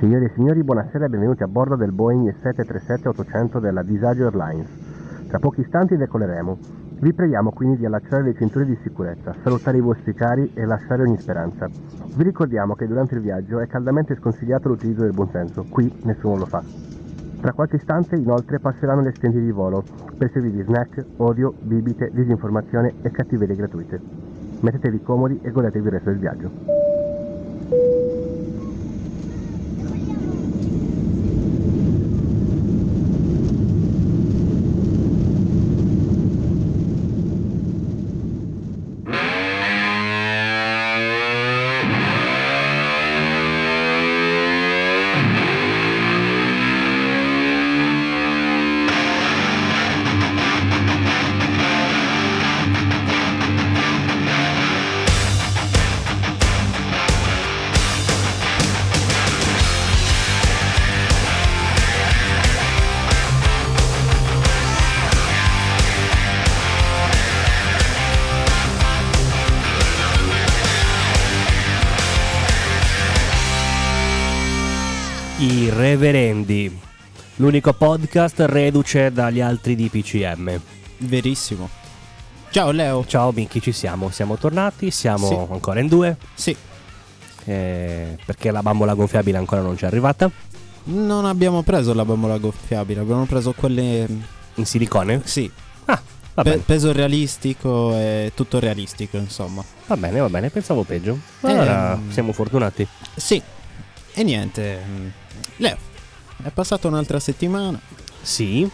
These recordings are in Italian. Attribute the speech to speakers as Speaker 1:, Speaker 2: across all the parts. Speaker 1: Signore e signori, buonasera e benvenuti a bordo del Boeing 737-800 della Disagio Airlines. Tra pochi istanti decoleremo. Vi preghiamo quindi di allacciare le cinture di sicurezza, salutare i vostri cari e lasciare ogni speranza. Vi ricordiamo che durante il viaggio è caldamente sconsigliato l'utilizzo del buonsenso, qui nessuno lo fa. Tra qualche istante inoltre passeranno le stenti di volo per servire di snack, odio, bibite, disinformazione e cattiverie gratuite. Mettetevi comodi e godetevi il resto del viaggio.
Speaker 2: I Reverendi, l'unico podcast reduce dagli altri di PCM.
Speaker 3: Verissimo. Ciao Leo.
Speaker 2: Ciao Minchi, ci siamo, siamo tornati, siamo
Speaker 3: Sì.
Speaker 2: ancora in due,
Speaker 3: Sì,
Speaker 2: eh, perché la bambola gonfiabile ancora non ci è arrivata,
Speaker 3: non abbiamo preso la bambola gonfiabile, abbiamo preso quelle...
Speaker 2: in silicone.
Speaker 3: Sì,
Speaker 2: Ah, va
Speaker 3: pe-
Speaker 2: bene,
Speaker 3: peso realistico e tutto realistico, insomma.
Speaker 2: va bene, va bene, pensavo peggio. Allora,
Speaker 3: Ehm.
Speaker 2: siamo fortunati.
Speaker 3: Sì, e niente. mm, Leo, è passata un'altra settimana.
Speaker 2: Sì,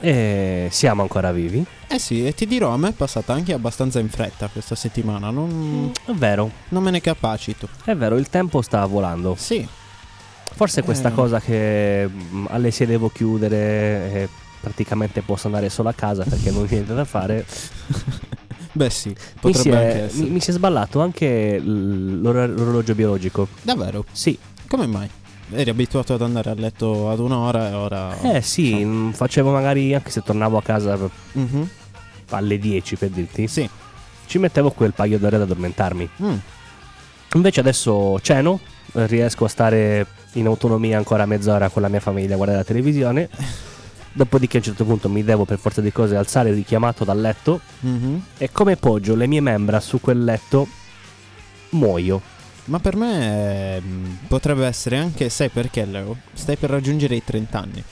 Speaker 2: eh, siamo ancora vivi,
Speaker 3: Eh sì, e ti dirò, a me è passata anche abbastanza in fretta questa settimana, non,
Speaker 2: è vero,
Speaker 3: non me ne capacito.
Speaker 2: è vero, il tempo sta volando.
Speaker 3: Sì,
Speaker 2: Forse questa
Speaker 3: Eh.
Speaker 2: cosa che mh, alle 6 devo chiudere e praticamente posso andare solo a casa perché non ho niente da fare.
Speaker 3: beh sì,
Speaker 2: Mi si,
Speaker 3: potrebbe anche
Speaker 2: è,
Speaker 3: essere.
Speaker 2: mi, mi si è sballato anche l- l'ora- l'orologio biologico.
Speaker 3: Davvero,
Speaker 2: Sì,
Speaker 3: come mai? Eri abituato ad andare a letto ad un'ora e ora...
Speaker 2: eh sì, mh, facevo magari anche se tornavo a casa p-
Speaker 3: Mhm,
Speaker 2: alle 10 per dirti,
Speaker 3: Sì.
Speaker 2: ci mettevo quel paio d'ore ad addormentarmi.
Speaker 3: Mm.
Speaker 2: Invece adesso ceno, eh, riesco a stare in autonomia ancora mezz'ora con la mia famiglia a guardare la televisione. Dopodiché a un certo punto mi devo per forza di cose alzare richiamato dal letto
Speaker 3: Mhm.
Speaker 2: e come poggio le mie membra su quel letto muoio.
Speaker 3: Ma per me ehm, potrebbe essere anche, sai perché Leo? Stai per raggiungere i 30 anni,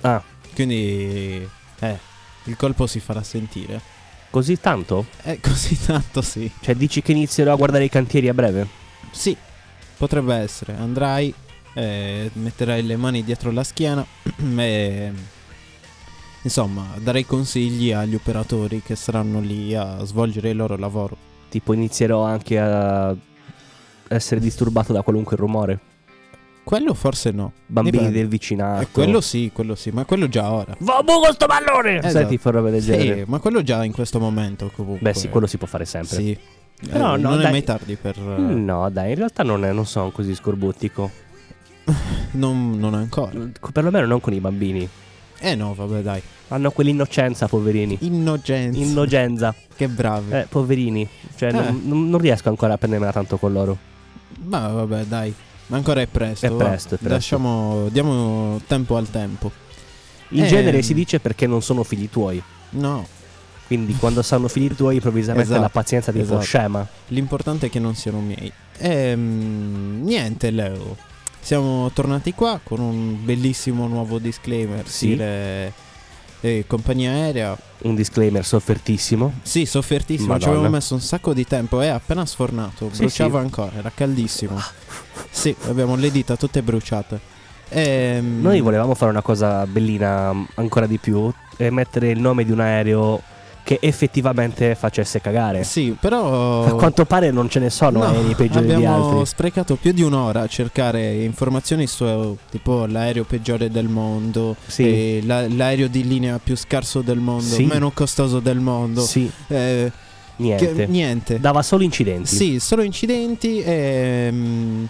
Speaker 2: Ah,
Speaker 3: quindi eh, il colpo si farà sentire.
Speaker 2: così tanto?
Speaker 3: Eh, così tanto sì.
Speaker 2: Cioè dici che inizierò a guardare i cantieri a breve?
Speaker 3: Sì, potrebbe essere. Andrai, eh, metterai le mani dietro la schiena e... Insomma, darei consigli agli operatori che saranno lì a svolgere il loro lavoro.
Speaker 2: Tipo inizierò anche a essere disturbato da qualunque rumore.
Speaker 3: Quello forse no.
Speaker 2: Bambini
Speaker 3: Dipende.
Speaker 2: del vicinato.
Speaker 3: Eh, quello sì, quello sì, ma quello già ora.
Speaker 2: Va bu con sto pallone!
Speaker 3: Esatto.
Speaker 2: Senti, farò del genere.
Speaker 3: Sì, ma quello già in questo momento comunque.
Speaker 2: Beh sì, quello si può fare sempre. Mm.
Speaker 3: Sì. Eh,
Speaker 2: Però no,
Speaker 3: non
Speaker 2: dai.
Speaker 3: è mai tardi per... eh,
Speaker 2: No, dai, in realtà non, è- non sono così scorbutico.
Speaker 3: Non, non ancora.
Speaker 2: Mm. Perlomeno non con i bambini.
Speaker 3: Eh no, vabbè dai.
Speaker 2: Hanno quell'innocenza, poverini.
Speaker 3: Innocenza.
Speaker 2: Innocenza.
Speaker 3: che bravi.
Speaker 2: Eh, poverini. Cioè, non, non- non riesco ancora a prendermela tanto con loro.
Speaker 3: Ma vabbè dai. Ma ancora è presto.
Speaker 2: È
Speaker 3: va.
Speaker 2: presto, è presto.
Speaker 3: Lasciamo... Diamo tempo al tempo.
Speaker 2: In
Speaker 3: Eh,
Speaker 2: genere si dice perché non sono figli tuoi.
Speaker 3: No.
Speaker 2: Quindi quando sanno figli tuoi, improvvisamente
Speaker 3: Esatto,
Speaker 2: la pazienza tipo
Speaker 3: esatto.
Speaker 2: scema.
Speaker 3: L'importante è che non siano miei. Ehm, niente Leo. Siamo tornati qua con un bellissimo nuovo disclaimer.
Speaker 2: Sì.
Speaker 3: stile, eh, compagnia aerea.
Speaker 2: Un disclaimer soffertissimo.
Speaker 3: Sì, soffertissimo, ci
Speaker 2: Madonna.
Speaker 3: avevo messo un sacco di tempo, è appena sfornato,
Speaker 2: Sì,
Speaker 3: bruciava
Speaker 2: sì.
Speaker 3: ancora, era caldissimo. Sì, abbiamo le dita tutte bruciate. Ehm,
Speaker 2: Noi volevamo fare una cosa bellina mh, ancora di più e mettere il nome di un aereo che effettivamente facesse cagare.
Speaker 3: Sì, però...
Speaker 2: A quanto pare non ce ne sono eh,
Speaker 3: No,
Speaker 2: aerei peggiori di
Speaker 3: abbiamo
Speaker 2: altri.
Speaker 3: sprecato più di un'ora a cercare informazioni su tipo l'aereo peggiore del mondo,
Speaker 2: Sì.
Speaker 3: eh, la- l'aereo di linea più scarso del mondo,
Speaker 2: Sì.
Speaker 3: meno costoso del mondo.
Speaker 2: Sì,
Speaker 3: eh, che-
Speaker 2: niente.
Speaker 3: niente.
Speaker 2: Dava solo incidenti.
Speaker 3: Sì, solo incidenti e mm,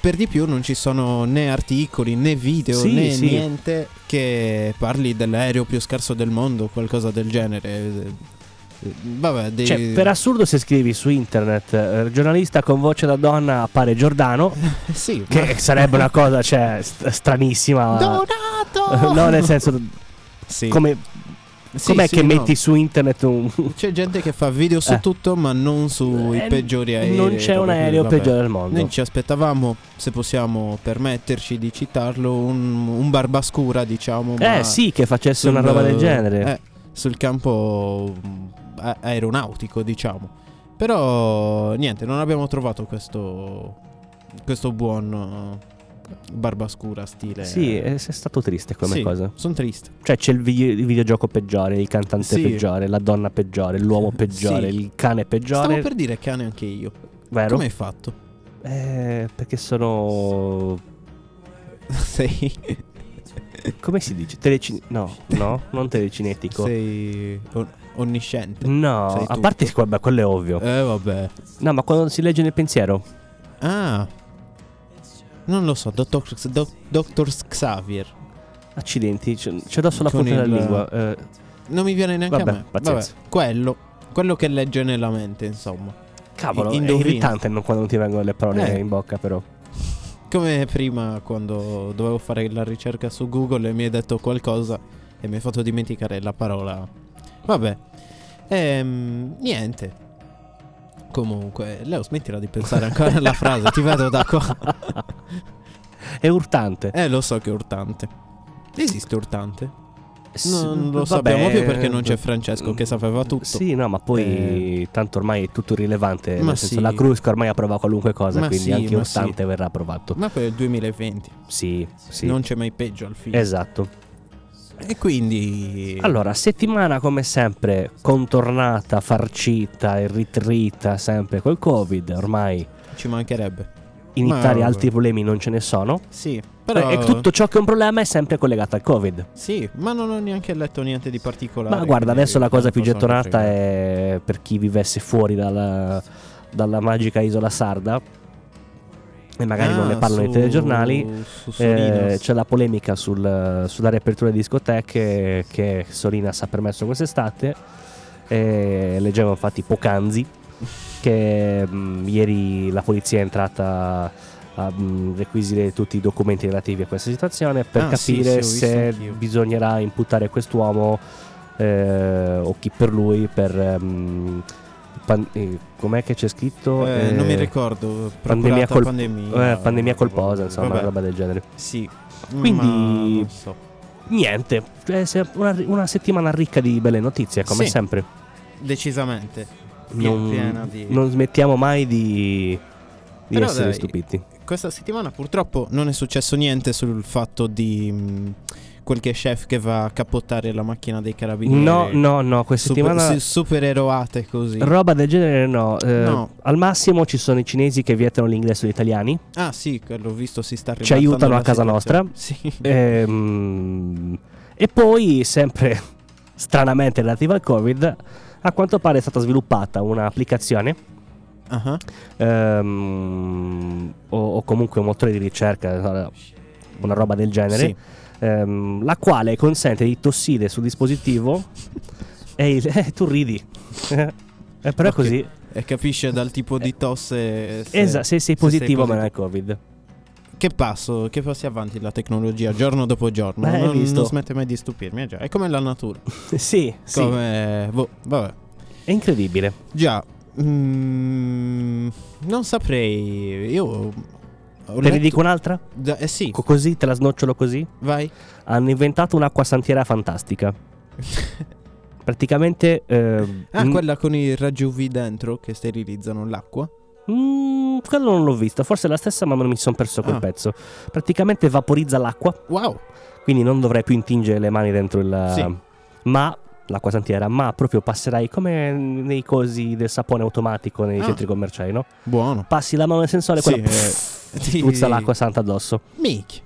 Speaker 3: per di più non ci sono né articoli né video
Speaker 2: Sì,
Speaker 3: né
Speaker 2: sì.
Speaker 3: niente che parli dell'aereo più scarso del mondo o qualcosa del genere. Eh, Vabbè, dei...
Speaker 2: Cioè, per assurdo, se scrivi su internet eh, giornalista con voce da donna appare Giordano,
Speaker 3: Eh, sì, ma-
Speaker 2: che sarebbe una cosa cioè, st- stranissima.
Speaker 3: Donato!
Speaker 2: no, nel senso,
Speaker 3: Sì.
Speaker 2: come,
Speaker 3: Sì,
Speaker 2: com'è
Speaker 3: sì,
Speaker 2: che
Speaker 3: no.
Speaker 2: metti su internet un.
Speaker 3: C'è gente che fa video su
Speaker 2: Eh.
Speaker 3: tutto, ma non sui
Speaker 2: Eh,
Speaker 3: peggiori aerei.
Speaker 2: Non c'è un
Speaker 3: robe così,
Speaker 2: aereo
Speaker 3: vabbè.
Speaker 2: peggiore del mondo.
Speaker 3: Noi ci aspettavamo, se possiamo permetterci di citarlo, un, un barbascura, diciamo. ma
Speaker 2: Eh sì, che facesse
Speaker 3: sul-
Speaker 2: una roba del genere.
Speaker 3: eh, sul campo mm, a- aeronautico, diciamo. Però niente, non abbiamo trovato questo, questo buon eh, barbascura stile.
Speaker 2: Eh, Sì, è, è stato triste come cosa.
Speaker 3: Sono triste.
Speaker 2: Cioè, c'è il, vi- il videogioco peggiore, il cantante
Speaker 3: Sì.
Speaker 2: peggiore, la donna peggiore, l'uomo peggiore,
Speaker 3: Sì.
Speaker 2: il cane peggiore.
Speaker 3: Stavo per dire cane anche io.
Speaker 2: Vero?
Speaker 3: Come hai fatto?
Speaker 2: Eh, perché sono.
Speaker 3: Sei,
Speaker 2: Come si dice? Telecin- no, no, non telecinetico.
Speaker 3: sei on- onnisciente.
Speaker 2: No,
Speaker 3: Sei
Speaker 2: a
Speaker 3: tu.
Speaker 2: parte que- beh, quello è ovvio.
Speaker 3: Eh vabbè.
Speaker 2: No, ma quando si legge nel pensiero,
Speaker 3: Ah. Non lo so, dottor, X- doc- dottor Xavier.
Speaker 2: accidenti, c'è, c'è addosso la
Speaker 3: Con
Speaker 2: punta della
Speaker 3: il-
Speaker 2: lingua. eh,
Speaker 3: Non mi viene neanche
Speaker 2: Vabbè,
Speaker 3: a me.
Speaker 2: pazienza.
Speaker 3: Vabbè, quello. Quello che legge nella mente, insomma.
Speaker 2: cavolo, è
Speaker 3: Indovina.
Speaker 2: irritante non- quando non ti vengono le parole
Speaker 3: Eh.
Speaker 2: in bocca, però.
Speaker 3: Come prima quando dovevo fare la ricerca su Google e mi hai detto qualcosa e mi hai fatto dimenticare la parola. Vabbè. Ehm, niente. Comunque, Leo, smettila di pensare ancora alla frase, ti vedo da qua.
Speaker 2: È urtante.
Speaker 3: Eh, lo so che è urtante. Esiste urtante?
Speaker 2: S-
Speaker 3: Eh, Non
Speaker 2: vabbè,
Speaker 3: lo
Speaker 2: eh,
Speaker 3: sappiamo più perché non c'è Francesco che sapeva tutto. Eh.
Speaker 2: Sì, no, ma poi tanto ormai è tutto irrilevante.
Speaker 3: Ma
Speaker 2: nel senso,
Speaker 3: sì.
Speaker 2: la Crusca ormai approva qualunque cosa,
Speaker 3: Ma
Speaker 2: quindi
Speaker 3: sì,
Speaker 2: anche
Speaker 3: ma
Speaker 2: Urtante verrà approvato.
Speaker 3: Ma poi è il 2020,
Speaker 2: Sì, sì.
Speaker 3: non c'è mai peggio al film.
Speaker 2: Esatto.
Speaker 3: E quindi...
Speaker 2: Allora, settimana come sempre contornata, farcita, irritrita, sempre col Covid. Ormai
Speaker 3: Ci mancherebbe.
Speaker 2: in
Speaker 3: Ma-
Speaker 2: Italia altri problemi non ce ne sono.
Speaker 3: Sì, però...
Speaker 2: E tutto ciò che è un problema è sempre collegato al Covid.
Speaker 3: Sì, ma non ho neanche letto niente di particolare.
Speaker 2: Ma guarda,
Speaker 3: quindi
Speaker 2: adesso la cosa
Speaker 3: non
Speaker 2: più
Speaker 3: posso
Speaker 2: gettonata
Speaker 3: anche
Speaker 2: è per chi vivesse fuori dalla, dalla magica isola sarda e
Speaker 3: fregare.
Speaker 2: magari non ne
Speaker 3: Ah,
Speaker 2: parlano
Speaker 3: su-
Speaker 2: nei telegiornali.
Speaker 3: su
Speaker 2: eh,
Speaker 3: Solinas.
Speaker 2: c'è la polemica sul- sulla riapertura di discoteche che Solinas ha permesso quest'estate. E leggevo infatti Pocanzi che mh, ieri la polizia è entrata a mh, requisire tutti i documenti relativi a questa situazione per
Speaker 3: Ah,
Speaker 2: capire
Speaker 3: sì, sì, ho visto
Speaker 2: se
Speaker 3: anch'io.
Speaker 2: bisognerà imputare quest'uomo eh, o chi per lui per... ehm, pan- eh, com'è che c'è scritto?
Speaker 3: Eh, non mi
Speaker 2: Eh,
Speaker 3: ricordo.
Speaker 2: pandemia
Speaker 3: Pandemia,
Speaker 2: col-
Speaker 3: pandemia.
Speaker 2: eh, pandemia colposa, insomma,
Speaker 3: Vabbè,
Speaker 2: roba del genere.
Speaker 3: Sì.
Speaker 2: Quindi-
Speaker 3: Ma non so.
Speaker 2: Niente, cioè, se- una, una settimana ricca di belle notizie, come
Speaker 3: Sì.
Speaker 2: sempre.
Speaker 3: Decisamente.
Speaker 2: Non,
Speaker 3: piena di...
Speaker 2: non smettiamo mai di, di
Speaker 3: Però
Speaker 2: essere
Speaker 3: dai.
Speaker 2: stupiti.
Speaker 3: Questa settimana purtroppo non è successo niente sul fatto di mh, qualche chef che va a capottare la macchina dei carabinieri.
Speaker 2: No, no, no, questa
Speaker 3: Super,
Speaker 2: settimana
Speaker 3: su- supereroate così.
Speaker 2: roba del genere no. Eh,
Speaker 3: No.
Speaker 2: Al massimo ci sono i cinesi che vietano l'ingresso agli italiani.
Speaker 3: ah sì, l'ho visto, si sta
Speaker 2: Ci
Speaker 3: ribaltando
Speaker 2: aiutano
Speaker 3: la
Speaker 2: a casa
Speaker 3: situazione.
Speaker 2: nostra. Eh,
Speaker 3: Sì.
Speaker 2: Ehm, e poi, sempre stranamente relativa al Covid, a quanto pare è stata sviluppata un'applicazione
Speaker 3: Ah,
Speaker 2: ehm, o, o comunque un motore di ricerca, eh, una roba del genere,
Speaker 3: Sì.
Speaker 2: ehm, la quale consente di tossire sul dispositivo e il- eh, tu ridi. Eh, però è
Speaker 3: Ok.
Speaker 2: così, Eh,
Speaker 3: E capisce dal tipo di tosse se,
Speaker 2: Esa- se sei positivo, ma non è
Speaker 3: positivo.
Speaker 2: Covid.
Speaker 3: Che passo, che passi avanti la tecnologia giorno dopo giorno
Speaker 2: Eh, hai
Speaker 3: non,
Speaker 2: visto.
Speaker 3: non smette mai di stupirmi eh già. È come la natura
Speaker 2: sì, sì,
Speaker 3: Come... boh, vabbè
Speaker 2: è incredibile.
Speaker 3: Già, mm, non saprei. Io. ho
Speaker 2: Te ne
Speaker 3: letto-
Speaker 2: dico un'altra?
Speaker 3: da- eh sì,
Speaker 2: Co- Così, te la snocciolo così?
Speaker 3: vai.
Speaker 2: hanno inventato un'acquasantiera fantastica. Praticamente... ehm,
Speaker 3: Ah,
Speaker 2: n-
Speaker 3: quella con i raggiuvi dentro che sterilizzano l'acqua.
Speaker 2: mm, quello non l'ho visto, forse è la stessa ma non mi sono perso quel
Speaker 3: Ah.
Speaker 2: pezzo. Praticamente vaporizza l'acqua,
Speaker 3: Wow,
Speaker 2: quindi non dovrei più intingere le mani dentro il...
Speaker 3: Sì.
Speaker 2: Ma... L'acquasantiera, ma proprio passerai come nei cosi del sapone automatico nei
Speaker 3: Ah.
Speaker 2: centri commerciali, no?
Speaker 3: buono.
Speaker 2: Passi la mano nel sensore e
Speaker 3: Sì,
Speaker 2: quella
Speaker 3: eh,
Speaker 2: pff,
Speaker 3: ti-
Speaker 2: puzza l'acqua santa addosso.
Speaker 3: Mic.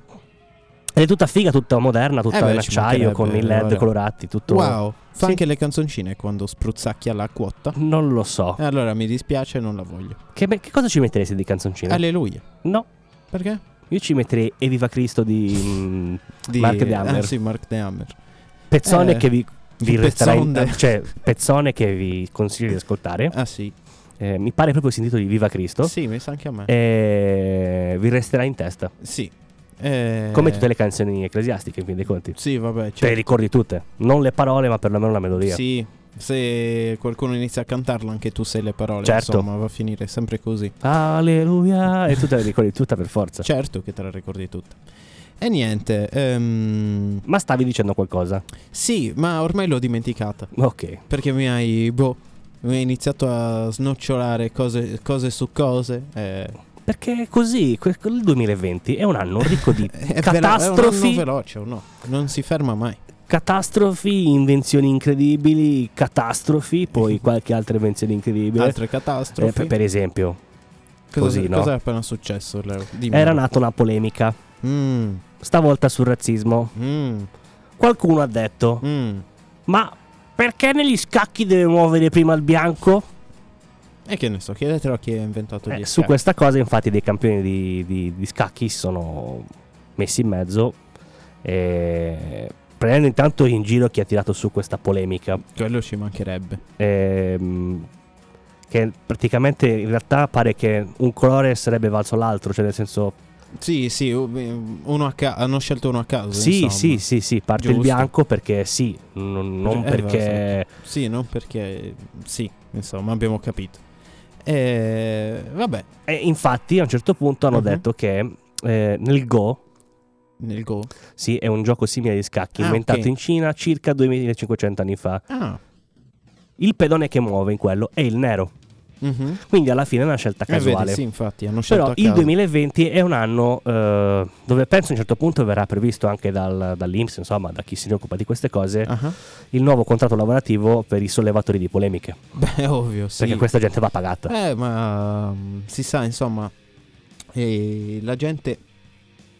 Speaker 2: Ed è tutta figa, tutta moderna, tutta
Speaker 3: Eh beh,
Speaker 2: in
Speaker 3: ci
Speaker 2: acciaio, con i
Speaker 3: mancherebbe,
Speaker 2: LED
Speaker 3: guarda.
Speaker 2: colorati, tutto...
Speaker 3: Wow, fa
Speaker 2: Esatto. Sì.
Speaker 3: anche le canzoncine quando spruzzacchia la quotta.
Speaker 2: Non lo so.
Speaker 3: E allora mi dispiace, non la voglio.
Speaker 2: Che, be- che cosa ci metteresti di canzoncina?
Speaker 3: Alleluia.
Speaker 2: No,
Speaker 3: Perché?
Speaker 2: io ci metterei Eviva Cristo di mm,
Speaker 3: Di...
Speaker 2: Mark De Hammer.
Speaker 3: Ah, sì, Mark De Hammer.
Speaker 2: Pezzone
Speaker 3: Eh.
Speaker 2: che vi vi
Speaker 3: Un
Speaker 2: resterà in-
Speaker 3: pezzonde.
Speaker 2: cioè, pezzone che vi consiglio di ascoltare.
Speaker 3: Ah sì.
Speaker 2: Eh, mi pare proprio sentito di Viva Cristo.
Speaker 3: Sì, mi sa anche a me.
Speaker 2: Eh. E vi resterà in testa.
Speaker 3: Sì. Eh,
Speaker 2: Come tutte le canzoni ecclesiastiche, in fin dei conti.
Speaker 3: Sì, vabbè.
Speaker 2: Te le
Speaker 3: Cioè,
Speaker 2: ricordi tutte. Non le parole, ma perlomeno la melodia.
Speaker 3: sì. Se qualcuno inizia a cantarla, anche tu sai le parole.
Speaker 2: Certo.
Speaker 3: Insomma, va a finire sempre così.
Speaker 2: Alleluia. E tu te le ricordi tutta per forza.
Speaker 3: Certo che te la ricordi tutta. E niente. ehm,
Speaker 2: Ma stavi dicendo qualcosa.
Speaker 3: sì, ma ormai l'ho dimenticata.
Speaker 2: Ok.
Speaker 3: Perché mi hai. Boh. Mi hai iniziato a snocciolare cose, cose su cose. eh,
Speaker 2: Perché così, que- il 2020 è un anno ricco di
Speaker 3: è velo- È un
Speaker 2: catastrofi,
Speaker 3: anno veloce, o no? Non si ferma mai.
Speaker 2: catastrofi, invenzioni incredibili, catastrofi, poi qualche altra invenzione incredibile.
Speaker 3: Eh. Altre
Speaker 2: Eh,
Speaker 3: catastrofi.
Speaker 2: per, per esempio,
Speaker 3: cosa,
Speaker 2: così, no?
Speaker 3: cosa è appena successo, Leo? Dimmi.
Speaker 2: era nata una polemica,
Speaker 3: Mm,
Speaker 2: stavolta sul razzismo.
Speaker 3: mm,
Speaker 2: Qualcuno ha detto,
Speaker 3: mm.
Speaker 2: ma perché negli scacchi deve muovere prima il bianco?
Speaker 3: E che ne so, chiedetelo a chi ha inventato gli
Speaker 2: Eh, su
Speaker 3: scacchi.
Speaker 2: questa cosa, infatti, dei campioni di, di- di scacchi si sono messi in mezzo. eh, prendendo intanto in giro chi ha tirato su questa polemica.
Speaker 3: Quello ci mancherebbe.
Speaker 2: ehm, che praticamente in realtà pare che un colore sarebbe valso l'altro, cioè nel senso
Speaker 3: Sì, sì, u- eh, uno a ca- hanno scelto uno a caso.
Speaker 2: sì,
Speaker 3: insomma.
Speaker 2: sì, sì, sì, parte il
Speaker 3: Giusto.
Speaker 2: bianco perché sì, non, non
Speaker 3: Eh,
Speaker 2: perché
Speaker 3: Sì, non perché... Sì, insomma, abbiamo capito. E... Vabbè,
Speaker 2: E infatti a un certo punto hanno
Speaker 3: Mhm.
Speaker 2: detto che eh, nel Go,
Speaker 3: nel go.
Speaker 2: sì, è un gioco simile agli scacchi
Speaker 3: Ah,
Speaker 2: inventato
Speaker 3: ok.
Speaker 2: in Cina circa 2500 anni fa.
Speaker 3: Ah,
Speaker 2: Il pedone che muove in quello è il nero,
Speaker 3: mhm.
Speaker 2: quindi alla fine è una scelta
Speaker 3: Eh,
Speaker 2: casuale.
Speaker 3: vedi, sì, infatti, hanno scelto
Speaker 2: Però
Speaker 3: a
Speaker 2: il
Speaker 3: caso.
Speaker 2: 2020 è un anno eh, dove penso a un certo punto verrà previsto anche dal, dall'Inps, insomma, da chi si occupa di queste cose,
Speaker 3: Ah,
Speaker 2: il nuovo contratto lavorativo per i sollevatori di polemiche.
Speaker 3: Beh, è ovvio, sì.
Speaker 2: Perché questa gente va pagata.
Speaker 3: Eh, ma mm, si sa, insomma, eh, la gente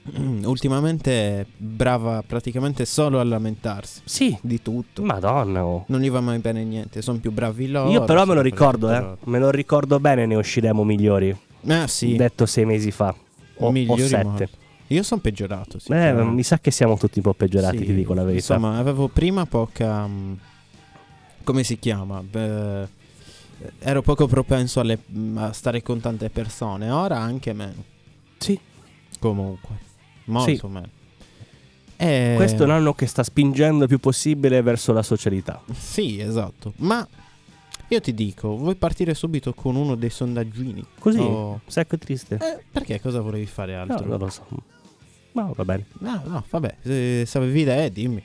Speaker 3: ultimamente è brava praticamente solo a lamentarsi
Speaker 2: Sì,
Speaker 3: di tutto.
Speaker 2: madonna. oh.
Speaker 3: Non gli va mai bene niente, sono più bravi loro.
Speaker 2: Io però me lo
Speaker 3: sono
Speaker 2: ricordo,
Speaker 3: bravi
Speaker 2: eh.
Speaker 3: loro.
Speaker 2: Me lo ricordo bene, ne usciremo migliori.
Speaker 3: Ah, sì.
Speaker 2: Detto sei mesi fa. O, o
Speaker 3: Migliori
Speaker 2: sette.
Speaker 3: morti. Io sono peggiorato, sì.
Speaker 2: Eh, mi sa che siamo tutti un po' peggiorati,
Speaker 3: Sì,
Speaker 2: ti dico la verità.
Speaker 3: Insomma, avevo prima poca. mm, come si chiama? Beh, ero poco propenso alle- mm, a stare con tante persone, ora anche meno.
Speaker 2: Sì.
Speaker 3: Comunque, molto
Speaker 2: Sì.
Speaker 3: meno. E-
Speaker 2: Questo è un anno che sta spingendo il più possibile verso la socialità.
Speaker 3: Sì, esatto. Ma io ti dico, vuoi partire subito con uno dei sondaggini?
Speaker 2: Così,
Speaker 3: O-
Speaker 2: secco e triste.
Speaker 3: Oh. Eh, perché cosa volevi fare
Speaker 2: No,
Speaker 3: altro?
Speaker 2: non lo so. Ma va bene.
Speaker 3: No, no, vabbè, se, se avevi idee dimmi.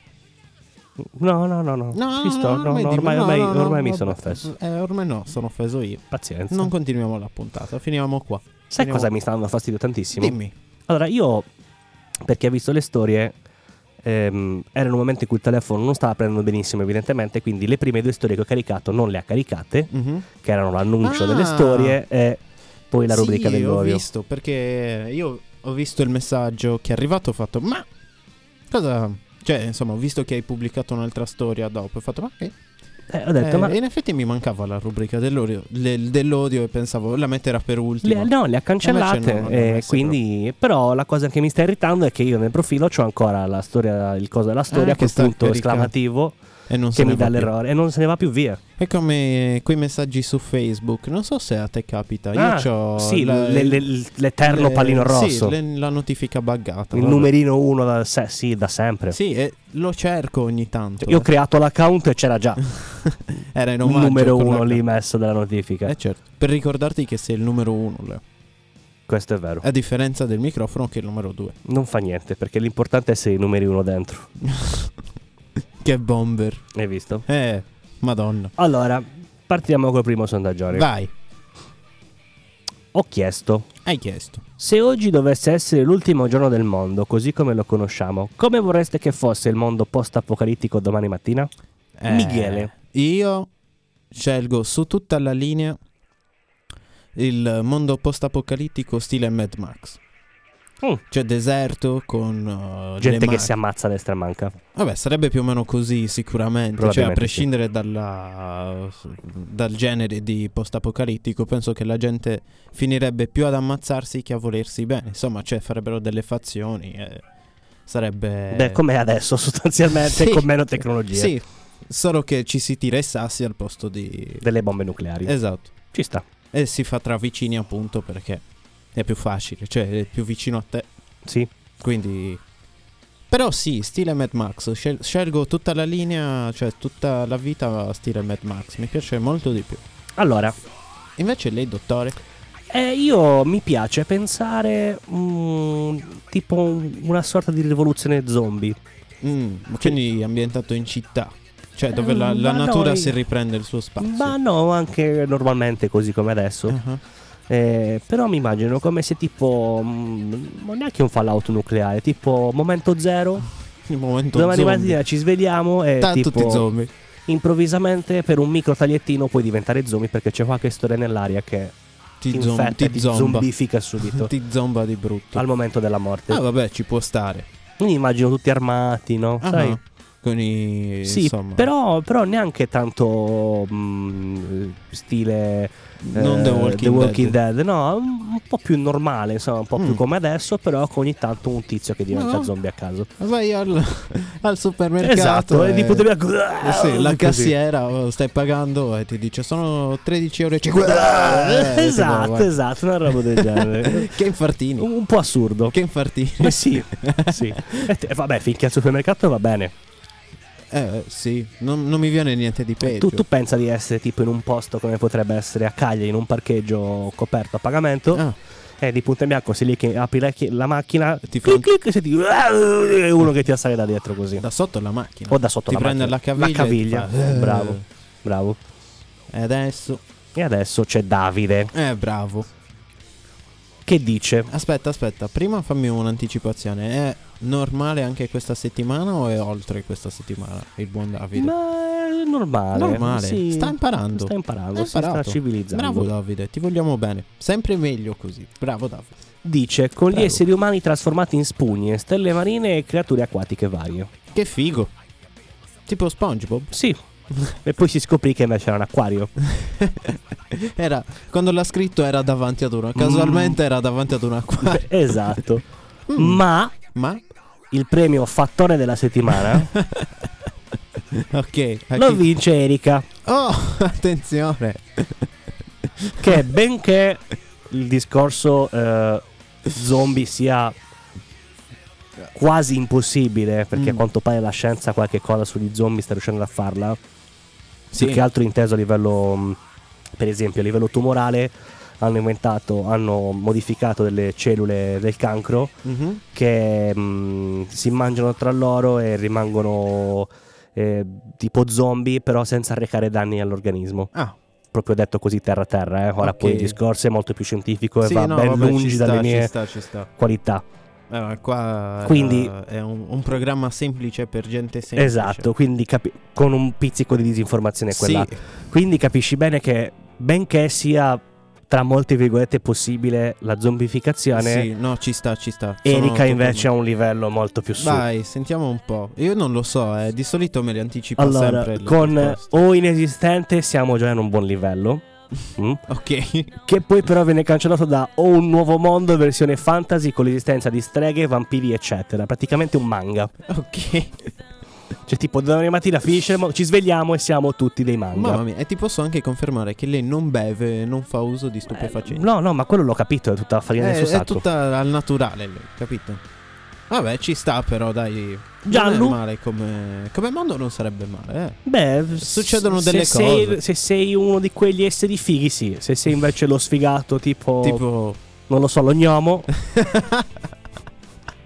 Speaker 2: No, no, no, no.
Speaker 3: No,
Speaker 2: Ci sto, no,
Speaker 3: dimmi,
Speaker 2: no, ormai, ormai-
Speaker 3: no, no,
Speaker 2: ormai mi
Speaker 3: vabbè.
Speaker 2: sono offeso.
Speaker 3: Eh, ormai no, sono offeso io.
Speaker 2: Pazienza.
Speaker 3: Non continuiamo la puntata, finiamo qua.
Speaker 2: Sai
Speaker 3: Andiamo.
Speaker 2: cosa mi sta dando fastidio tantissimo?
Speaker 3: Dimmi.
Speaker 2: Allora, io, per chi ha visto le storie, ehm, era un momento in cui il telefono non stava prendendo benissimo, evidentemente, quindi le prime due storie che ho caricato non le ha caricate,
Speaker 3: Mhm.
Speaker 2: che erano l'annuncio delle
Speaker 3: Ah.
Speaker 2: storie e poi la
Speaker 3: Sì,
Speaker 2: rubrica
Speaker 3: ho
Speaker 2: dell'olio.
Speaker 3: visto perché io ho visto il messaggio che è arrivato, ho fatto "Ma cosa cioè, insomma, ho visto che hai pubblicato un'altra storia dopo, ho fatto "Ma che?"
Speaker 2: Eh, ho detto,
Speaker 3: Eh,
Speaker 2: ma...
Speaker 3: e in effetti mi mancava la rubrica dell'odio, le- dell'odio e pensavo la metterà per ultima.
Speaker 2: Le, no, le ha cancellate.
Speaker 3: Invece no, non le ho
Speaker 2: eh,
Speaker 3: messe
Speaker 2: quindi, però, la cosa che mi sta irritando è che io nel profilo ho ancora la storia, il coso della storia
Speaker 3: Ah, che
Speaker 2: col
Speaker 3: sta
Speaker 2: punto
Speaker 3: caricando.
Speaker 2: esclamativo
Speaker 3: e non se
Speaker 2: che
Speaker 3: ne
Speaker 2: mi
Speaker 3: va
Speaker 2: dà
Speaker 3: più.
Speaker 2: l'errore e non se ne va più via.
Speaker 3: È come quei messaggi su Facebook, non so se a te capita.
Speaker 2: Ah,
Speaker 3: Eh, io ho
Speaker 2: sì, le- le- l'eterno pallino rosso.
Speaker 3: la notifica buggata.
Speaker 2: Il
Speaker 3: vabbè.
Speaker 2: numerino 1 da, se- sì, da sempre.
Speaker 3: Sì, e lo cerco ogni tanto.
Speaker 2: Io ho
Speaker 3: eh.
Speaker 2: creato l'account e c'era già
Speaker 3: Era in
Speaker 2: un
Speaker 3: omaggio
Speaker 2: numero
Speaker 3: con
Speaker 2: 1
Speaker 3: la-
Speaker 2: lì messo della notifica.
Speaker 3: Eh certo, per ricordarti che sei il numero uno, Leo.
Speaker 2: Questo è vero.
Speaker 3: A differenza del microfono che è il numero due.
Speaker 2: Non fa niente perché l'importante è se i numeri 1 dentro.
Speaker 3: Che bomber.
Speaker 2: Hai visto?
Speaker 3: Eh, madonna.
Speaker 2: Allora, partiamo col primo sondaggio.
Speaker 3: Vai,
Speaker 2: Ho chiesto
Speaker 3: hai chiesto.
Speaker 2: Se oggi dovesse essere l'ultimo giorno del mondo, così come lo conosciamo, come vorreste che fosse il mondo post-apocalittico domani mattina? Mm.
Speaker 3: Eh,
Speaker 2: Michele.
Speaker 3: Io scelgo su tutta la linea il mondo post-apocalittico stile Mad Max.
Speaker 2: Mm.
Speaker 3: Cioè deserto con uh, le
Speaker 2: Gente che
Speaker 3: macchine.
Speaker 2: si ammazza a destra e manca.
Speaker 3: Vabbè, sarebbe più o meno così sicuramente, cioè a
Speaker 2: Probabilmente
Speaker 3: prescindere dalla- dal genere di post-apocalittico, penso che la gente finirebbe più ad ammazzarsi che a volersi bene, insomma, cioè farebbero delle fazioni e sarebbe...
Speaker 2: Beh, come adesso sostanzialmente,
Speaker 3: Eh. Sì.
Speaker 2: con meno tecnologie.
Speaker 3: Sì, Solo che ci si tira i sassi al posto di...
Speaker 2: delle bombe nucleari.
Speaker 3: Esatto.
Speaker 2: Ci sta.
Speaker 3: E si fa tra vicini appunto perché è più facile, cioè è più vicino a te.
Speaker 2: Sì.
Speaker 3: Quindi... Però sì, stile Mad Max, scel- scelgo tutta la linea, cioè tutta la vita stile Mad Max, mi piace molto di più.
Speaker 2: Allora,
Speaker 3: Invece lei, dottore,
Speaker 2: eh, io mi piace pensare mm, tipo un- una sorta di rivoluzione zombie.
Speaker 3: Mm, ma quindi ambientato in città, cioè dove la,
Speaker 2: Eh,
Speaker 3: la
Speaker 2: ma
Speaker 3: natura
Speaker 2: noi-
Speaker 3: si riprende il suo spazio.
Speaker 2: Ma no, anche normalmente così come adesso.
Speaker 3: Ah,
Speaker 2: Eh, però mi immagino come se tipo... mm, ma neanche un fallout nucleare, tipo momento zero.
Speaker 3: Il momento
Speaker 2: Domani
Speaker 3: zombie.
Speaker 2: mattina ci svegliamo e
Speaker 3: Ta-
Speaker 2: tipo,
Speaker 3: tutti zombie.
Speaker 2: improvvisamente per un micro tagliettino puoi diventare zombie perché c'è qualche storia nell'aria che ti,
Speaker 3: Ti, zom-
Speaker 2: infetta,
Speaker 3: ti
Speaker 2: ti
Speaker 3: zomba.
Speaker 2: zombifica subito
Speaker 3: Ti zomba di brutto.
Speaker 2: al momento della morte.
Speaker 3: Ah, vabbè, ci può stare.
Speaker 2: Quindi immagino tutti armati, no?
Speaker 3: Ah,
Speaker 2: Sai?
Speaker 3: no. Con i
Speaker 2: Sì,
Speaker 3: insomma,
Speaker 2: però, però neanche tanto mh, stile eh,
Speaker 3: non The Walking,
Speaker 2: The Walking
Speaker 3: Dead.
Speaker 2: Dead. no, un un po' più normale, insomma, un po'
Speaker 3: Mm.
Speaker 2: più come adesso, però con ogni tanto un tizio che diventa
Speaker 3: No.
Speaker 2: zombie a caso.
Speaker 3: Vai al, al supermercato.
Speaker 2: esatto, e
Speaker 3: e-
Speaker 2: tipo devi
Speaker 3: eh sì, la
Speaker 2: così.
Speaker 3: cassiera oh, stai pagando e ti dice sono 13,50 euro.
Speaker 2: Eh, esatto, esatto, una roba del genere.
Speaker 3: Che infartini.
Speaker 2: un po' assurdo.
Speaker 3: Che infartini.
Speaker 2: Ma sì, sì. E te- vabbè, finché al supermercato va bene.
Speaker 3: Eh sì, non, non mi viene niente di peggio.
Speaker 2: Tu, tu pensa di essere tipo in un posto come potrebbe essere a Cagliari, in un parcheggio coperto a pagamento,
Speaker 3: Ah,
Speaker 2: e Eh, di punto in bianco sei lì che apri la, chi- la macchina,
Speaker 3: Ti fa un-
Speaker 2: clic, clic, e senti e uno che ti assale da dietro così.
Speaker 3: da sotto la macchina.
Speaker 2: O da sotto
Speaker 3: ti
Speaker 2: la
Speaker 3: prende
Speaker 2: macchina.
Speaker 3: la caviglia.
Speaker 2: La
Speaker 3: e ti fa,
Speaker 2: caviglia.
Speaker 3: "Eh".
Speaker 2: Bravo, bravo.
Speaker 3: E adesso.
Speaker 2: E adesso c'è Davide
Speaker 3: Eh, bravo.
Speaker 2: che dice:
Speaker 3: Aspetta, aspetta, prima fammi un'anticipazione. È normale anche questa settimana o è oltre questa settimana? Il buon Davide.
Speaker 2: Ma è normale.
Speaker 3: normale.
Speaker 2: sì,
Speaker 3: Sta imparando.
Speaker 2: sta imparando,
Speaker 3: Ha
Speaker 2: si sta
Speaker 3: imparato.
Speaker 2: civilizzando.
Speaker 3: Bravo Davide, ti vogliamo bene. Sempre meglio così. Bravo Davide.
Speaker 2: Dice: Con gli
Speaker 3: Prego.
Speaker 2: esseri umani trasformati in spugne, stelle marine e creature acquatiche varie.
Speaker 3: Che figo. Tipo SpongeBob.
Speaker 2: Sì. e poi si scoprì che invece era un acquario.
Speaker 3: Era quando l'ha scritto era davanti ad una casualmente era davanti ad un acquario.
Speaker 2: esatto.
Speaker 3: Mm,
Speaker 2: Ma
Speaker 3: Ma
Speaker 2: il premio fattore della settimana
Speaker 3: ok, a
Speaker 2: lo
Speaker 3: chi-
Speaker 2: vince Erika,
Speaker 3: Oh, attenzione.
Speaker 2: che benché il discorso eh, zombie sia quasi impossibile, perché
Speaker 3: Mm.
Speaker 2: a quanto pare la scienza qualche cosa sugli zombie sta riuscendo a farla,
Speaker 3: Sì.
Speaker 2: più che altro inteso a livello, mh, per esempio, a livello tumorale, hanno inventato, hanno modificato delle cellule del cancro
Speaker 3: Mhm.
Speaker 2: che mh, si mangiano tra loro e rimangono eh, tipo zombie, però senza recare danni all'organismo.
Speaker 3: Ah,
Speaker 2: Proprio detto così terra a terra, eh. ora
Speaker 3: Ok.
Speaker 2: poi il discorso è molto più scientifico e
Speaker 3: sì,
Speaker 2: va
Speaker 3: no,
Speaker 2: ben
Speaker 3: vabbè, ci
Speaker 2: lungi
Speaker 3: sta,
Speaker 2: dalle mie
Speaker 3: ci sta, ci sta.
Speaker 2: qualità.
Speaker 3: Allora, qua eh,
Speaker 2: Quindi-
Speaker 3: è un, un programma semplice per gente semplice.
Speaker 2: Esatto, quindi capi- con un pizzico di disinformazione
Speaker 3: Sì,
Speaker 2: quella. Quindi capisci bene che benché sia tra molte virgolette possibile la zombificazione,
Speaker 3: sì, no, ci sta, ci sta. Sono
Speaker 2: Erika invece ha
Speaker 3: totalmente-
Speaker 2: un livello molto più su.
Speaker 3: Vai, sentiamo un po'. Io non lo so, eh, di solito me li anticipa
Speaker 2: Allora,
Speaker 3: sempre. le
Speaker 2: con
Speaker 3: risposte.
Speaker 2: o inesistente siamo già in un buon livello. Mm.
Speaker 3: Ok.
Speaker 2: Che poi però viene cancellato da O un nuovo mondo versione fantasy con l'esistenza di streghe, vampiri, eccetera. Praticamente un manga.
Speaker 3: ok.
Speaker 2: Cioè, tipo, domani mattina finisce, il mo- ci svegliamo e siamo tutti dei manga.
Speaker 3: Mamma mia, e ti posso anche confermare che lei non beve, non fa uso di
Speaker 2: Eh,
Speaker 3: stupefacenti.
Speaker 2: no, no, ma quello l'ho capito, è tutta farina del
Speaker 3: Eh, è,
Speaker 2: suo
Speaker 3: è
Speaker 2: sacco.
Speaker 3: tutta al naturale lei, capito? Vabbè, ci sta però, dai.
Speaker 2: Giallo.
Speaker 3: Non è male come, come mondo non sarebbe male, eh.
Speaker 2: Beh,
Speaker 3: Succedono
Speaker 2: se
Speaker 3: delle
Speaker 2: sei-
Speaker 3: cose.
Speaker 2: se sei uno di quegli esseri fighi, sì. Se sei invece lo sfigato, tipo,
Speaker 3: Tipo
Speaker 2: non lo so, lo gnomo,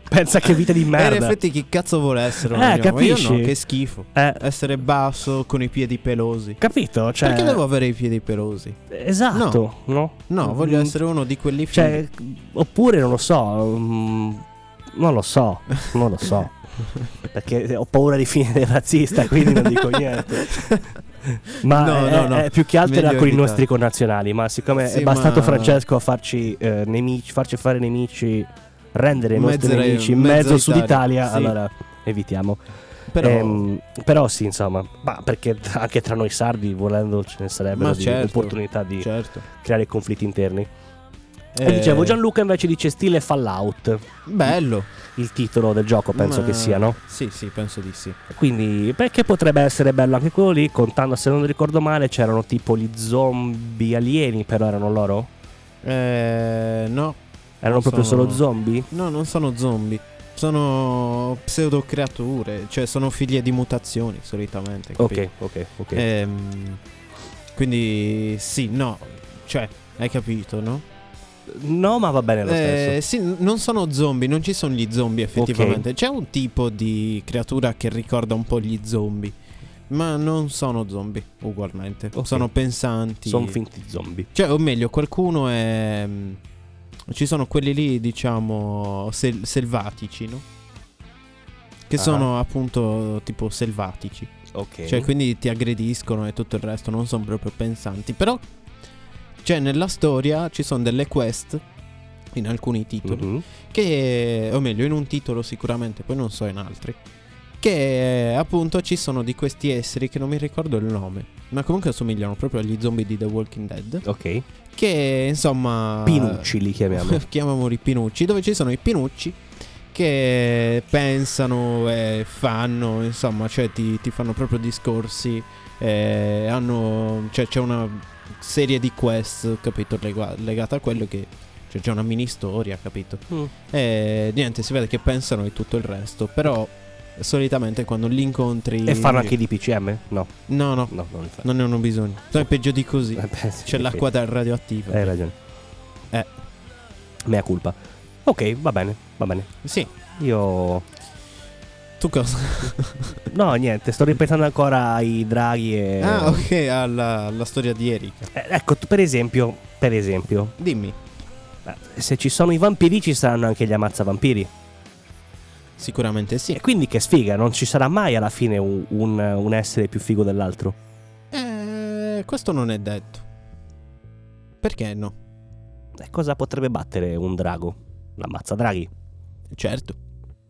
Speaker 2: pensa che vita di
Speaker 3: Eh, in
Speaker 2: merda.
Speaker 3: effetti chi cazzo vuole essere un
Speaker 2: Eh,
Speaker 3: gnomo? Io
Speaker 2: capisci?
Speaker 3: no, che schifo.
Speaker 2: Eh,
Speaker 3: Essere basso con i piedi pelosi.
Speaker 2: capito? Cioè,
Speaker 3: Perché devo avere i piedi pelosi?
Speaker 2: Esatto, no?
Speaker 3: No, voglio
Speaker 2: Mm,
Speaker 3: essere uno di quelli
Speaker 2: Cioè, oppure non lo so. mm, non lo so, non lo so. perché ho paura di finire razzista, quindi non dico niente. Ma
Speaker 3: No,
Speaker 2: eh,
Speaker 3: no, no.
Speaker 2: eh, più che altro era
Speaker 3: Meglio
Speaker 2: con i
Speaker 3: evitare.
Speaker 2: nostri connazionali. Ma siccome
Speaker 3: Sì,
Speaker 2: è bastato
Speaker 3: ma-
Speaker 2: Francesco a farci, eh, nemici, farci fare nemici, rendere i nostri
Speaker 3: Mezzo-
Speaker 2: nemici in
Speaker 3: mezzo
Speaker 2: mezzo al sud
Speaker 3: Italia,
Speaker 2: Italia,
Speaker 3: sì.
Speaker 2: allora evitiamo.
Speaker 3: fighi. Però
Speaker 2: Ehm, però sì, insomma, ma perché anche tra noi sardi, volendo, ce ne sarebbero
Speaker 3: Ma
Speaker 2: di
Speaker 3: certo,
Speaker 2: opportunità di
Speaker 3: certo.
Speaker 2: creare conflitti interni.
Speaker 3: Eh.
Speaker 2: E dicevo, Gianluca invece dice stile Fallout,
Speaker 3: Bello.
Speaker 2: il titolo del gioco penso
Speaker 3: Ma-
Speaker 2: che sia, no?
Speaker 3: Sì, sì, penso di sì.
Speaker 2: Quindi, perché potrebbe essere bello anche quello lì, contando, se non ricordo male, c'erano tipo gli zombie alieni, però erano loro?
Speaker 3: Eh, no,
Speaker 2: Erano proprio
Speaker 3: Sono-
Speaker 2: solo zombie?
Speaker 3: no, non sono zombie. Sono pseudocreature, cioè sono figlie di mutazioni solitamente. capito?
Speaker 2: Ok, ok, ok.
Speaker 3: Ehm, quindi sì, no, cioè, hai capito, no?
Speaker 2: No, ma va bene lo stesso.
Speaker 3: Eh, sì, n- non sono zombie, non ci sono gli zombie effettivamente. C'è un tipo di creatura che ricorda un po' gli zombie, ma non sono zombie ugualmente.
Speaker 2: Ok.
Speaker 3: Sono pensanti.
Speaker 2: Sono finti zombie.
Speaker 3: Cioè, o meglio, qualcuno è. mm, Ci sono quelli lì, diciamo, sel- selvatici, no? Che
Speaker 2: Ah.
Speaker 3: sono appunto tipo selvatici.
Speaker 2: Ok.
Speaker 3: Cioè, quindi ti aggrediscono e tutto il resto, non sono proprio pensanti. Però, cioè, nella storia ci sono delle quest in alcuni titoli.
Speaker 2: Mhm.
Speaker 3: Che, o meglio, in un titolo sicuramente, poi non so in altri. Che appunto ci sono di questi esseri che non mi ricordo il nome. Ma comunque assomigliano proprio agli zombie di The Walking Dead.
Speaker 2: Ok.
Speaker 3: Che insomma.
Speaker 2: Pinucci li chiamiamo.
Speaker 3: chiamiamoli i Pinucci. Dove ci sono i Pinucci che pensano e fanno, insomma, cioè ti, ti fanno proprio discorsi. eh, hanno. Cioè c'è una serie di quest, capito? lega- legata a quello che. Cioè c'è una mini storia, capito?
Speaker 2: Mm.
Speaker 3: E niente, si vede che pensano di tutto il resto. Però solitamente quando li incontri.
Speaker 2: E fanno anche i DPCM? No,
Speaker 3: No, no,
Speaker 2: no, non li fanno.
Speaker 3: non ne hanno bisogno. No, è peggio di così.
Speaker 2: Eh, beh, sì,
Speaker 3: C'è
Speaker 2: ok.
Speaker 3: l'acqua da radioattiva.
Speaker 2: Hai ragione.
Speaker 3: Eh.
Speaker 2: Mea colpa. Ok, va bene, va bene.
Speaker 3: Sì,
Speaker 2: Io...
Speaker 3: tu cosa?
Speaker 2: No, niente, sto ripetendo ancora i draghi e...
Speaker 3: Ah, ok, alla, alla storia di Erika.
Speaker 2: Eh, Ecco, tu, per esempio, per esempio,
Speaker 3: Dimmi.
Speaker 2: eh, se ci sono i vampiri ci saranno anche gli ammazzavampiri.
Speaker 3: Sicuramente sì.
Speaker 2: E quindi che sfiga, non ci sarà mai alla fine un, un- un essere più figo dell'altro.
Speaker 3: Eh, questo non è detto. Perché no?
Speaker 2: E cosa potrebbe battere un drago? L'ammazza draghi.
Speaker 3: Certo.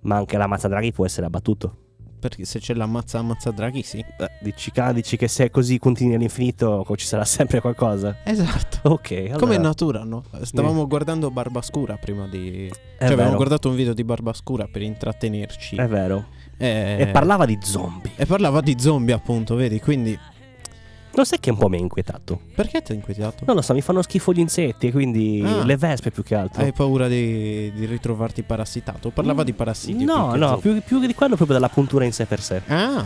Speaker 2: Ma anche l'ammazza draghi può essere abbattuto.
Speaker 3: Perché se c'è l'ammazza ammazza draghi, sì.
Speaker 2: Eh, dici, ca- dici che se così continui all'infinito co- ci sarà sempre qualcosa.
Speaker 3: Esatto.
Speaker 2: Ok, allora...
Speaker 3: Come natura, no? Stavamo guardando Barbascura prima di...
Speaker 2: È
Speaker 3: cioè,
Speaker 2: vero,
Speaker 3: avevamo guardato un video di Barbascura per intrattenerci.
Speaker 2: è vero.
Speaker 3: Eh,
Speaker 2: E parlava di zombie.
Speaker 3: e parlava di zombie, appunto, vedi? Quindi,
Speaker 2: Lo sai che un po' mi ha inquietato?
Speaker 3: perché ti ha inquietato?
Speaker 2: Non lo so, mi fanno schifo gli insetti, quindi
Speaker 3: Ah.
Speaker 2: le vespe più che altro.
Speaker 3: Hai paura di, di ritrovarti parassitato? Parlava
Speaker 2: Mm,
Speaker 3: di parassiti. più
Speaker 2: No,
Speaker 3: che
Speaker 2: no,
Speaker 3: zombie.
Speaker 2: più, più che di quello proprio della puntura in sé per sé.
Speaker 3: Ah,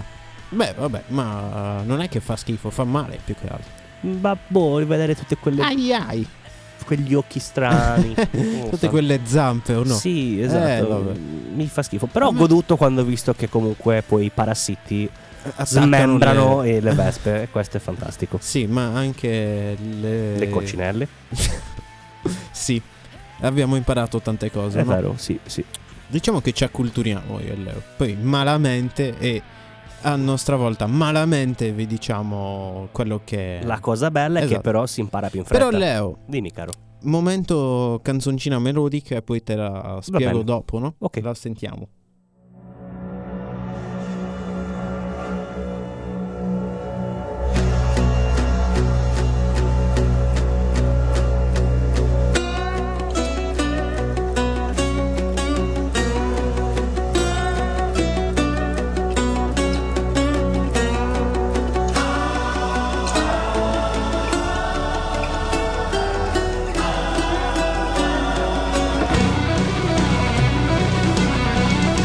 Speaker 3: beh, vabbè, ma eh, non è che fa schifo, fa male più che altro.
Speaker 2: Ma boh, rivedere tutte quelle,
Speaker 3: Ai ai.
Speaker 2: quegli occhi strani. Non
Speaker 3: Tutte
Speaker 2: so.
Speaker 3: quelle zampe o no?
Speaker 2: Sì,
Speaker 3: Eh,
Speaker 2: esatto.
Speaker 3: vabbè.
Speaker 2: Mi fa schifo. Però ho
Speaker 3: Ma-
Speaker 2: goduto quando ho visto che comunque poi i parassiti
Speaker 3: Attaccano
Speaker 2: smembrano
Speaker 3: le-
Speaker 2: e le vespe. e questo è fantastico.
Speaker 3: Sì, ma anche le...
Speaker 2: Le coccinelle.
Speaker 3: Sì. Abbiamo imparato tante cose,
Speaker 2: È
Speaker 3: no?
Speaker 2: vero, sì, sì.
Speaker 3: Diciamo che ci acculturiamo io e Leo. Poi malamente e a nostra volta malamente vi diciamo quello che...
Speaker 2: La cosa bella è che
Speaker 3: Esatto.
Speaker 2: però si impara più in fretta.
Speaker 3: Però Leo,
Speaker 2: Dimmi caro.
Speaker 3: momento canzoncina melodica e poi te la spiego
Speaker 2: bene.
Speaker 3: dopo, no?
Speaker 2: Ok.
Speaker 3: La sentiamo.
Speaker 4: Thank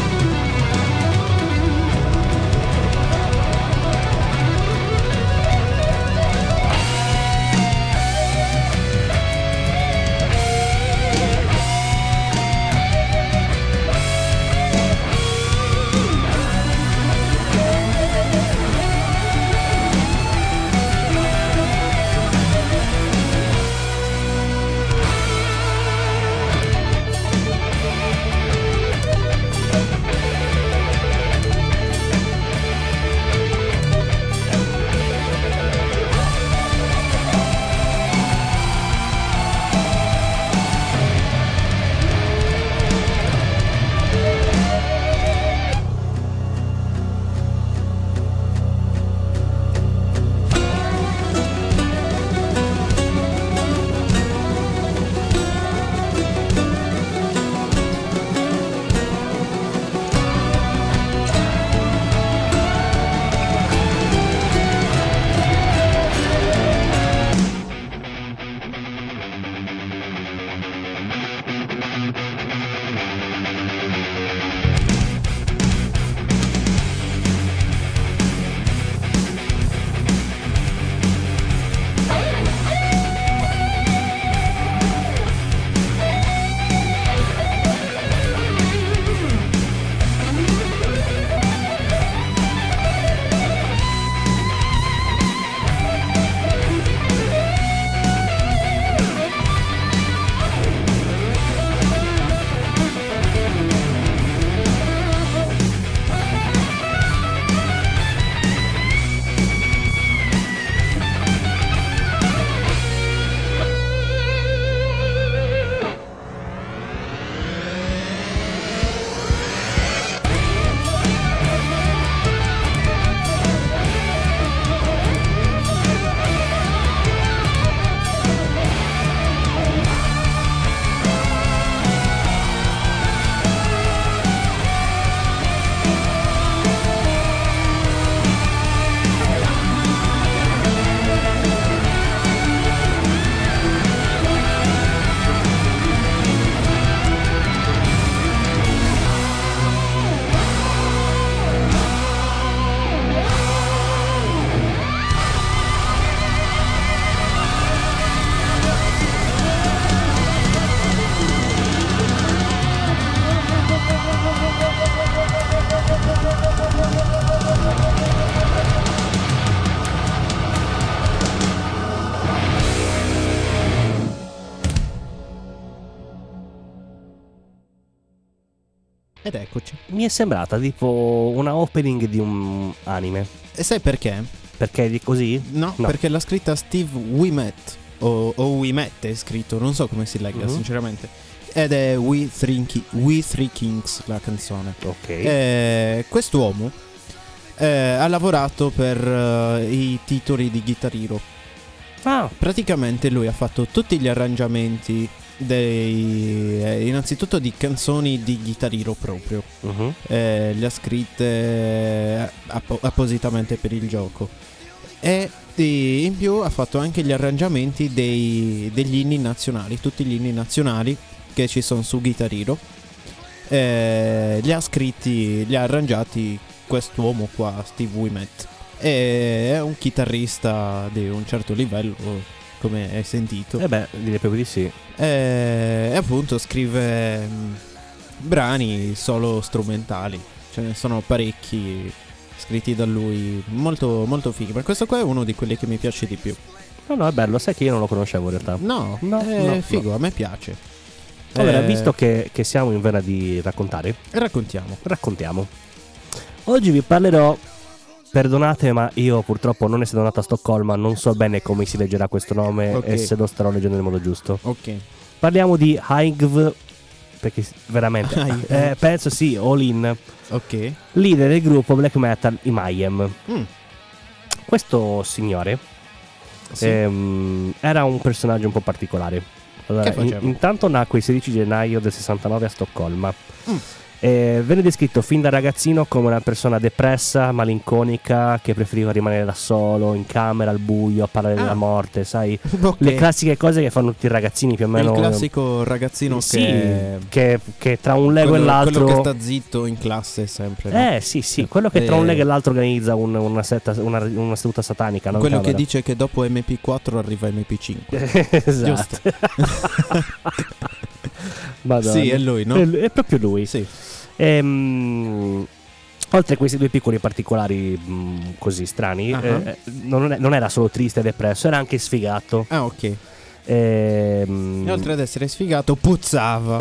Speaker 3: Ed eccoci.
Speaker 2: Mi è sembrata tipo una opening di un anime.
Speaker 3: E sai perché?
Speaker 2: Perché è così?
Speaker 3: No,
Speaker 2: No.
Speaker 3: perché l'ha scritta Steve Wimet. O, o Wimet è scritto, non so come si legga
Speaker 2: Mhm.
Speaker 3: sinceramente. Ed è We Three, Ki- We Three Kings la canzone.
Speaker 2: Ok.
Speaker 3: Eh, quest'uomo eh, ha lavorato per eh, i titoli di Guitar Hero.
Speaker 2: Ah,
Speaker 3: Praticamente lui ha fatto tutti gli arrangiamenti dei, eh, innanzitutto di canzoni di Guitar Hero proprio.
Speaker 2: mhm.
Speaker 3: Eh, le ha scritte app- appositamente per il gioco. E e in più ha fatto anche gli arrangiamenti dei- degli inni nazionali, tutti gli inni nazionali che ci sono su Guitar Hero. Eh, li ha scritti, li ha arrangiati quest'uomo qua, Steve Wimet. E è un chitarrista di un certo livello, come hai sentito.
Speaker 2: Eh beh, direi proprio di sì.
Speaker 3: Eh, E appunto scrive mh, brani solo strumentali, ce ne sono parecchi scritti da lui, molto, molto fighi, ma questo qua è uno di quelli che mi piace di più.
Speaker 2: No, no, è bello, sai che io non lo conoscevo in realtà.
Speaker 3: No,
Speaker 2: No,
Speaker 3: è
Speaker 2: no,
Speaker 3: figo, a me piace.
Speaker 2: Allora,
Speaker 3: Eh,
Speaker 2: visto che, che siamo in vena di raccontare,
Speaker 3: Raccontiamo.
Speaker 2: raccontiamo. Oggi vi parlerò. Perdonate, ma io purtroppo non essendo nato a Stoccolma non so bene come si leggerà questo nome
Speaker 3: Ok.
Speaker 2: e se lo starò leggendo nel modo giusto.
Speaker 3: Ok.
Speaker 2: Parliamo di Haigv, perché s- veramente
Speaker 3: Haigv.
Speaker 2: eh, penso sì, All In,
Speaker 3: Ok.
Speaker 2: leader del gruppo black metal Imayem.
Speaker 3: Mm,
Speaker 2: Questo signore
Speaker 3: sì.
Speaker 2: ehm, era un personaggio un po' particolare. Allora,
Speaker 3: Che faceva?
Speaker 2: in- intanto nacque il 16 gennaio del 69 a Stoccolma.
Speaker 3: Mm.
Speaker 2: Eh, venne descritto fin da ragazzino come una persona depressa, malinconica, che preferiva rimanere da solo, in camera, al buio, a parlare
Speaker 3: Ah.
Speaker 2: della morte, sai?
Speaker 3: Ok.
Speaker 2: Le classiche cose che fanno tutti i ragazzini più o
Speaker 3: Il
Speaker 2: meno.
Speaker 3: classico ragazzino
Speaker 2: Sì,
Speaker 3: che...
Speaker 2: che, che tra un lego
Speaker 3: quello-
Speaker 2: e l'altro.
Speaker 3: Quello che sta zitto in classe sempre. no?
Speaker 2: Eh sì sì, quello che tra
Speaker 3: Eh.
Speaker 2: un leg e l'altro organizza un- una, setta- una- una seduta satanica. no? In
Speaker 3: quello che
Speaker 2: camera.
Speaker 3: dice che dopo MP4 arriva MP5.
Speaker 2: esatto. Madonna.
Speaker 3: Sì, è lui, no?
Speaker 2: È, Eh, è proprio lui.
Speaker 3: Sì.
Speaker 2: Ehm, oltre a questi due piccoli particolari mm, così strani,
Speaker 3: Ah.
Speaker 2: eh, non, non era solo triste e depresso, era anche sfigato.
Speaker 3: Ah, ok. E
Speaker 2: Mm. Ehm,
Speaker 3: Oltre ad essere sfigato, puzzava.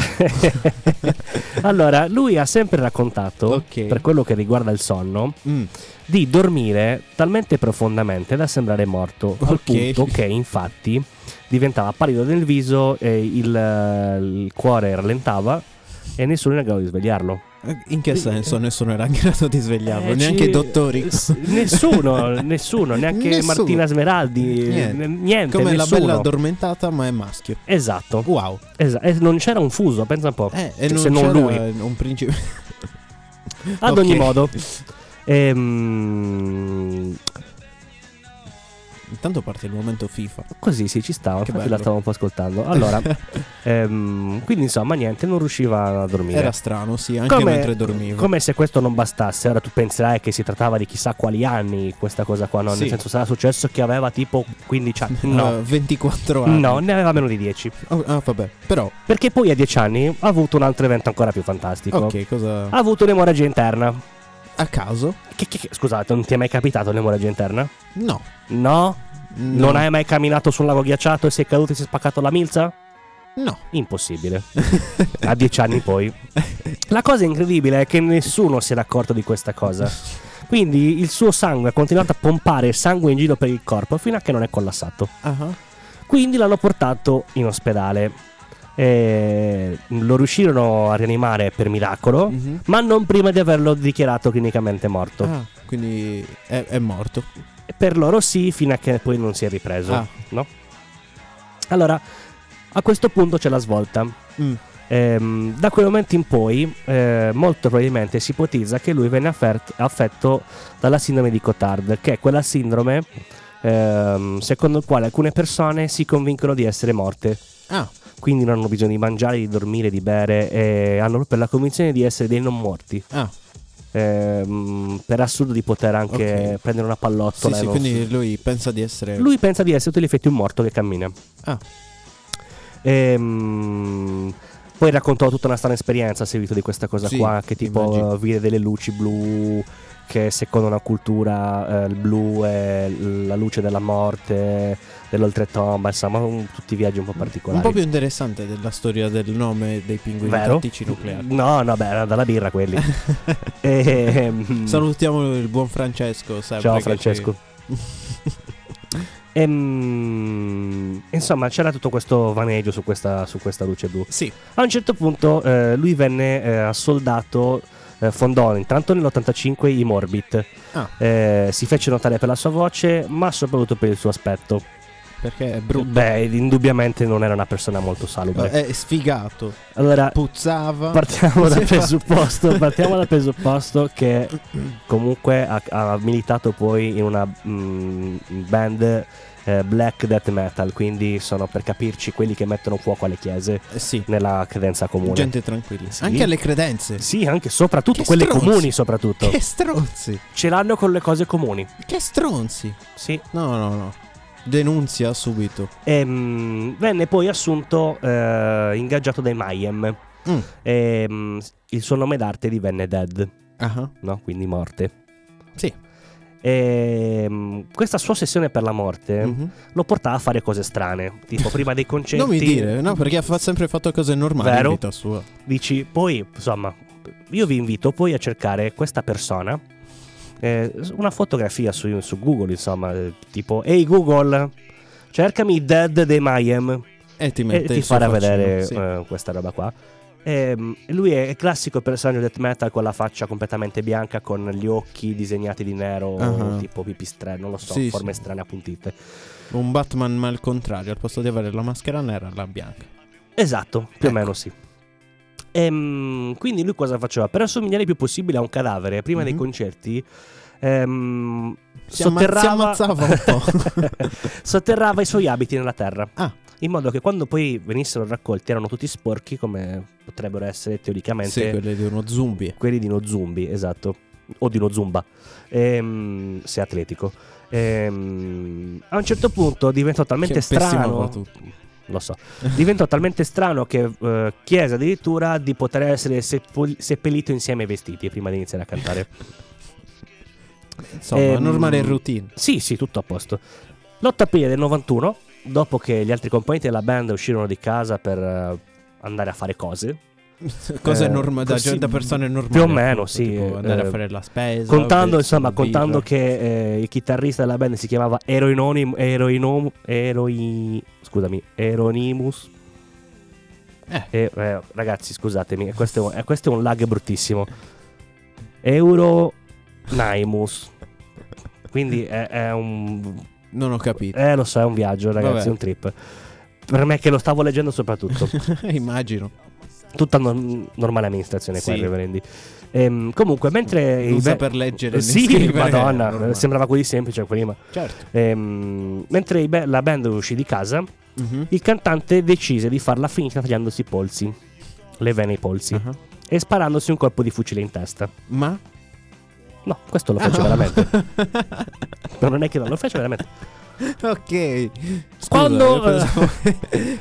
Speaker 2: allora, lui ha sempre raccontato,
Speaker 3: Ok.
Speaker 2: per quello che riguarda il sonno,
Speaker 3: Mm,
Speaker 2: di dormire talmente profondamente da sembrare morto, al
Speaker 3: Ok.
Speaker 2: punto che infatti diventava pallido nel viso e il, eh, il cuore rallentava e nessuno era in grado di svegliarlo.
Speaker 3: In che senso nessuno era in grado di svegliarlo?
Speaker 2: Eh,
Speaker 3: Neanche
Speaker 2: ci-
Speaker 3: i dottori.
Speaker 2: s- Nessuno, nessuno, neanche
Speaker 3: Nessuno.
Speaker 2: Martina Smeraldi,
Speaker 3: Niente.
Speaker 2: n- niente,
Speaker 3: Come la
Speaker 2: nessuno.
Speaker 3: bella addormentata, ma è maschio.
Speaker 2: Esatto,
Speaker 3: Wow.
Speaker 2: esa- e non c'era un fuso, pensa un po'.
Speaker 3: Eh, e
Speaker 2: Cioè, Se non
Speaker 3: c'era Un principe.
Speaker 2: Ad
Speaker 3: Ok.
Speaker 2: ogni modo, ehm,
Speaker 3: Intanto parte il momento FIFA.
Speaker 2: Così sì, ci stavo, infatti
Speaker 3: bello.
Speaker 2: la stavo un po' ascoltando. Allora, ehm, quindi insomma niente, non riusciva a dormire.
Speaker 3: Era strano, sì, anche mentre dormivo.
Speaker 2: come se questo non bastasse, ora tu penserai che si trattava di chissà quali anni questa cosa qua, no?
Speaker 3: Sì.
Speaker 2: Nel senso sarà successo che aveva tipo 15 anni.
Speaker 3: Aveva
Speaker 2: No,
Speaker 3: 24 anni.
Speaker 2: no, ne aveva meno di 10.
Speaker 3: Oh, ah, vabbè. Però,
Speaker 2: Perché poi a 10 anni ha avuto un altro evento ancora più fantastico.
Speaker 3: ok, cosa.
Speaker 2: Ha avuto un'emorragia interna.
Speaker 3: A caso?
Speaker 2: Che, che- che- scusate, non ti è mai capitato un'emorragia interna?
Speaker 3: No.
Speaker 2: No? Non hai mai camminato su un lago ghiacciato e sei caduto e si è spaccato la milza?
Speaker 3: No.
Speaker 2: Impossibile. a dieci anni poi. La cosa incredibile è che nessuno si era accorto di questa cosa. Quindi il suo sangue ha continuato a pompare sangue in giro per il corpo fino a che non è collassato.
Speaker 3: Ah, ah.
Speaker 2: Quindi l'hanno portato in ospedale. E lo riuscirono a rianimare per miracolo,
Speaker 3: Mhm.
Speaker 2: ma non prima di averlo dichiarato clinicamente morto.
Speaker 3: Ah, quindi è, è morto.
Speaker 2: Per loro sì, fino a che poi non si è ripreso.
Speaker 3: Ah.
Speaker 2: No? Allora, a questo punto c'è la svolta.
Speaker 3: Mm.
Speaker 2: Ehm, da quel momento in poi, eh, molto probabilmente si ipotizza che lui venne affert- affetto dalla sindrome di Cotard, che è quella sindrome ehm, secondo il quale alcune persone si convincono di essere morte.
Speaker 3: Ah,
Speaker 2: Quindi non hanno bisogno di mangiare, di dormire, di bere, e hanno proprio la convinzione di essere dei non morti.
Speaker 3: ah.
Speaker 2: Ehm, per assurdo di poter anche
Speaker 3: Ok.
Speaker 2: prendere una
Speaker 3: Sì,
Speaker 2: pallottola. e
Speaker 3: sì,
Speaker 2: non-
Speaker 3: quindi lui pensa di essere.
Speaker 2: Lui pensa di essere a tutti gli effetti un morto che cammina.
Speaker 3: Ah,
Speaker 2: Ehm, poi raccontò tutta una strana esperienza a seguito di questa cosa
Speaker 3: Sì,
Speaker 2: qua, che tipo
Speaker 3: immagino.
Speaker 2: eh, vide delle luci blu, che secondo una cultura eh, il blu è l- la luce della morte, dell'oltretomba, insomma un- tutti viaggi un po'
Speaker 3: Un
Speaker 2: particolari.
Speaker 3: po' più interessante della storia del nome dei pinguini
Speaker 2: Vero?
Speaker 3: tattici nucleari.
Speaker 2: No, no, beh, era dalla birra quelli. Ehm,
Speaker 3: Salutiamo il buon Francesco. sempre
Speaker 2: Ciao
Speaker 3: che
Speaker 2: Francesco. Ehm, insomma, c'era tutto questo vaneggio su questa, su questa luce blu.
Speaker 3: ci- Sì,
Speaker 2: A un certo punto eh, lui venne eh, assoldato, eh, fondò intanto nell'85 i Morbit.
Speaker 3: Ah.
Speaker 2: Eh, si fece notare per la sua voce, ma soprattutto per il suo aspetto.
Speaker 3: perché è brutto. Eh,
Speaker 2: Beh, indubbiamente non era una persona molto salubre.
Speaker 3: È sfigato.
Speaker 2: Allora,
Speaker 3: Puzzava.
Speaker 2: partiamo
Speaker 3: Sì,
Speaker 2: dal
Speaker 3: infatti.
Speaker 2: presupposto, partiamo dal presupposto che comunque ha, ha militato poi in una mm, band eh, black death metal, quindi sono per capirci quelli che mettono fuoco alle chiese
Speaker 3: Eh, sì,
Speaker 2: nella credenza comune.
Speaker 3: gente tranquilla.
Speaker 2: Sì.
Speaker 3: Anche alle credenze.
Speaker 2: Sì, anche soprattutto
Speaker 3: Che
Speaker 2: quelle
Speaker 3: stronzi.
Speaker 2: comuni, soprattutto.
Speaker 3: Che stronzi.
Speaker 2: Ce l'hanno con le cose comuni.
Speaker 3: Che stronzi.
Speaker 2: Sì.
Speaker 3: No, no, no. Denunzia subito.
Speaker 2: Ehm, venne poi assunto, eh, ingaggiato dai Mayhem.
Speaker 3: Mm.
Speaker 2: Ehm, il suo nome d'arte divenne Dead,
Speaker 3: Ah,
Speaker 2: no? Quindi morte.
Speaker 3: Sì.
Speaker 2: Ehm, questa sua ossessione per la morte
Speaker 3: Mhm.
Speaker 2: lo portava a fare cose strane. Tipo, prima dei concerti,
Speaker 3: Non mi dire, no, perché ha fa- sempre fatto cose normali
Speaker 2: Vero?
Speaker 3: in vita sua.
Speaker 2: dici, poi, insomma, io vi invito poi a cercare questa persona. eh, una fotografia su, su Google, insomma, eh, tipo, ehi Google, cercami i dead dei Mayhem
Speaker 3: E ti
Speaker 2: e
Speaker 3: mette
Speaker 2: ti
Speaker 3: il suo
Speaker 2: farà
Speaker 3: faccino,
Speaker 2: vedere
Speaker 3: sì.
Speaker 2: eh, questa roba qua. Ehm, lui è il classico personaggio death metal con la faccia completamente bianca, con gli occhi disegnati di nero,
Speaker 3: Ah.
Speaker 2: tipo pipistrello, non lo so,
Speaker 3: Sì,
Speaker 2: forme
Speaker 3: sì.
Speaker 2: strane appuntite. eh.
Speaker 3: Un Batman ma al contrario, al posto di avere la maschera nera, la bianca.
Speaker 2: Esatto, più o
Speaker 3: Ecco.
Speaker 2: meno sì. Ehm, quindi lui cosa faceva? Per assomigliare il più possibile a un cadavere, prima dei
Speaker 3: Mhm.
Speaker 2: concerti, ehm,
Speaker 3: Si amma- si ammazzava un po'.
Speaker 2: sotterrava i suoi abiti nella terra.
Speaker 3: Ah.
Speaker 2: In modo che quando poi venissero raccolti erano tutti sporchi, come potrebbero essere teoricamente
Speaker 3: Sì, quelle di uno zombie.
Speaker 2: quelli di uno Zumbi, esatto. O di uno Zumba, Ehm, se è atletico. Ehm, a un certo punto diventò talmente
Speaker 3: Che
Speaker 2: strano.
Speaker 3: pessimava tutto.
Speaker 2: Lo so. Diventò talmente strano che eh, chiese addirittura di poter essere sepol- seppellito insieme ai vestiti prima di iniziare a cantare.
Speaker 3: Insomma,
Speaker 2: Ehm,
Speaker 3: normale routine.
Speaker 2: Sì, sì, tutto a posto. L'8 aprile del 91, dopo che gli altri componenti della band uscirono di casa per eh, andare a fare cose,
Speaker 3: Cose
Speaker 2: eh,
Speaker 3: norma- da,
Speaker 2: sì,
Speaker 3: da persone normali.
Speaker 2: più o meno,
Speaker 3: appunto,
Speaker 2: sì,
Speaker 3: tipo andare
Speaker 2: eh,
Speaker 3: a fare la spesa.
Speaker 2: contando,
Speaker 3: bersi
Speaker 2: insomma,
Speaker 3: una birra.
Speaker 2: contando che eh, il chitarrista della band si chiamava Eroinonim, Eroinom, Eroi, scusami, Eronimus.
Speaker 3: Eh.
Speaker 2: E, eh, ragazzi, scusatemi, questo è, un- eh, questo è un lag bruttissimo. Euronaimus. Quindi è, è un...
Speaker 3: Non ho capito.
Speaker 2: Eh, lo so, è un viaggio, ragazzi,
Speaker 3: Vabbè.
Speaker 2: è un trip. Per me che lo stavo leggendo soprattutto.
Speaker 3: Immagino.
Speaker 2: Tutta no- normale amministrazione qua,
Speaker 3: Sì.
Speaker 2: reverendi. Ehm, comunque, mentre...
Speaker 3: Non
Speaker 2: il
Speaker 3: sa
Speaker 2: ve-
Speaker 3: per leggere. né
Speaker 2: sì,
Speaker 3: scrivere,
Speaker 2: madonna,
Speaker 3: normale.
Speaker 2: sembrava quelli semplici prima.
Speaker 3: Certo.
Speaker 2: Ehm, mentre i be- la band uscì di casa,
Speaker 3: Mhm.
Speaker 2: il cantante decise di farla finita tagliandosi i polsi, le vene ai polsi,
Speaker 3: Ah.
Speaker 2: e sparandosi un colpo di fucile in testa.
Speaker 3: Ma
Speaker 2: No, questo lo
Speaker 3: Ah,
Speaker 2: fece veramente. No, non è che non lo fece veramente.
Speaker 3: ok. Scusa,
Speaker 2: Quando, eh.
Speaker 3: io pensavo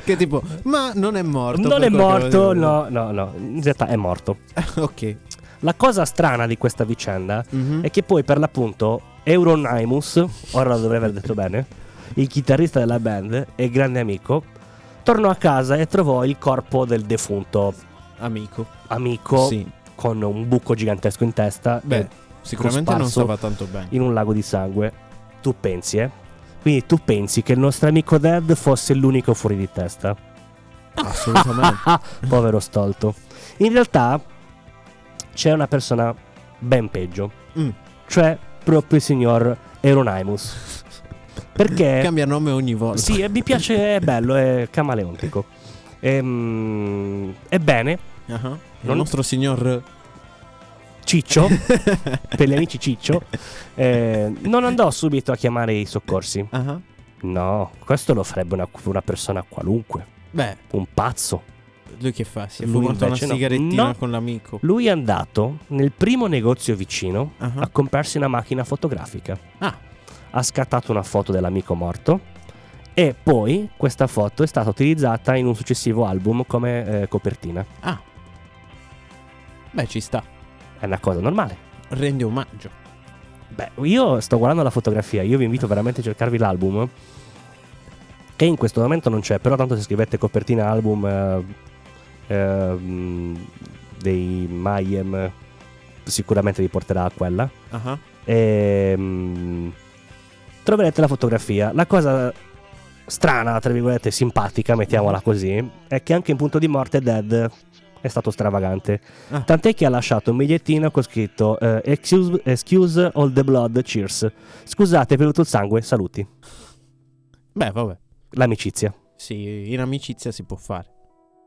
Speaker 3: che tipo, ma non è morto.
Speaker 2: non
Speaker 3: per
Speaker 2: è
Speaker 3: quello che
Speaker 2: morto,
Speaker 3: volevo
Speaker 2: no, no, no, in realtà è morto.
Speaker 3: dire. ok.
Speaker 2: La cosa strana di questa vicenda
Speaker 3: Mhm.
Speaker 2: è che poi per l'appunto Euronymous, ora lo dovrei aver detto bene, il chitarrista della band e grande amico, tornò a casa e trovò il corpo del defunto
Speaker 3: Amico.
Speaker 2: amico
Speaker 3: Sì.
Speaker 2: con un buco gigantesco in testa
Speaker 3: Beh,
Speaker 2: e-
Speaker 3: sicuramente non
Speaker 2: cosparso.
Speaker 3: stava tanto bene.
Speaker 2: in un lago di sangue. Tu pensi, eh? Quindi tu pensi che il nostro amico Dead fosse l'unico fuori di testa? Mm.
Speaker 3: Assolutamente.
Speaker 2: Povero stolto. In realtà c'è una persona ben peggio,
Speaker 3: Mm.
Speaker 2: cioè proprio il signor Euronymous. Perché
Speaker 3: Cambia nome ogni volta.
Speaker 2: Eh. Sì, e mi piace, eh, è bello, è camaleontico. Ehm, ebbene,
Speaker 3: Ah, Il
Speaker 2: Non-
Speaker 3: nostro signor
Speaker 2: Ciccio, per gli amici Ciccio, eh, non andò subito a chiamare i soccorsi.
Speaker 3: Ah,
Speaker 2: No, questo lo farebbe una, una persona qualunque,
Speaker 3: Beh,
Speaker 2: un pazzo.
Speaker 3: lui che fa? Si è
Speaker 2: Lui
Speaker 3: fumato una
Speaker 2: invece no.
Speaker 3: sigarettina
Speaker 2: No.
Speaker 3: con l'amico.
Speaker 2: Lui è andato nel primo negozio vicino
Speaker 3: Ah,
Speaker 2: a comprarsi una macchina fotografica.
Speaker 3: Ah.
Speaker 2: Ha scattato una foto dell'amico morto e poi questa foto è stata utilizzata in un successivo album come eh, copertina.
Speaker 3: ah. Beh, ci sta.
Speaker 2: È una cosa normale.
Speaker 3: Rende omaggio.
Speaker 2: Beh, io sto guardando la fotografia, io vi invito veramente a cercarvi l'album. Che in questo momento non c'è, però tanto se scrivete copertina album eh, ehm, dei Mayhem eh, sicuramente vi porterà a quella.
Speaker 3: Ah,
Speaker 2: E, mm, troverete la fotografia. La cosa strana, tra virgolette, simpatica, mettiamola così, è che anche in punto di morte Dead è stato stravagante.
Speaker 3: Ah.
Speaker 2: Tant'è che ha lasciato un bigliettino con scritto eh, excuse, excuse all the blood, cheers. Scusate per tutto il sangue, saluti.
Speaker 3: Beh, vabbè.
Speaker 2: L'amicizia.
Speaker 3: Sì, in amicizia si può fare.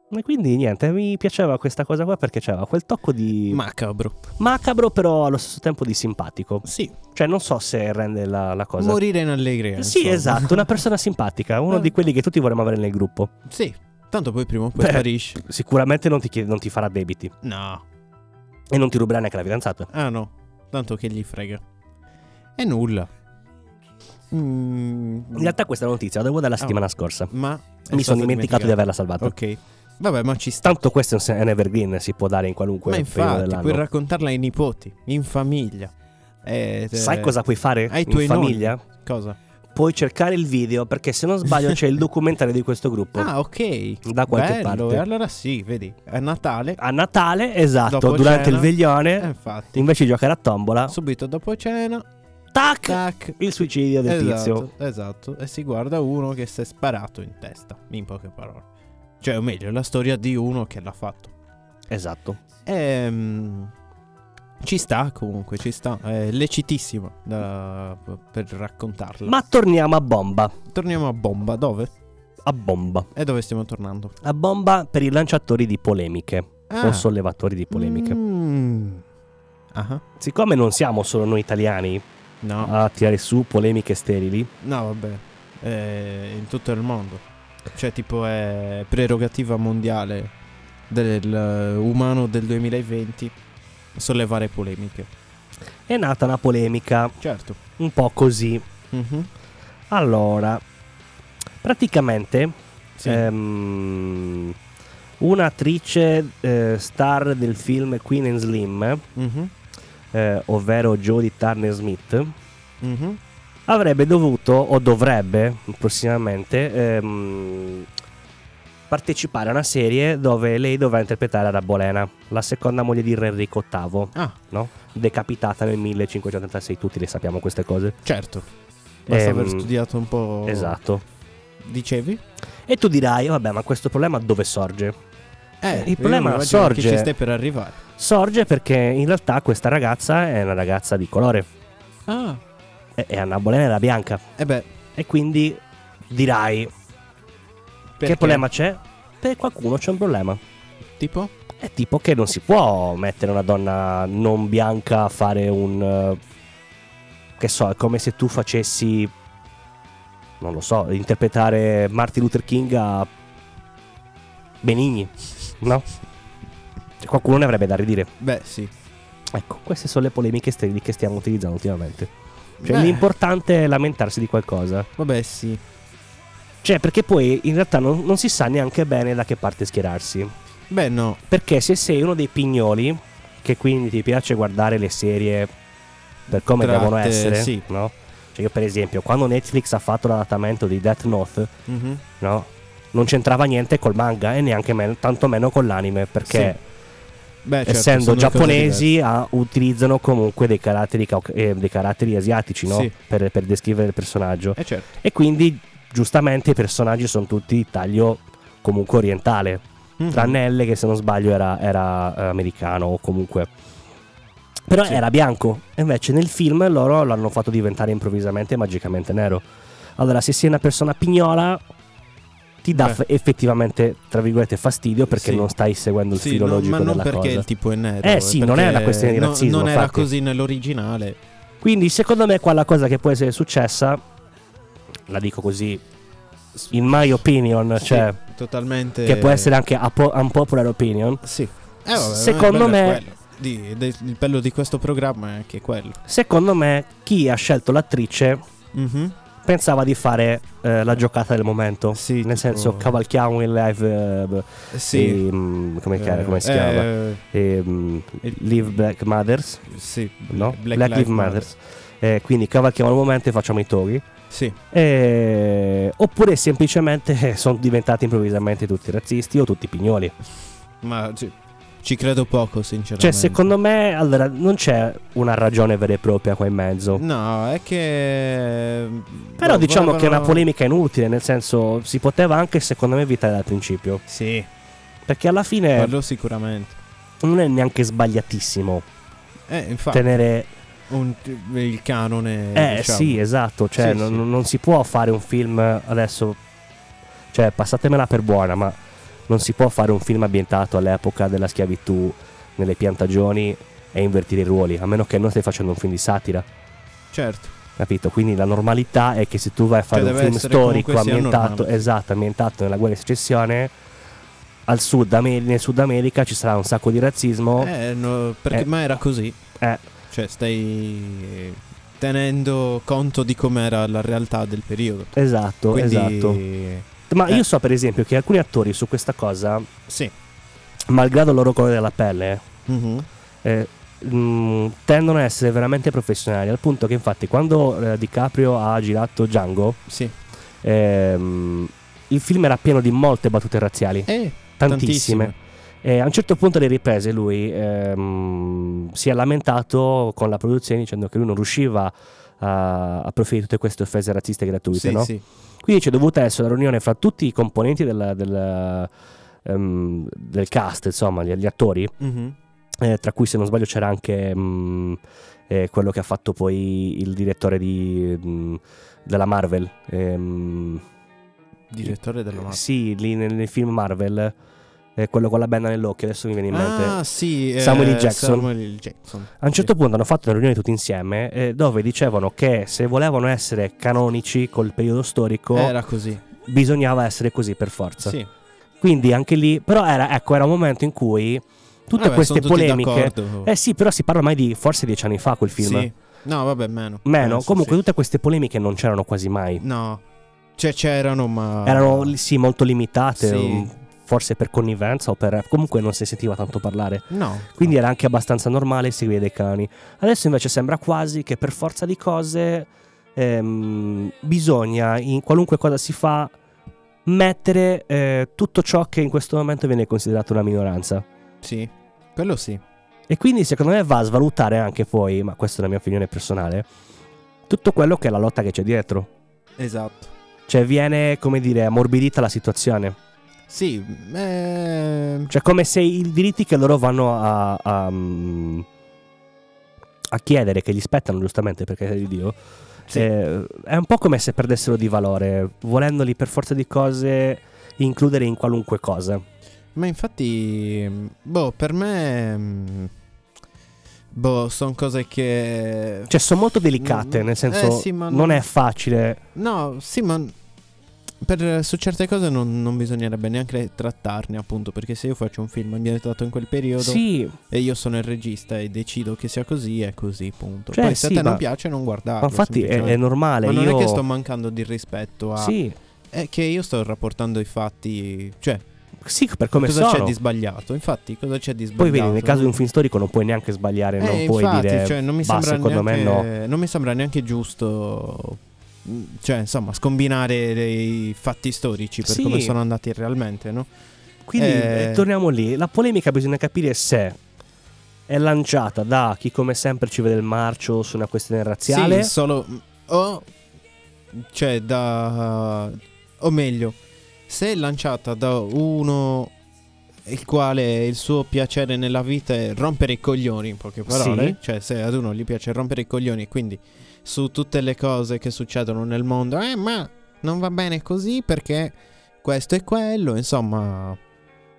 Speaker 2: E quindi niente, mi piaceva questa cosa qua perché c'era quel tocco di
Speaker 3: Macabro.
Speaker 2: macabro però allo stesso tempo di simpatico.
Speaker 3: Sì,
Speaker 2: Cioè non so se rende la, la cosa.
Speaker 3: morire in allegria.
Speaker 2: Sì,
Speaker 3: Eh, insomma.
Speaker 2: esatto, una persona simpatica, uno
Speaker 3: Eh.
Speaker 2: di quelli che tutti vorremmo avere nel gruppo.
Speaker 3: Sì, tanto poi prima o poi
Speaker 2: Beh.
Speaker 3: sparisce.
Speaker 2: Sicuramente non ti, chiede- non ti farà debiti
Speaker 3: No.
Speaker 2: e non ti ruberà neanche la fidanzata.
Speaker 3: Ah no, tanto che gli frega. E nulla. Mm,
Speaker 2: In realtà questa notizia la devo dalla settimana scorsa.
Speaker 3: ma Oh. è
Speaker 2: Mi sono
Speaker 3: stata
Speaker 2: dimenticato di
Speaker 3: dimenticata.
Speaker 2: averla salvata.
Speaker 3: Ok. Vabbè, ma ci sta.
Speaker 2: Tanto questo è un se- è un evergreen, si può dare in qualunque
Speaker 3: Ma
Speaker 2: periodo
Speaker 3: infatti,
Speaker 2: dell'anno.
Speaker 3: puoi raccontarla ai nipoti, in famiglia. Eh, te-
Speaker 2: Sai cosa puoi fare
Speaker 3: Ai
Speaker 2: in
Speaker 3: tuoi nonni.
Speaker 2: famiglia?
Speaker 3: Cosa?
Speaker 2: Puoi cercare il video perché se non sbaglio c'è il documentario di questo gruppo.
Speaker 3: Ah, ok.
Speaker 2: Oh. Da qualche
Speaker 3: Bello,
Speaker 2: parte. Ah,
Speaker 3: E allora sì, vedi, è Natale.
Speaker 2: A Natale, esatto,
Speaker 3: Dopo
Speaker 2: durante
Speaker 3: cena.
Speaker 2: il
Speaker 3: eh,
Speaker 2: veglione,
Speaker 3: infatti.
Speaker 2: invece di giocare a tombola,
Speaker 3: Subito dopo cena,
Speaker 2: tac,
Speaker 3: tac.
Speaker 2: il suicidio del tizio.
Speaker 3: Esatto, esatto. E si guarda uno che si è sparato in testa, in poche parole. Cioè, o meglio, la storia di uno che l'ha fatto.
Speaker 2: Esatto.
Speaker 3: Ehm, ci sta comunque, ci sta. È lecitissimo da- per raccontarla.
Speaker 2: Ma torniamo a bomba.
Speaker 3: torniamo a bomba, dove?
Speaker 2: A bomba.
Speaker 3: E dove stiamo tornando?
Speaker 2: A bomba per i lanciatori di polemiche
Speaker 3: Ah,
Speaker 2: o sollevatori di polemiche.
Speaker 3: mm. Ah,
Speaker 2: Siccome non siamo solo noi italiani
Speaker 3: no,
Speaker 2: a tirare su polemiche sterili,
Speaker 3: no, vabbè. È in tutto il mondo. Cioè, tipo, è prerogativa mondiale del eh, umano del 2020 sollevare polemiche.
Speaker 2: è nata una polemica
Speaker 3: Certo.
Speaker 2: un po' così.
Speaker 3: Mhm.
Speaker 2: Allora, praticamente
Speaker 3: Sì.
Speaker 2: ehm, un'attrice eh, star del film Queen and Slim,
Speaker 3: Mhm.
Speaker 2: eh, ovvero Jodie Turner Smith,
Speaker 3: Mhm.
Speaker 2: avrebbe dovuto o dovrebbe prossimamente ehm, partecipare a una serie dove lei dovrà interpretare Arabolena, la seconda moglie di Re Enrico VIII,
Speaker 3: Ah,
Speaker 2: decapitata nel 1586, tutti le sappiamo queste cose.
Speaker 3: certo. Basta aver
Speaker 2: Ehm,
Speaker 3: studiato un po'.
Speaker 2: Esatto.
Speaker 3: Dicevi?
Speaker 2: E tu dirai, vabbè, ma questo problema dove sorge?
Speaker 3: Eh,
Speaker 2: il problema
Speaker 3: immagino
Speaker 2: sorge-
Speaker 3: Che ci stai per arrivare.
Speaker 2: Sorge perché in realtà questa ragazza è una ragazza di colore,
Speaker 3: Ah,
Speaker 2: è, è Arabolena era bianca,
Speaker 3: e Eh beh.
Speaker 2: e quindi dirai,
Speaker 3: perché?
Speaker 2: che problema c'è? Per qualcuno c'è un problema.
Speaker 3: Tipo?
Speaker 2: È tipo che non si può mettere una donna non bianca a fare un... eh, Che so, è come se tu facessi... Non lo so, interpretare Martin Luther King a Benigni, no? Cioè, Qualcuno ne avrebbe da ridire.
Speaker 3: Beh, sì.
Speaker 2: Ecco, queste sono le polemiche sterili che stiamo utilizzando ultimamente. Cioè,
Speaker 3: Beh,
Speaker 2: l'importante è lamentarsi di qualcosa.
Speaker 3: Vabbè, sì.
Speaker 2: Cioè, perché poi in realtà non- non si sa neanche bene da che parte schierarsi.
Speaker 3: Beh, no.
Speaker 2: Perché se sei uno dei pignoli, che quindi ti piace guardare le serie per come
Speaker 3: Tratte,
Speaker 2: devono essere,
Speaker 3: sì.
Speaker 2: no? Cioè io per esempio, quando Netflix ha fatto l'adattamento di Death Note,
Speaker 3: Mhm.
Speaker 2: no? Non c'entrava niente col manga e neanche men- tantomeno con l'anime, perché
Speaker 3: Beh, eh, certo,
Speaker 2: essendo
Speaker 3: sono due cose
Speaker 2: giapponesi ah, utilizzano comunque dei caratteri, cauca- eh, dei caratteri asiatici, no?
Speaker 3: Sì.
Speaker 2: Per, per descrivere il personaggio.
Speaker 3: diverse. Eh, certo.
Speaker 2: E quindi giustamente i personaggi sono tutti di taglio comunque orientale
Speaker 3: Mhm.
Speaker 2: tranne L che se non sbaglio era, era, eh, americano o comunque però era bianco e invece nel film loro l'hanno fatto diventare improvvisamente e magicamente nero allora se sei una persona pignola ti dà
Speaker 3: Beh.
Speaker 2: f- effettivamente tra virgolette fastidio perché
Speaker 3: Eh. Sì.
Speaker 2: non stai seguendo il
Speaker 3: Sì,
Speaker 2: filo
Speaker 3: no,
Speaker 2: logico
Speaker 3: ma non
Speaker 2: della
Speaker 3: perché
Speaker 2: cosa
Speaker 3: il tipo è nero.
Speaker 2: Eh, sì, non è
Speaker 3: perché
Speaker 2: una questione di
Speaker 3: no-
Speaker 2: razzismo,
Speaker 3: Non era
Speaker 2: infatti.
Speaker 3: così nell'originale.
Speaker 2: quindi secondo me qua la cosa che può essere successa la dico così in my opinion
Speaker 3: Sì, Eh.
Speaker 2: cioè
Speaker 3: totalmente.
Speaker 2: che può essere anche a po- unpopular opinion
Speaker 3: Sì. Eh, vabbè,
Speaker 2: Secondo
Speaker 3: il bello è
Speaker 2: me-
Speaker 3: quello. Di- de- il bello di questo programma è anche quello.
Speaker 2: secondo me chi ha scelto l'attrice Mm-hmm.
Speaker 3: Mhm.
Speaker 2: pensava di fare eh, la giocata del momento.
Speaker 3: Sì,
Speaker 2: Nel
Speaker 3: tipo-
Speaker 2: senso, cavalchiamo il live. eh, b-
Speaker 3: Sì.
Speaker 2: e, mm, come, che-
Speaker 3: Eh,
Speaker 2: come si chiama?
Speaker 3: eh,
Speaker 2: E, mm,
Speaker 3: il-
Speaker 2: Live Black Mothers.
Speaker 3: sì.
Speaker 2: No?
Speaker 3: Black,
Speaker 2: Black
Speaker 3: Lives
Speaker 2: Lives Matters.
Speaker 3: Matters.
Speaker 2: Eh, quindi cavalchiamo il momento e facciamo i toghi.
Speaker 3: Sì,
Speaker 2: Eh, oppure semplicemente sono diventati improvvisamente tutti razzisti o tutti pignoli.
Speaker 3: ma ci, ci credo poco,
Speaker 2: Cioè,
Speaker 3: sinceramente.
Speaker 2: secondo me, allora, non c'è una ragione vera e propria qua in mezzo.
Speaker 3: No, è che...
Speaker 2: Però
Speaker 3: boh,
Speaker 2: diciamo che è una
Speaker 3: volevano-
Speaker 2: polemica inutile, nel senso, si poteva anche, secondo me, evitare dal principio.
Speaker 3: Sì,
Speaker 2: Eh. Perché alla fine
Speaker 3: quello sicuramente.
Speaker 2: non è neanche sbagliatissimo
Speaker 3: Eh, infatti,
Speaker 2: tenere...
Speaker 3: un- il canone...
Speaker 2: Eh
Speaker 3: diciamo.
Speaker 2: sì, esatto, cioè
Speaker 3: Sì,
Speaker 2: non,
Speaker 3: sì.
Speaker 2: non si può fare un film adesso... Cioè, passatemela per buona, ma non si può fare un film ambientato all'epoca della schiavitù, nelle piantagioni e invertire i ruoli, a meno che non stai facendo un film di satira.
Speaker 3: Certo,
Speaker 2: Capito? Quindi la normalità è che se tu vai a fare
Speaker 3: Cioè,
Speaker 2: un
Speaker 3: deve
Speaker 2: film
Speaker 3: essere
Speaker 2: storico
Speaker 3: comunque sia
Speaker 2: ambientato,
Speaker 3: normale.
Speaker 2: esatto, ambientato nella guerra di secessione, al Sud Amer- nel Sud America ci sarà un sacco di razzismo.
Speaker 3: Eh, no, perché,
Speaker 2: Oh. Eh.
Speaker 3: ma era così.
Speaker 2: Eh.
Speaker 3: Cioè, stai tenendo conto di com'era la realtà del periodo.
Speaker 2: Esatto,
Speaker 3: Quindi...
Speaker 2: esatto. Ma
Speaker 3: eh.
Speaker 2: io so per esempio che alcuni attori su questa cosa,
Speaker 3: Sì.
Speaker 2: malgrado il loro colore della pelle,
Speaker 3: Mhm.
Speaker 2: eh, mh, tendono a essere veramente professionali, al punto che infatti quando eh, DiCaprio ha girato Django,
Speaker 3: Sì.
Speaker 2: ehm, il film era pieno di molte battute razziali,
Speaker 3: Eh,
Speaker 2: tantissime. E a un certo punto delle riprese lui ehm, si è lamentato con la produzione dicendo che lui non riusciva a, a proferire tutte queste offese razziste gratuite.
Speaker 3: Sì,
Speaker 2: no?
Speaker 3: sì.
Speaker 2: Quindi c'è dovuta essere una riunione fra tutti i componenti della- della, ehm, del cast, insomma, gli, gli attori,
Speaker 3: Mhm.
Speaker 2: eh, tra cui se non sbaglio c'era anche mm, eh, quello che ha fatto poi il direttore di, mm, della Marvel. ehm,
Speaker 3: Direttore della mappa.
Speaker 2: sì, lì nel, nel film Marvel, eh, quello con la benda nell'occhio, adesso mi viene in mente.
Speaker 3: Ah, sì. eh,
Speaker 2: Samuel L. Jackson.
Speaker 3: Samuel L. Jackson.
Speaker 2: A un certo punto hanno fatto una riunione tutti insieme eh, dove dicevano che se volevano essere canonici col periodo storico
Speaker 3: Era così.
Speaker 2: bisognava essere così per forza.
Speaker 3: Sì.
Speaker 2: Quindi anche lì, però era, ecco, era un momento in cui tutte
Speaker 3: Vabbè,
Speaker 2: queste
Speaker 3: Eh sono tutti
Speaker 2: polemiche...
Speaker 3: d'accordo.
Speaker 2: Eh sì, però si parla mai di forse dieci anni fa quel film.
Speaker 3: Sì. No, vabbè, meno.
Speaker 2: Meno,
Speaker 3: Eh, sì,
Speaker 2: comunque
Speaker 3: sì.
Speaker 2: tutte queste polemiche non c'erano quasi mai.
Speaker 3: No. Cioè, c'erano, ma...
Speaker 2: Erano li- sì molto limitate,
Speaker 3: Sì.
Speaker 2: um, forse per connivenza o per... comunque non si sentiva tanto parlare.
Speaker 3: No.
Speaker 2: Quindi era anche abbastanza normale seguire dei cani. Adesso invece sembra quasi che per forza di cose ehm, bisogna, in qualunque cosa si fa, mettere eh, tutto ciò che in questo momento viene considerato una minoranza.
Speaker 3: Sì. Quello sì.
Speaker 2: E quindi secondo me va a svalutare anche poi, ma questa è la mia opinione personale, tutto quello che è la lotta che c'è dietro.
Speaker 3: Esatto.
Speaker 2: Cioè viene, come dire, ammorbidita la situazione.
Speaker 3: Sì. mm, eh,
Speaker 2: Cioè, come se i diritti che loro vanno a, a, mm, a chiedere, che gli spettano giustamente perché è di Dio,
Speaker 3: Sì.
Speaker 2: eh, è un po' come se perdessero di valore, volendoli per forza di cose includere in qualunque cosa.
Speaker 3: Ma infatti, mh, boh, per me... mh, Boh, sono cose che...
Speaker 2: Cioè, sono molto delicate,
Speaker 3: Mm,
Speaker 2: nel senso,
Speaker 3: eh sì, ma
Speaker 2: non
Speaker 3: non-
Speaker 2: è facile.
Speaker 3: No, sì, ma... Per, su certe cose non, non bisognerebbe neanche trattarne, appunto, perché se io faccio un film ambientato in quel periodo
Speaker 2: Sì,
Speaker 3: e io sono il regista e decido che sia così, è così, punto.
Speaker 2: Cioè,
Speaker 3: Poi se
Speaker 2: sì,
Speaker 3: a te
Speaker 2: ma-
Speaker 3: non piace non guardarlo.
Speaker 2: ma infatti è,
Speaker 3: semplicemente.
Speaker 2: è normale.
Speaker 3: Ma non
Speaker 2: io...
Speaker 3: è che sto mancando di rispetto a...
Speaker 2: Sì,
Speaker 3: È che io sto rapportando i fatti... Cioè,
Speaker 2: sì, per come
Speaker 3: cosa
Speaker 2: sono.
Speaker 3: c'è di sbagliato? Infatti, cosa c'è di sbagliato?
Speaker 2: Poi vedi, nel caso di un
Speaker 3: Non-
Speaker 2: film storico non puoi neanche sbagliare, non
Speaker 3: Eh,
Speaker 2: puoi
Speaker 3: infatti,
Speaker 2: dire...
Speaker 3: cioè, non mi
Speaker 2: "Bah,
Speaker 3: sembra
Speaker 2: secondo me
Speaker 3: neanche, non mi sembra neanche giusto. mh, Cioè, insomma, scombinare dei fatti storici per
Speaker 2: Sì.
Speaker 3: come sono andati realmente, no?
Speaker 2: Quindi
Speaker 3: Eh.
Speaker 2: eh, torniamo lì. La polemica bisogna capire se è lanciata da chi come sempre ci vede il marcio su una questione razziale.
Speaker 3: Sì, solo. O. Cioè, da. O meglio, se è lanciata da uno il quale il suo piacere nella vita è rompere i coglioni, in poche parole.
Speaker 2: Sì.
Speaker 3: Cioè, se ad uno gli piace rompere i coglioni, e quindi su tutte le cose che succedono nel mondo, eh, ma non va bene così perché questo e quello, insomma.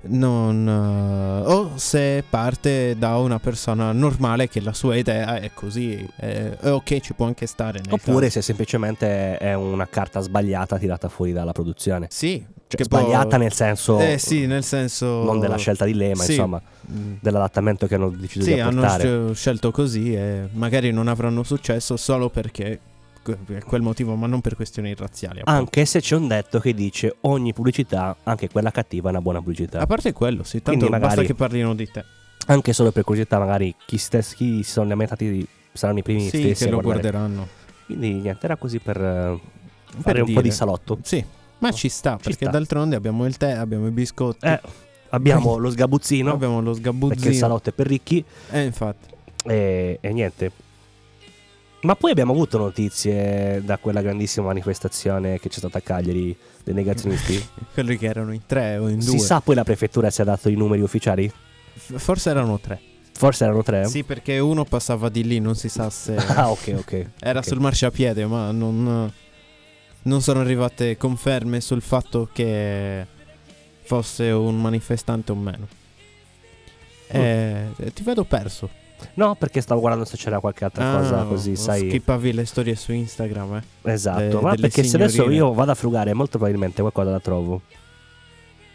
Speaker 3: Non. eh, o se parte da una persona normale che la sua idea è così. eh, È, ok, ci può anche stare. nel
Speaker 2: Oppure
Speaker 3: caso.
Speaker 2: se semplicemente è una carta sbagliata tirata fuori dalla produzione.
Speaker 3: Sì.
Speaker 2: Cioè,
Speaker 3: che
Speaker 2: sbagliata
Speaker 3: può-
Speaker 2: nel senso
Speaker 3: Eh sì, nel senso.
Speaker 2: non della scelta di lei, ma
Speaker 3: Sì.
Speaker 2: insomma
Speaker 3: Mm.
Speaker 2: dell'adattamento che hanno deciso
Speaker 3: Sì,
Speaker 2: di
Speaker 3: hanno
Speaker 2: apportare.
Speaker 3: sce- scelto così e magari non avranno successo solo perché. que- per quel motivo, ma non per questioni razziali. appunto.
Speaker 2: Anche se c'è un detto che dice ogni pubblicità, anche quella cattiva, è una buona pubblicità.
Speaker 3: A parte quello, sì, tanto
Speaker 2: Quindi
Speaker 3: basta
Speaker 2: magari-
Speaker 3: che parlino di te.
Speaker 2: Anche solo per curiosità, magari chi, stes- chi si sono lamentati saranno i primi
Speaker 3: Sì,
Speaker 2: stessi
Speaker 3: che
Speaker 2: a
Speaker 3: lo
Speaker 2: guardare.
Speaker 3: guarderanno.
Speaker 2: Quindi niente, era così per, eh,
Speaker 3: Per
Speaker 2: fare un po'
Speaker 3: dire.
Speaker 2: di salotto.
Speaker 3: Sì, ma ci sta,
Speaker 2: Ecco. Ci
Speaker 3: perché
Speaker 2: sta.
Speaker 3: d'altronde abbiamo il tè, abbiamo i biscotti,
Speaker 2: Eh, abbiamo lo sgabuzzino,
Speaker 3: abbiamo lo
Speaker 2: perché il
Speaker 3: sgabuzzino.
Speaker 2: salotto è per ricchi
Speaker 3: Eh, infatti.
Speaker 2: e, e niente. Ma poi abbiamo avuto notizie da quella grandissima manifestazione che c'è stata a Cagliari dei negazionisti.
Speaker 3: Quelli che erano in tre o in
Speaker 2: si
Speaker 3: due.
Speaker 2: sa poi la prefettura se ha dato i numeri ufficiali?
Speaker 3: F- Forse erano tre.
Speaker 2: Forse erano tre?
Speaker 3: Sì, perché uno passava di lì, non si sa se...
Speaker 2: Ah, Eh. ok, ok.
Speaker 3: Era
Speaker 2: Ok.
Speaker 3: sul marciapiede, ma non, non sono arrivate conferme sul fatto che fosse un manifestante o meno.
Speaker 2: Mm.
Speaker 3: Eh, ti vedo perso. Ah,
Speaker 2: No, perché stavo guardando se c'era qualche altra cosa così, sai.
Speaker 3: Skippavi le storie su Instagram, eh.
Speaker 2: Esatto,
Speaker 3: de-
Speaker 2: ma
Speaker 3: delle
Speaker 2: perché se adesso
Speaker 3: signorine.
Speaker 2: io vado a frugare molto probabilmente qualcosa la trovo.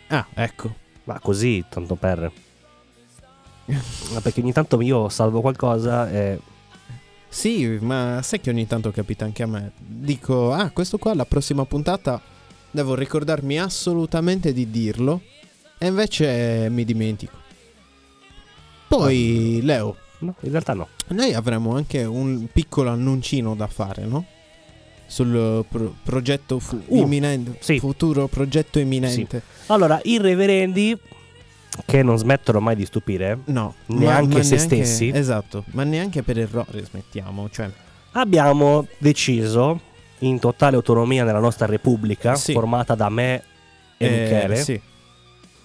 Speaker 3: Ah, ecco.
Speaker 2: Ma così, tanto per... Ma perché ogni tanto io salvo qualcosa e...
Speaker 3: Sì, ma sai che ogni tanto capita anche a me. Dico, ah, questo qua la prossima puntata devo ricordarmi assolutamente di dirlo. E invece eh, mi dimentico. Poi, Leo,
Speaker 2: No, in realtà no.
Speaker 3: Noi avremo anche un piccolo annuncino da fare, no? Sul eh, pro- progetto fu-
Speaker 2: Uh,
Speaker 3: imminente,
Speaker 2: sì.
Speaker 3: futuro progetto imminente.
Speaker 2: Allora, i reverendi, che non smettono mai di stupire,
Speaker 3: No,
Speaker 2: Neanche se stessi?
Speaker 3: Esatto, ma neanche per errore smettiamo, cioè
Speaker 2: abbiamo deciso, in totale autonomia nella nostra repubblica,
Speaker 3: Sì.
Speaker 2: formata da me e
Speaker 3: eh,
Speaker 2: Michele,
Speaker 3: Sì,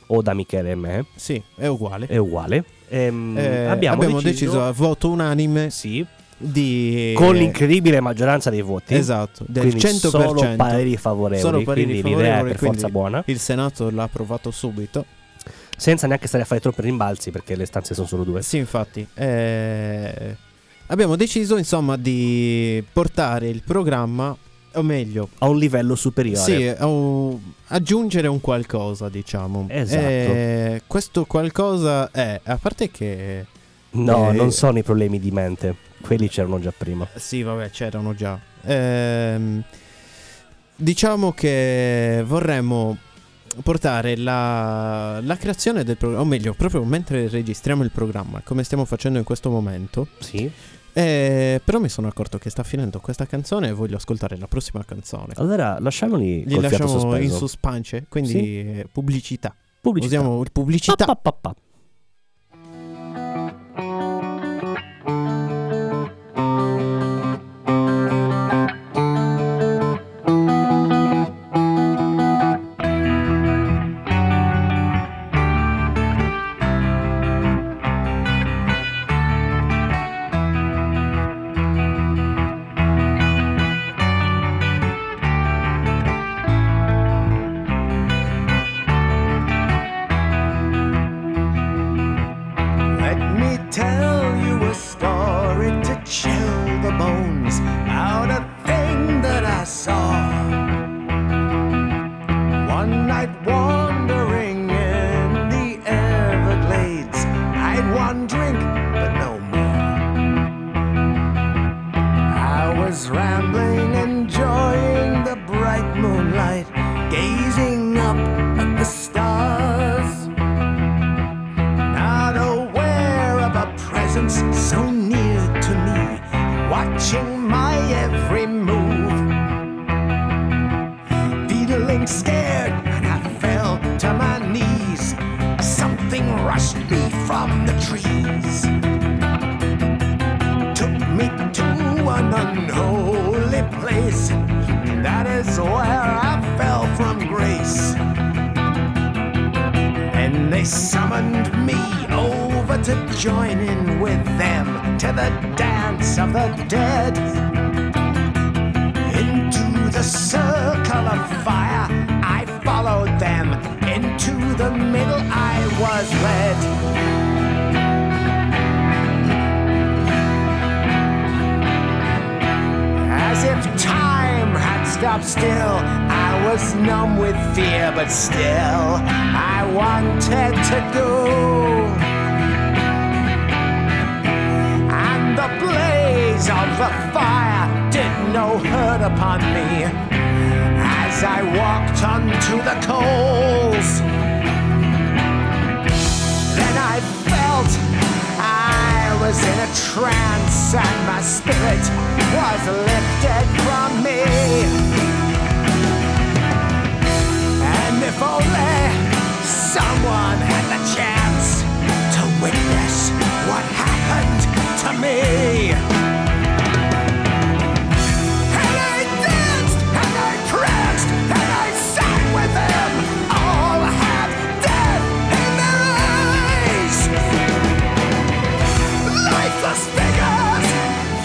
Speaker 2: o da Michele e me,
Speaker 3: sì, è uguale.
Speaker 2: è uguale. Ehm,
Speaker 3: Eh,
Speaker 2: abbiamo,
Speaker 3: deciso, a voto unanime
Speaker 2: Sì,
Speaker 3: di
Speaker 2: con l'incredibile maggioranza dei voti.
Speaker 3: Esatto, del
Speaker 2: Quindi
Speaker 3: 100%.
Speaker 2: solo pareri favorevoli,
Speaker 3: Solo pareri
Speaker 2: quindi l'idea è
Speaker 3: favorevoli,
Speaker 2: per
Speaker 3: quindi-
Speaker 2: forza buona,
Speaker 3: Il Senato l'ha approvato subito.
Speaker 2: senza neanche stare a fare troppi rimbalzi perché le stanze sono solo due.
Speaker 3: Sì, infatti. eh, abbiamo deciso, insomma, di portare il programma, o meglio,
Speaker 2: A un livello superiore.
Speaker 3: sì, a un- aggiungere un qualcosa, diciamo.
Speaker 2: Esatto.
Speaker 3: Eh, questo qualcosa è, a parte che...
Speaker 2: No,
Speaker 3: Eh.
Speaker 2: non sono i problemi di mente, quelli c'erano già prima.
Speaker 3: Sì, vabbè, c'erano già. Ehm, diciamo che vorremmo portare la, la creazione del programma, o meglio, proprio mentre registriamo il programma, come stiamo facendo in questo momento.
Speaker 2: Sì.
Speaker 3: Eh, però mi sono accorto che sta finendo questa canzone e voglio ascoltare la prossima canzone.
Speaker 2: Allora, lasciamoli
Speaker 3: Li
Speaker 2: Ah, col fiato
Speaker 3: lasciamo
Speaker 2: sospeso.
Speaker 3: in suspense, quindi
Speaker 2: Sì.
Speaker 3: eh, pubblicità.
Speaker 2: Pubblicità.
Speaker 3: Usiamo il pubblicità.
Speaker 2: Pa, pa, pa, pa.
Speaker 4: Let me tell you a story to chill the bones out a thing that I saw. One night wandering in the Everglades, I had one drink, but no more. I was rambling, enjoying the bright moonlight, gazing up at the stars not aware of a presence so near to me, watching my every move. Feeling scared, and I fell to my knees. Something rushed me from the trees, took me to an unholy place. That is where I fell from grace. And they summoned me over to join in with them to the dance of the dead. Into the circle of fire, I followed them. Into the middle, I was led. As if time had stopped still, I was numb with fear, but still I wanted to go. And the blaze of the fire did no hurt upon me as I walked onto the coals. Then I felt I was was in a trance and my spirit was lifted from me. And if only someone had the chance to witness what happened to me. And I danced and I pranced and I sang with them. All had death in their eyes. Lifeless figures,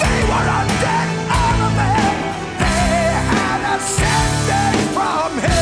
Speaker 4: they were undead, all of them. They had ascended from hell.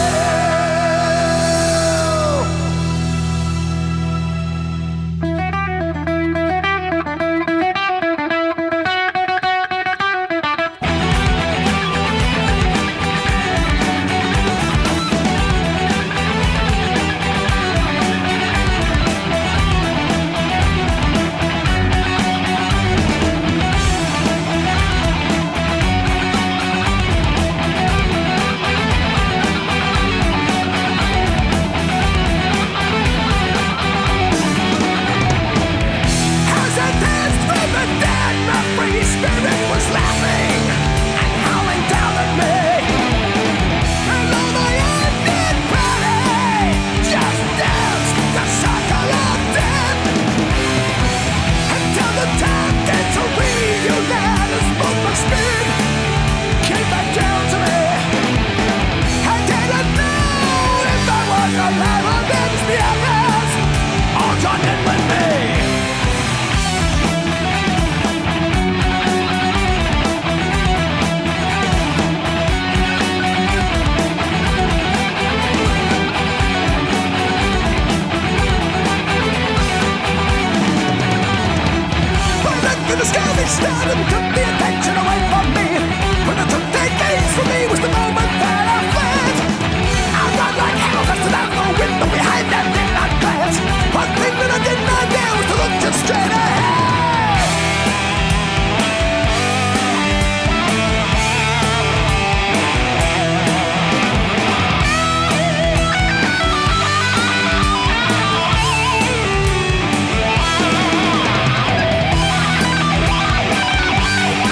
Speaker 4: As I danced with the dead, my free spirit was laughing and howling down at me. And though my ended body just danced the circle of death, until the time came to reunite us both, my spirit came back down to me. I didn't know if I was alive against the others or joined in with me. But look at the sky, they stared and took the attention away from me. When they took their gaze from me was the moment that I fled. I ran like hell, that's an the window behind that did not glance. One thing that I did not dare was to look just straight ahead.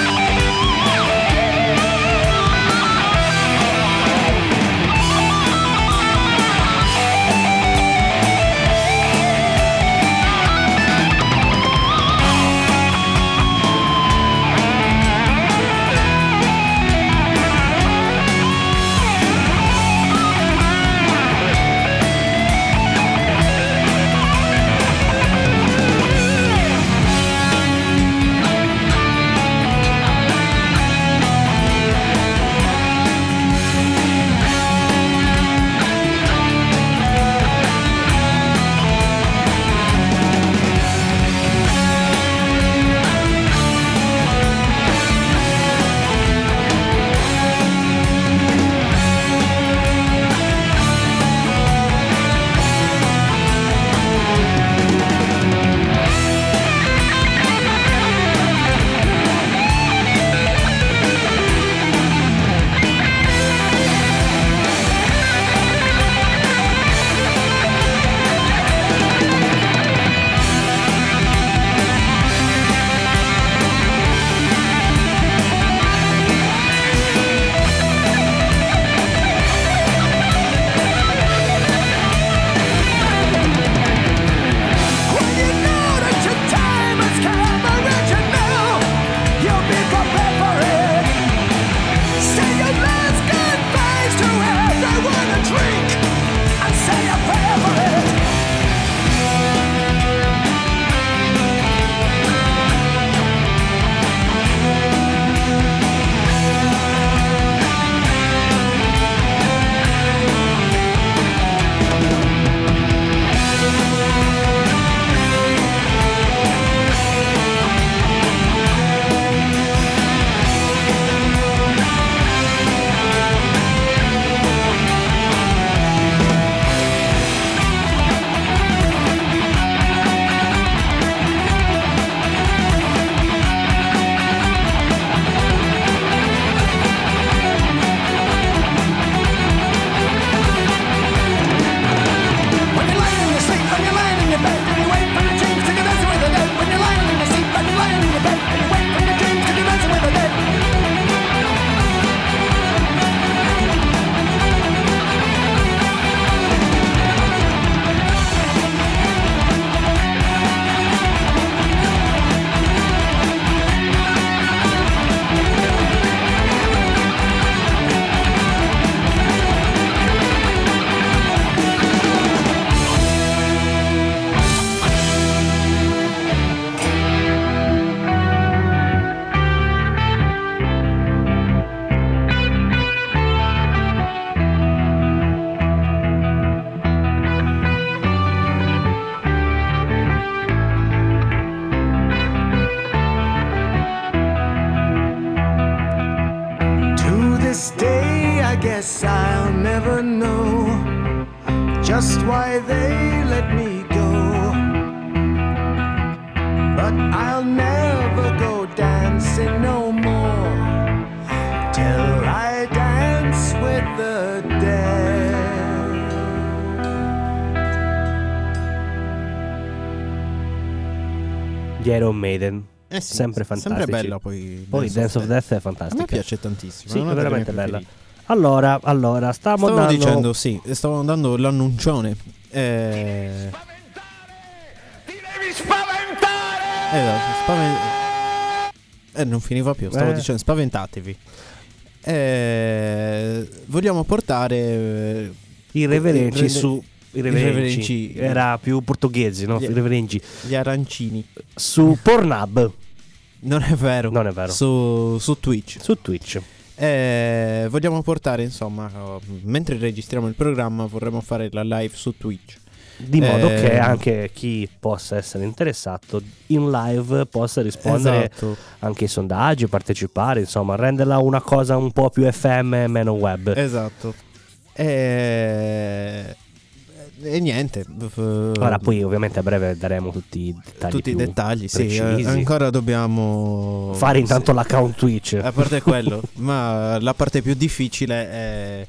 Speaker 5: Thank just why they let me go. But I'll never go dancing no more till I dance with the dead.
Speaker 2: Gli Iron Maiden.
Speaker 3: Eh sì,
Speaker 2: sempre fantastici.
Speaker 3: Sempre bella poi.
Speaker 2: Poi Dance, of Death, è
Speaker 3: A
Speaker 2: fantastica.
Speaker 3: me piace tantissimo.
Speaker 2: Sì,
Speaker 3: è una
Speaker 2: è
Speaker 3: delle
Speaker 2: veramente
Speaker 3: mie
Speaker 2: bella.
Speaker 3: preferite.
Speaker 2: Allora, allora, stavo,
Speaker 3: Stavo
Speaker 2: andando-
Speaker 3: dicendo, sì, stavo dando l'annuncione. Eh, eh, spaven- eh, non finiva più, stavo
Speaker 2: Eh.
Speaker 3: dicendo spaventatevi. Eh, vogliamo portare... eh,
Speaker 2: I reverenci
Speaker 3: Rende-
Speaker 2: su... I reverenci.
Speaker 3: reverenci.
Speaker 2: Era più portoghese, no?
Speaker 3: Gli-
Speaker 2: I reverenci.
Speaker 3: Gli arancini.
Speaker 2: Su Pornhub,
Speaker 3: Non è vero.
Speaker 2: Non è vero.
Speaker 3: Su, su Twitch.
Speaker 2: su Twitch.
Speaker 3: Eh, vogliamo portare, insomma, oh, mentre registriamo il programma vorremmo fare la live su Twitch.
Speaker 2: Di modo
Speaker 3: Eh.
Speaker 2: che anche chi possa essere interessato in live possa rispondere
Speaker 3: Esatto.
Speaker 2: anche ai sondaggi, partecipare, insomma, renderla una cosa un po' più FM e meno web.
Speaker 3: Esatto. E, e niente.
Speaker 2: Ora poi ovviamente a breve daremo tutti i dettagli.
Speaker 3: tutti i
Speaker 2: più
Speaker 3: dettagli, sì. eh,
Speaker 2: precisi.
Speaker 3: ancora dobbiamo
Speaker 2: Fare intanto
Speaker 3: sì.
Speaker 2: l'account Twitch.
Speaker 3: A parte quello, ma la parte più difficile è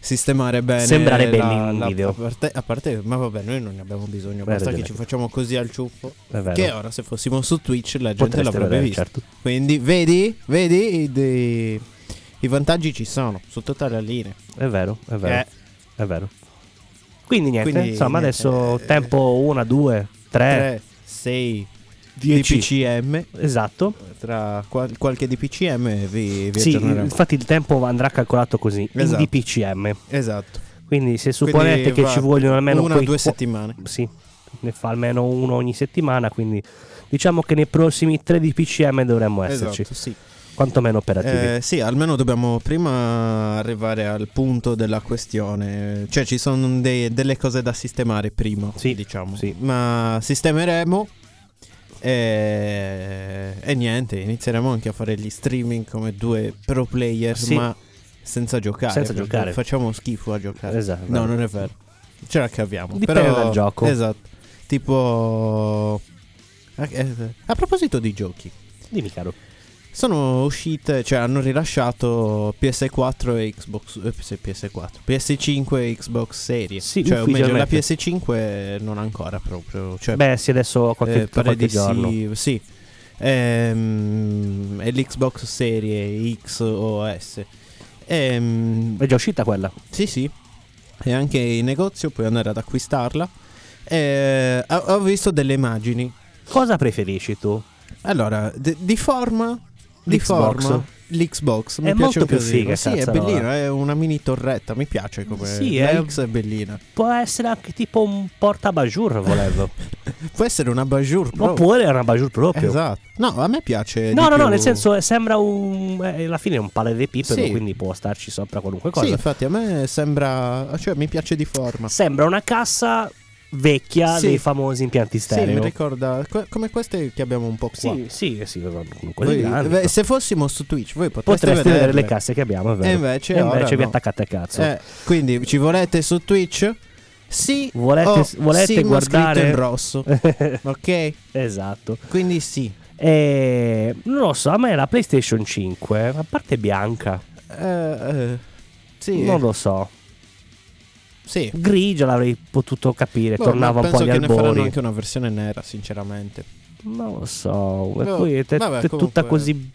Speaker 3: sistemare bene
Speaker 2: Sembrare
Speaker 3: la-
Speaker 2: belli in
Speaker 3: la-
Speaker 2: video.
Speaker 3: a, parte, a parte- ma vabbè, noi non ne abbiamo bisogno,
Speaker 2: Beh,
Speaker 3: basta che
Speaker 2: vedete.
Speaker 3: ci facciamo così al ciuffo.
Speaker 2: È vero.
Speaker 3: Che ora se fossimo su Twitch la gente
Speaker 2: Potreste
Speaker 3: l'avrebbe
Speaker 2: vedere,
Speaker 3: vista.
Speaker 2: certo.
Speaker 3: Quindi vedi, vedi i, dei- i vantaggi ci sono su tutta la linea.
Speaker 2: È vero, è vero.
Speaker 3: Eh.
Speaker 2: È vero. Quindi niente,
Speaker 3: Quindi
Speaker 2: insomma
Speaker 3: niente,
Speaker 2: adesso
Speaker 3: eh,
Speaker 2: tempo 1, 2, 3,
Speaker 3: 3, 6
Speaker 2: 10.
Speaker 3: DPCM.
Speaker 2: esatto.
Speaker 3: Tra qual- qualche DPCM vi, vi
Speaker 2: Sì,
Speaker 3: aggiorneremo.
Speaker 2: infatti il tempo andrà calcolato così,
Speaker 3: Esatto.
Speaker 2: in DPCM.
Speaker 3: Esatto.
Speaker 2: Quindi se
Speaker 3: Quindi
Speaker 2: supponete che
Speaker 3: va
Speaker 2: ci vogliono almeno
Speaker 3: una o
Speaker 2: quei
Speaker 3: due
Speaker 2: qu-
Speaker 3: settimane.
Speaker 2: Sì, ne fa almeno uno ogni settimana, quindi diciamo che nei prossimi 13 PCM dovremmo esserci,
Speaker 3: Esatto, sì.
Speaker 2: quantomeno operativi.
Speaker 3: Eh, sì, almeno dobbiamo prima arrivare al punto della questione. Cioè, ci sono dei- delle cose da sistemare prima,
Speaker 2: Sì,
Speaker 3: diciamo.
Speaker 2: sì.
Speaker 3: Ma sistemeremo. E, e niente, inizieremo anche a fare gli streaming come due pro player,
Speaker 2: Sì.
Speaker 3: ma senza giocare.
Speaker 2: Senza
Speaker 3: perché
Speaker 2: giocare.
Speaker 3: Facciamo schifo a giocare.
Speaker 2: Esatto.
Speaker 3: No, non è vero. Ce la caviamo.
Speaker 2: Dipende
Speaker 3: però-
Speaker 2: dal gioco.
Speaker 3: Esatto. Tipo... eh, A proposito di giochi.
Speaker 2: Dimmi caro.
Speaker 3: Sono uscite, cioè hanno rilasciato PS4 e Xbox eh, PS- PS4, PS5 e Xbox Series.
Speaker 2: Sì,
Speaker 3: cioè, o meglio, la
Speaker 2: ufficialmente.
Speaker 3: PS5 non ancora proprio, cioè
Speaker 2: Beh, sì, adesso qualche,
Speaker 3: eh,
Speaker 2: tra
Speaker 3: pare
Speaker 2: qualche
Speaker 3: di
Speaker 2: giorno.
Speaker 3: sì, sì. Ehm, e l'Xbox Serie X o S. Ehm,
Speaker 2: È già uscita quella.
Speaker 3: sì, sì. E anche in negozio puoi andare ad acquistarla. Eh, ho- ho visto delle immagini
Speaker 2: Cosa preferisci tu?
Speaker 3: allora, d- di forma, di
Speaker 2: L'Xbox.
Speaker 3: forma l'Xbox mi
Speaker 2: È
Speaker 3: piace
Speaker 2: molto più
Speaker 3: così.
Speaker 2: figa,
Speaker 3: Sì, è
Speaker 2: cazzo,
Speaker 3: bellina,
Speaker 2: allora.
Speaker 3: è una mini torretta, mi piace come
Speaker 2: Sì,
Speaker 3: la
Speaker 2: è-
Speaker 3: X è bellina.
Speaker 2: Può essere anche tipo un portabajour, volevo.
Speaker 3: Può essere una Bajur Pro.
Speaker 2: Oppure è una bajour proprio.
Speaker 3: Esatto. No, a me piace
Speaker 2: No,
Speaker 3: di
Speaker 2: no, no,
Speaker 3: più.
Speaker 2: nel senso eh, sembra un... eh, alla fine è un palo di pipero,
Speaker 3: Sì.
Speaker 2: quindi può starci sopra qualunque cosa.
Speaker 3: Sì, infatti a me sembra cioè mi piace di forma.
Speaker 2: Sembra una cassa vecchia
Speaker 3: Sì.
Speaker 2: dei famosi impianti
Speaker 3: Sì, mi
Speaker 2: stereo.
Speaker 3: ricorda que- come queste che abbiamo un po' qua.
Speaker 2: Sì, sì, eh sì, comunque
Speaker 3: Voi-
Speaker 2: grandi,
Speaker 3: beh,
Speaker 2: no?
Speaker 3: se fossimo su Twitch, voi potreste,
Speaker 2: Potreste vedere
Speaker 3: vederle.
Speaker 2: le casse che abbiamo, è vero.
Speaker 3: E invece
Speaker 2: E invece
Speaker 3: ora
Speaker 2: vi
Speaker 3: no.
Speaker 2: attaccate a cazzo.
Speaker 3: Eh, quindi ci volete su Twitch? Sì.
Speaker 2: Volete-
Speaker 3: o
Speaker 2: volete
Speaker 3: sì, ma
Speaker 2: guardare-
Speaker 3: scritto in rosso. ok?
Speaker 2: esatto.
Speaker 3: Quindi sì.
Speaker 2: E non lo so, a me la PlayStation 5, a parte bianca,
Speaker 3: Eh, eh, sì.
Speaker 2: non lo so.
Speaker 3: sì.
Speaker 2: Grigia l'avrei potuto capire,
Speaker 3: Boh,
Speaker 2: tornava
Speaker 3: ma
Speaker 2: un po' agli
Speaker 3: Penso che ne faranno
Speaker 2: albori.
Speaker 3: anche una versione nera, sinceramente.
Speaker 2: Non lo so. E
Speaker 3: Boh,
Speaker 2: poi è, te-
Speaker 3: vabbè,
Speaker 2: è tutta
Speaker 3: comunque-
Speaker 2: così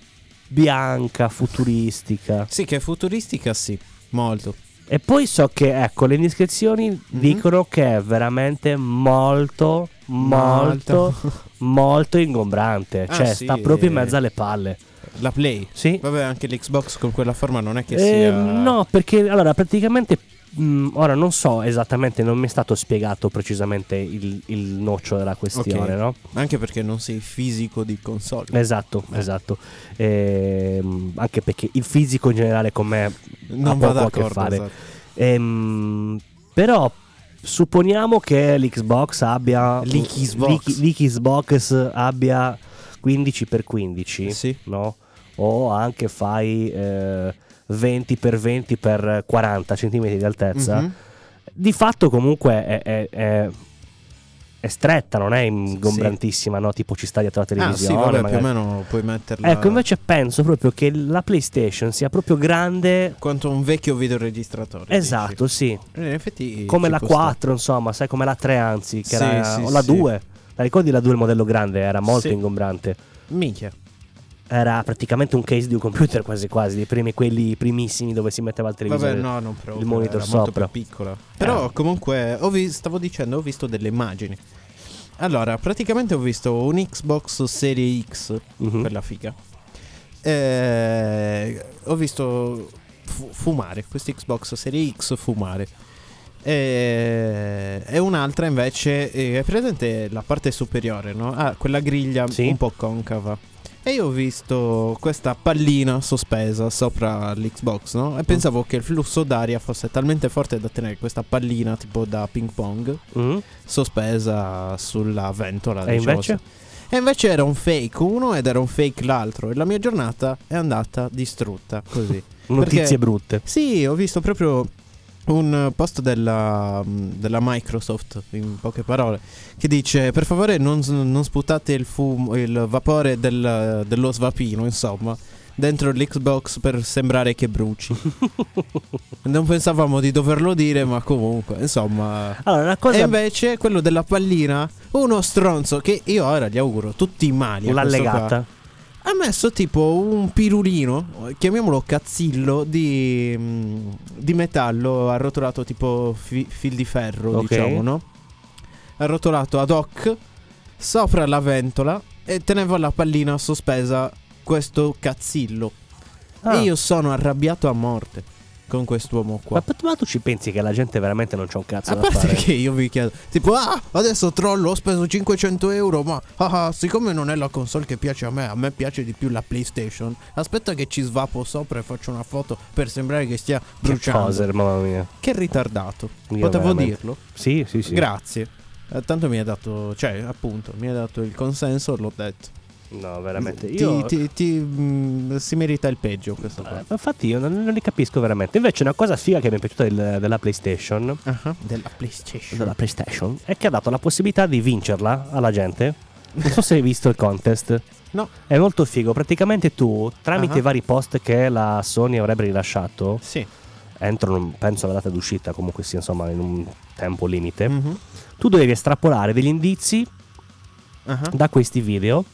Speaker 2: bianca, futuristica.
Speaker 3: Sì, che è futuristica, sì. Molto.
Speaker 2: E poi so che, ecco, le indiscrezioni
Speaker 3: Mhm.
Speaker 2: dicono che è veramente molto, molto, molto ingombrante.
Speaker 3: Ah,
Speaker 2: cioè,
Speaker 3: sì,
Speaker 2: sta proprio in
Speaker 3: eh.
Speaker 2: mezzo alle palle.
Speaker 3: La Play.
Speaker 2: Sì.
Speaker 3: Vabbè, anche l'Xbox con quella forma non è che
Speaker 2: Eh,
Speaker 3: sia...
Speaker 2: No, perché allora praticamente. mh, ora non so esattamente, non mi è stato spiegato precisamente il, il noccio della questione,
Speaker 3: Ok.
Speaker 2: no?
Speaker 3: Anche perché non sei fisico di console.
Speaker 2: Esatto, esatto. Ehm, anche perché il fisico in generale con me
Speaker 3: non
Speaker 2: ha
Speaker 3: va
Speaker 2: poco a che
Speaker 3: d'accordo.
Speaker 2: fare.
Speaker 3: esatto.
Speaker 2: Ehm, però supponiamo che l'Xbox abbia l'X-
Speaker 3: L'Xbox.
Speaker 2: l'Xbox abbia 15x15,
Speaker 3: Sì.
Speaker 2: no? O anche fai eh, 20x20x40 cm di altezza.
Speaker 3: Mhm.
Speaker 2: Di fatto comunque è, è- è- è stretta, non è ingombrantissima, no? Tipo ci sta dietro la
Speaker 3: Ah, sì,
Speaker 2: televisione.
Speaker 3: vabbè, più o
Speaker 2: magari.
Speaker 3: meno puoi metterla.
Speaker 2: Ecco, invece penso proprio che la PlayStation sia proprio grande.
Speaker 3: Quanto un vecchio videoregistratore. dici.
Speaker 2: Esatto, sì.
Speaker 3: Eh, In effetti.
Speaker 2: Come
Speaker 3: ci
Speaker 2: la
Speaker 3: può stare.
Speaker 2: 4, insomma, sai, come la 3 anzi, che
Speaker 3: Sì,
Speaker 2: era,
Speaker 3: sì,
Speaker 2: o la
Speaker 3: sì.
Speaker 2: 2. La ricordi la 2 il modello grande? Era molto
Speaker 3: Sì.
Speaker 2: ingombrante.
Speaker 3: Minchia.
Speaker 2: Era praticamente un case di un computer quasi quasi, dei primi, quelli primissimi dove si metteva il televisore.
Speaker 3: Vabbè, no, non proprio.
Speaker 2: il monitor
Speaker 3: era molto
Speaker 2: sopra. Eh.
Speaker 3: più piccola. Però comunque, ho vi- stavo dicendo, ho visto delle immagini. Allora, praticamente ho visto un Xbox Serie X,
Speaker 2: Mhm.
Speaker 3: quella figa. Eh, ho visto fu- fumare, questo Xbox Serie X fumare. Eh, E un'altra invece eh, è presente la parte superiore, no? Ah, quella griglia
Speaker 2: Sì.
Speaker 3: un po' concava. E io ho visto questa pallina sospesa sopra l'Xbox, no? E pensavo che il flusso d'aria fosse talmente forte da tenere questa pallina tipo da ping pong
Speaker 2: Mm?
Speaker 3: sospesa sulla ventola.
Speaker 2: E
Speaker 3: diciamo
Speaker 2: invece?
Speaker 3: così. E invece era un fake uno ed era un fake l'altro. E la mia giornata è andata distrutta così.
Speaker 2: Notizie
Speaker 3: Perché-
Speaker 2: brutte.
Speaker 3: sì, ho visto proprio un post della, mm, della Microsoft, in poche parole, che dice per favore non, s- non sputate il, fumo, il vapore del- dello svapino, insomma. Dentro l'Xbox per sembrare che bruci. non pensavamo di doverlo dire, ma comunque, insomma.
Speaker 2: Allora, una cosa
Speaker 3: E invece quello della pallina, uno stronzo che io ora gli auguro tutti i mali. a questo qua.
Speaker 2: Un'allegata.
Speaker 3: Ha messo tipo un pirulino, chiamiamolo cazzillo, di, mm, di metallo arrotolato tipo fi- fil di ferro,
Speaker 2: Ok.
Speaker 3: diciamo, no? Arrotolato ad hoc sopra la ventola e teneva la pallina sospesa questo cazzillo.
Speaker 2: Ah.
Speaker 3: E io sono arrabbiato a morte con quest'uomo qua.
Speaker 2: Ma, ma tu ci pensi che la gente veramente non c'ha un cazzo
Speaker 3: A
Speaker 2: da
Speaker 3: parte
Speaker 2: fare?
Speaker 3: che io vi chiedo, tipo, ah, adesso trollo, ho speso 500 euro, ma ah, ah, siccome non è la console che piace a me, a me piace di più la PlayStation, aspetta che ci svapo sopra e faccio una foto per sembrare che stia
Speaker 2: che
Speaker 3: bruciando.
Speaker 2: poser, mamma mia.
Speaker 3: Che ritardato,
Speaker 2: Io
Speaker 3: potevo
Speaker 2: veramente.
Speaker 3: dirlo?
Speaker 2: Sì, sì, sì.
Speaker 3: Grazie. Eh, Tanto mi ha dato, cioè, appunto, mi ha dato il consenso, l'ho detto.
Speaker 2: no, veramente.
Speaker 3: Ti-
Speaker 2: Io...
Speaker 3: ti- ti- mm, si merita il peggio questo qua.
Speaker 2: Eh, Infatti io non, non li capisco veramente. Invece una cosa figa che mi è piaciuta del- della PlayStation,
Speaker 3: Ah, Della PlayStation.
Speaker 2: della PlayStation è che ha dato la possibilità di vincerla alla gente. Non so se hai visto il contest.
Speaker 3: No,
Speaker 2: È molto figo. Praticamente tu, tramite
Speaker 3: Ah.
Speaker 2: i vari post che la Sony avrebbe rilasciato,
Speaker 3: sì.
Speaker 2: entro, non penso, la data d'uscita, comunque sia, insomma, in un tempo limite,
Speaker 3: Mhm.
Speaker 2: tu dovevi estrapolare degli indizi
Speaker 3: Ah,
Speaker 2: da questi video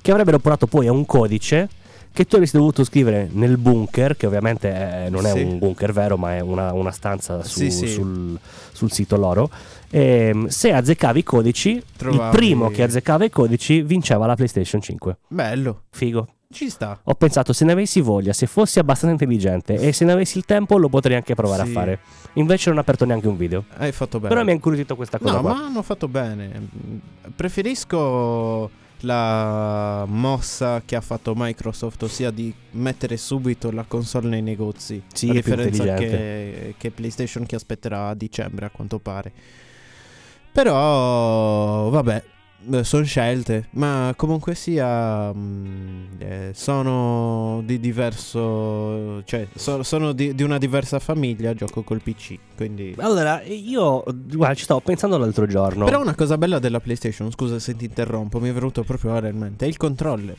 Speaker 2: che avrebbero portato poi a un codice che tu avresti dovuto scrivere nel bunker, che ovviamente eh, non è
Speaker 3: Sì.
Speaker 2: un bunker vero, ma è una, una stanza su-
Speaker 3: Sì, sì.
Speaker 2: Sul, sul sito loro. Ehm, se azzeccavi i codici, il
Speaker 3: Trovavi-
Speaker 2: primo che azzeccava i codici vinceva la PlayStation 5.
Speaker 3: Bello,
Speaker 2: Figo.
Speaker 3: ci sta.
Speaker 2: Ho pensato, se ne avessi voglia, se fossi abbastanza intelligente e se ne avessi il tempo, lo potrei anche provare
Speaker 3: Sì.
Speaker 2: a fare. Invece non ho aperto neanche un video.
Speaker 3: Hai fatto bene.
Speaker 2: Però mi ha incuriosito questa cosa
Speaker 3: No,
Speaker 2: qua.
Speaker 3: ma hanno fatto bene. Preferisco la mossa che ha fatto Microsoft, ossia di mettere subito la console nei negozi.
Speaker 2: Sì,
Speaker 3: a
Speaker 2: è più
Speaker 3: differenza che,
Speaker 2: intelligente.
Speaker 3: che PlayStation che aspetterà a dicembre, a quanto pare. Però, vabbè, sono scelte, ma comunque sia, mh, eh, sono di diverso, cioè, so- sono di, di una diversa famiglia, gioco col PC, quindi...
Speaker 2: Allora, io, guarda, ci stavo pensando l'altro giorno.
Speaker 3: Però una cosa bella della PlayStation, scusa se ti interrompo, mi è venuto proprio ora in mente, è il controller.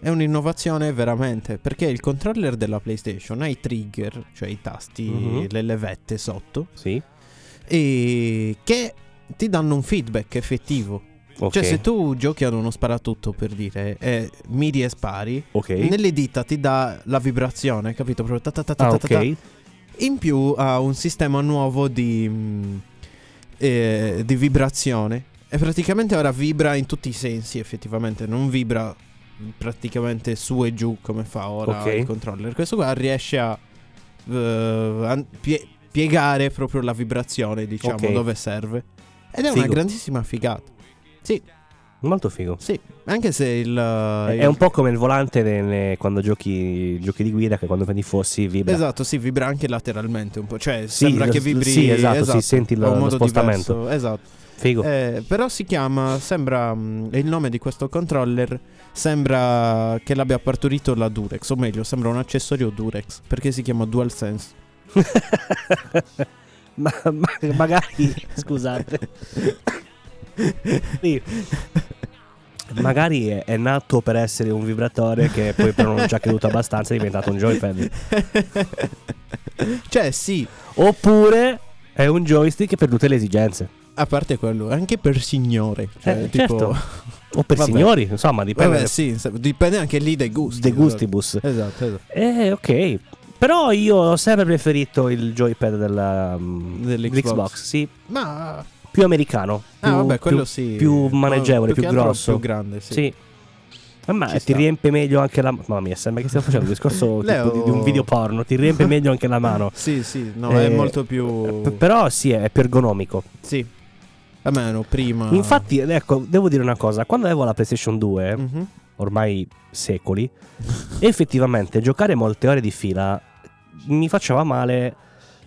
Speaker 3: È un'innovazione veramente, perché il controller della PlayStation ha i trigger, cioè i tasti,
Speaker 2: Mhm.
Speaker 3: le levette sotto,
Speaker 2: Sì,
Speaker 3: e che ti danno un feedback effettivo.
Speaker 2: ok.
Speaker 3: Cioè se tu giochi ad uno sparatutto per dire, e miri e spari,
Speaker 2: Ok.
Speaker 3: nelle dita ti dà la vibrazione, capito? Proprio ta ta ta ta
Speaker 2: Ah,
Speaker 3: ta ta ta.
Speaker 2: ok.
Speaker 3: In più ha un sistema nuovo di, mm, eh, di vibrazione. E praticamente ora vibra in tutti i sensi, effettivamente. Non vibra praticamente su e giù come fa ora
Speaker 2: Ok.
Speaker 3: il controller. Questo qua riesce a, eh, an- pie- piegare proprio la vibrazione, diciamo,
Speaker 2: Ok.
Speaker 3: dove serve. Ed è una
Speaker 2: Figo.
Speaker 3: grandissima figata. Sì,
Speaker 2: Molto figo.
Speaker 3: sì. Anche se il...
Speaker 2: È un po' come il volante nelle- quando giochi giochi di guida, che quando prendi i fossi vibra.
Speaker 3: Esatto, sì, vibra anche lateralmente un po'. Cioè,
Speaker 2: Sì,
Speaker 3: sembra
Speaker 2: lo-
Speaker 3: che vibri.
Speaker 2: sì, esatto, sì, senti
Speaker 3: in
Speaker 2: lo-
Speaker 3: un
Speaker 2: lo
Speaker 3: modo
Speaker 2: spostamento.
Speaker 3: diverso, Esatto.
Speaker 2: Figo.
Speaker 3: Eh, però si chiama, sembra, mh, il nome di questo controller sembra che l'abbia partorito la Durex, o meglio, sembra un accessorio Durex, perché si chiama DualSense.
Speaker 2: ma, ma- magari, scusate, Sì. magari è, è nato per essere un vibratore che poi però non ci ha creduto abbastanza è diventato un joypad.
Speaker 3: Cioè, sì,
Speaker 2: Oppure è un joystick per tutte le esigenze.
Speaker 3: a parte quello, anche per signore. Cioè,
Speaker 2: Eh,
Speaker 3: tipo,
Speaker 2: certo. O per
Speaker 3: Vabbè.
Speaker 2: signori, insomma, dipende
Speaker 3: Vabbè, sì, sa- dipende anche lì dai gusti.
Speaker 2: de gustibus.
Speaker 3: Esatto, esatto.
Speaker 2: Eh, ok. Però io ho sempre preferito il joypad della, mm,
Speaker 3: Dell'Xbox.
Speaker 2: dell'Xbox, sì,
Speaker 3: Ma
Speaker 2: più americano.
Speaker 3: Ah,
Speaker 2: più-
Speaker 3: vabbè, quello
Speaker 2: più-
Speaker 3: sì.
Speaker 2: più maneggevole,
Speaker 3: che
Speaker 2: più
Speaker 3: altro
Speaker 2: grosso.
Speaker 3: Più grande, sì.
Speaker 2: Sì. Eh, Ma
Speaker 3: Ci
Speaker 2: ti
Speaker 3: sta.
Speaker 2: riempie meglio anche la Mamma mia, sembra che stiamo facendo un discorso
Speaker 3: Leo-
Speaker 2: tipo di, di un video porno. Ti riempie meglio anche la mano.
Speaker 3: Sì, sì, no, è
Speaker 2: Eh,
Speaker 3: molto
Speaker 2: P-
Speaker 3: più...
Speaker 2: però sì, è più ergonomico.
Speaker 3: Sì. A meno, prima...
Speaker 2: Infatti, ecco, devo dire una cosa. Quando avevo la PlayStation 2,
Speaker 3: Mhm.
Speaker 2: ormai secoli, effettivamente giocare molte ore di fila mi faceva male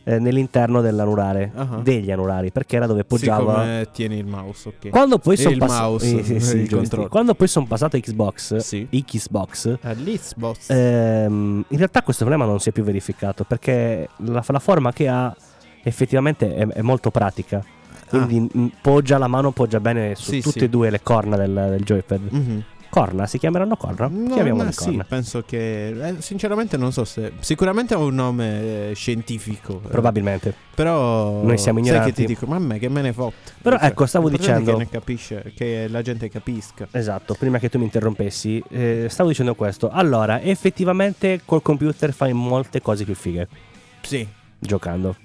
Speaker 2: eh, nell'interno dell'anulare,
Speaker 3: Ah.
Speaker 2: degli anulari, perché era dove
Speaker 3: Sì,
Speaker 2: poggiava...
Speaker 3: come tieni il mouse, ok.
Speaker 2: Quando poi
Speaker 3: E
Speaker 2: sono
Speaker 3: il
Speaker 2: passato... eh,
Speaker 3: mouse, il controllo.
Speaker 2: Quando poi sono passato a Xbox,
Speaker 3: Sì. Eh,
Speaker 2: Xbox,
Speaker 3: All'Xbox.
Speaker 2: Ehm, in realtà questo problema non si è più verificato perché la, la forma che ha effettivamente è, è molto pratica. Quindi mm, poggia la mano, poggia bene su
Speaker 3: Ah. Sì,
Speaker 2: tutte
Speaker 3: sì.
Speaker 2: e due le corna del, del joypad.
Speaker 3: Mhm.
Speaker 2: Corna, si chiameranno corna?
Speaker 3: No,
Speaker 2: Chiamiamole
Speaker 3: ma sì,
Speaker 2: corna.
Speaker 3: penso che... eh, sinceramente non so se... Sicuramente ha un nome eh, scientifico. eh,
Speaker 2: Probabilmente.
Speaker 3: Però...
Speaker 2: Noi siamo
Speaker 3: Sai che
Speaker 2: ignoranti.
Speaker 3: ti dico? Mamma, che me ne fotto.
Speaker 2: Però, ecco, stavo
Speaker 3: l'importante è
Speaker 2: dicendo-
Speaker 3: Che, ne capisce, che la gente capisca.
Speaker 2: Esatto, prima che tu mi interrompessi, eh, stavo dicendo questo. Allora, effettivamente col computer fai molte cose più fighe
Speaker 3: Sì.
Speaker 2: giocando.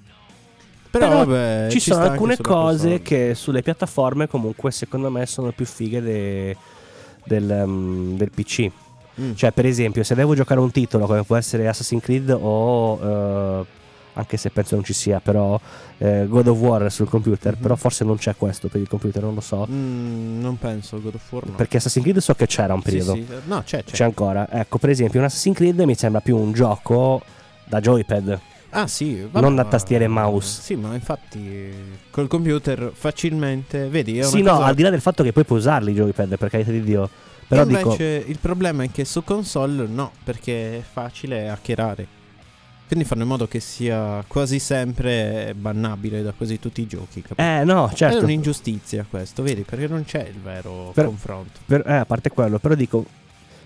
Speaker 3: Però,
Speaker 2: Però
Speaker 3: vabbè,
Speaker 2: ci sono
Speaker 3: Eh, sta anche
Speaker 2: alcune
Speaker 3: sulla
Speaker 2: cose
Speaker 3: console.
Speaker 2: che sulle piattaforme comunque secondo me sono più fighe de- del, um, del PC.
Speaker 3: Mm.
Speaker 2: Cioè per esempio se devo giocare un titolo come può essere Assassin's Creed o... eh, anche se penso non ci sia, però eh, God of War sul computer,
Speaker 3: Mhm.
Speaker 2: però forse non c'è questo per il computer, non lo so.
Speaker 3: Mm, non penso God of War no.
Speaker 2: Perché Assassin's Creed so che c'era un periodo.
Speaker 3: Sì, sì. No, c'è, c'è.
Speaker 2: C'è ancora. Ecco, per esempio, un Assassin's Creed mi sembra più un gioco da joypad.
Speaker 3: Ah, sì.
Speaker 2: Non da
Speaker 3: da
Speaker 2: tastiera e mouse.
Speaker 3: Sì, ma infatti eh, col computer facilmente, vedi, è una
Speaker 2: Sì, no,
Speaker 3: cosa-
Speaker 2: al di là del fatto che puoi puoi usarli i joypad, per carità di Dio. Però dico,
Speaker 3: Invece il problema è che su console no, perché è facile hackerare. Quindi fanno in modo che sia quasi sempre bannabile da quasi tutti i giochi, capito?
Speaker 2: Eh no,
Speaker 3: È
Speaker 2: certo.
Speaker 3: un'ingiustizia questo, vedi? Perché non c'è il vero
Speaker 2: Però-
Speaker 3: confronto.
Speaker 2: Per- eh, a parte quello, però dico,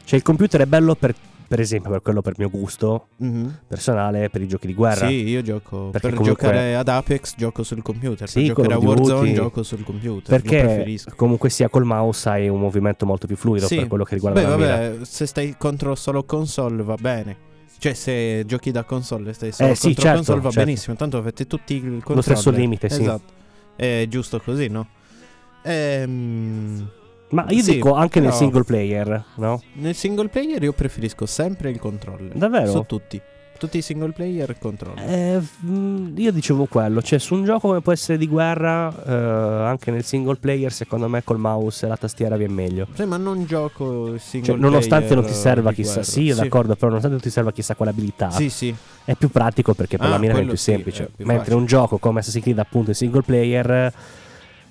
Speaker 2: cioè il computer è bello per, per esempio, per quello per mio gusto
Speaker 3: Mhm.
Speaker 2: personale, per i giochi di guerra.
Speaker 3: Sì, io gioco
Speaker 2: Perché
Speaker 3: per
Speaker 2: comunque-
Speaker 3: giocare ad Apex gioco sul computer,
Speaker 2: Sì,
Speaker 3: per giocare a
Speaker 2: Call of Duty.
Speaker 3: Warzone gioco sul computer, lo
Speaker 2: Perché
Speaker 3: preferisco.
Speaker 2: comunque sia col mouse hai un movimento molto più fluido
Speaker 3: Sì.
Speaker 2: per quello che riguarda
Speaker 3: Beh,
Speaker 2: la mira.
Speaker 3: vabbè, se stai contro solo console va bene. Cioè, se giochi da console e stai solo
Speaker 2: Eh, sì,
Speaker 3: contro
Speaker 2: certo,
Speaker 3: console va
Speaker 2: certo.
Speaker 3: benissimo. Tanto avete tutti il controllo.
Speaker 2: stesso limite, sì.
Speaker 3: Esatto. È giusto così, no? Ehm,
Speaker 2: Ma io
Speaker 3: Sì,
Speaker 2: dico anche nel
Speaker 3: però-
Speaker 2: single player, no?
Speaker 3: nel single player io preferisco sempre il controller.
Speaker 2: Davvero?
Speaker 3: Su tutti. Tutti i single player controller.
Speaker 2: Eh, mm, io dicevo quello, cioè su un gioco come può essere di guerra, eh, anche nel single player secondo me col mouse e la tastiera viene meglio.
Speaker 3: Cioè, ma non gioco il single
Speaker 2: Cioè,
Speaker 3: player.
Speaker 2: nonostante non ti serva
Speaker 3: di
Speaker 2: chissà,
Speaker 3: guerra.
Speaker 2: sì, io d'accordo, però nonostante non ti serva chissà quale abilità,
Speaker 3: Sì, sì.
Speaker 2: È più pratico perché per
Speaker 3: Ah,
Speaker 2: la mira è
Speaker 3: quello
Speaker 2: più
Speaker 3: sì,
Speaker 2: semplice.
Speaker 3: è più
Speaker 2: Mentre
Speaker 3: facile.
Speaker 2: un gioco come Assassin's Creed, appunto, in single player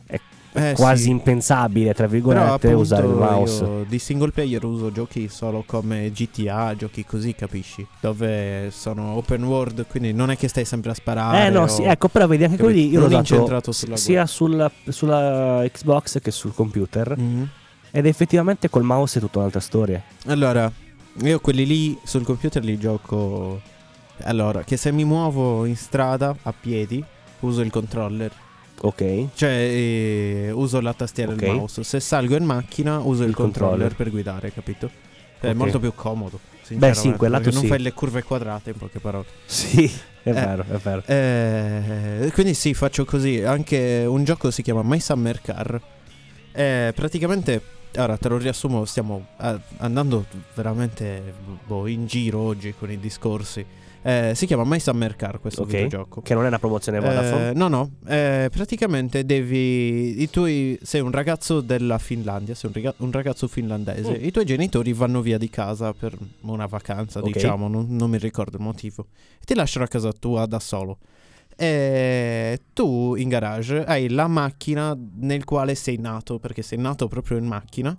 Speaker 2: è
Speaker 3: Eh,
Speaker 2: quasi
Speaker 3: sì.
Speaker 2: impensabile, tra
Speaker 3: Però
Speaker 2: virgolette,
Speaker 3: appunto,
Speaker 2: usare il mouse.
Speaker 3: io di single player uso giochi solo come GTA, giochi così, capisci? Dove sono open world, quindi non è che stai sempre a sparare.
Speaker 2: eh no,
Speaker 3: o-
Speaker 2: sì, ecco, però vedi anche
Speaker 3: capito?
Speaker 2: quelli io l'ho
Speaker 3: Non
Speaker 2: usato
Speaker 3: incentrato sulla
Speaker 2: sia sulla, sulla Xbox che sul computer.
Speaker 3: Mhm.
Speaker 2: Ed effettivamente col mouse è tutta un'altra storia.
Speaker 3: Allora, io quelli lì sul computer li gioco. Allora, che se mi muovo in strada a piedi, uso il controller.
Speaker 2: Ok.
Speaker 3: Cioè, eh, uso la tastiera e
Speaker 2: Ok.
Speaker 3: il mouse. Se salgo in macchina, uso il,
Speaker 2: Il
Speaker 3: controller,
Speaker 2: controller.
Speaker 3: per guidare, capito? È
Speaker 2: Ok.
Speaker 3: molto più comodo.
Speaker 2: Beh, sì, in
Speaker 3: sinceramente,
Speaker 2: quel lato
Speaker 3: perché Non
Speaker 2: sì.
Speaker 3: fai le curve quadrate, in poche parole.
Speaker 2: Sì, è vero, è vero.
Speaker 3: Eh, quindi sì, faccio così. Anche un gioco si chiama My Summer Car. Eh, praticamente, ora te lo riassumo, stiamo eh, andando veramente boh, in giro oggi con i discorsi. Eh, si chiama My Summer Car questo
Speaker 2: Ok.
Speaker 3: gioco.
Speaker 2: Che non è una promozione Vodafone.
Speaker 3: no, no, eh, praticamente devi. I tuoi, sei un ragazzo della Finlandia, sei un, riga- un ragazzo finlandese.
Speaker 2: Mm.
Speaker 3: I tuoi genitori vanno via di casa per una vacanza,
Speaker 2: Ok.
Speaker 3: diciamo, non, non mi ricordo il motivo. E ti lasciano a casa tua da solo. E tu in garage hai la macchina nel quale sei nato, perché sei nato proprio in macchina,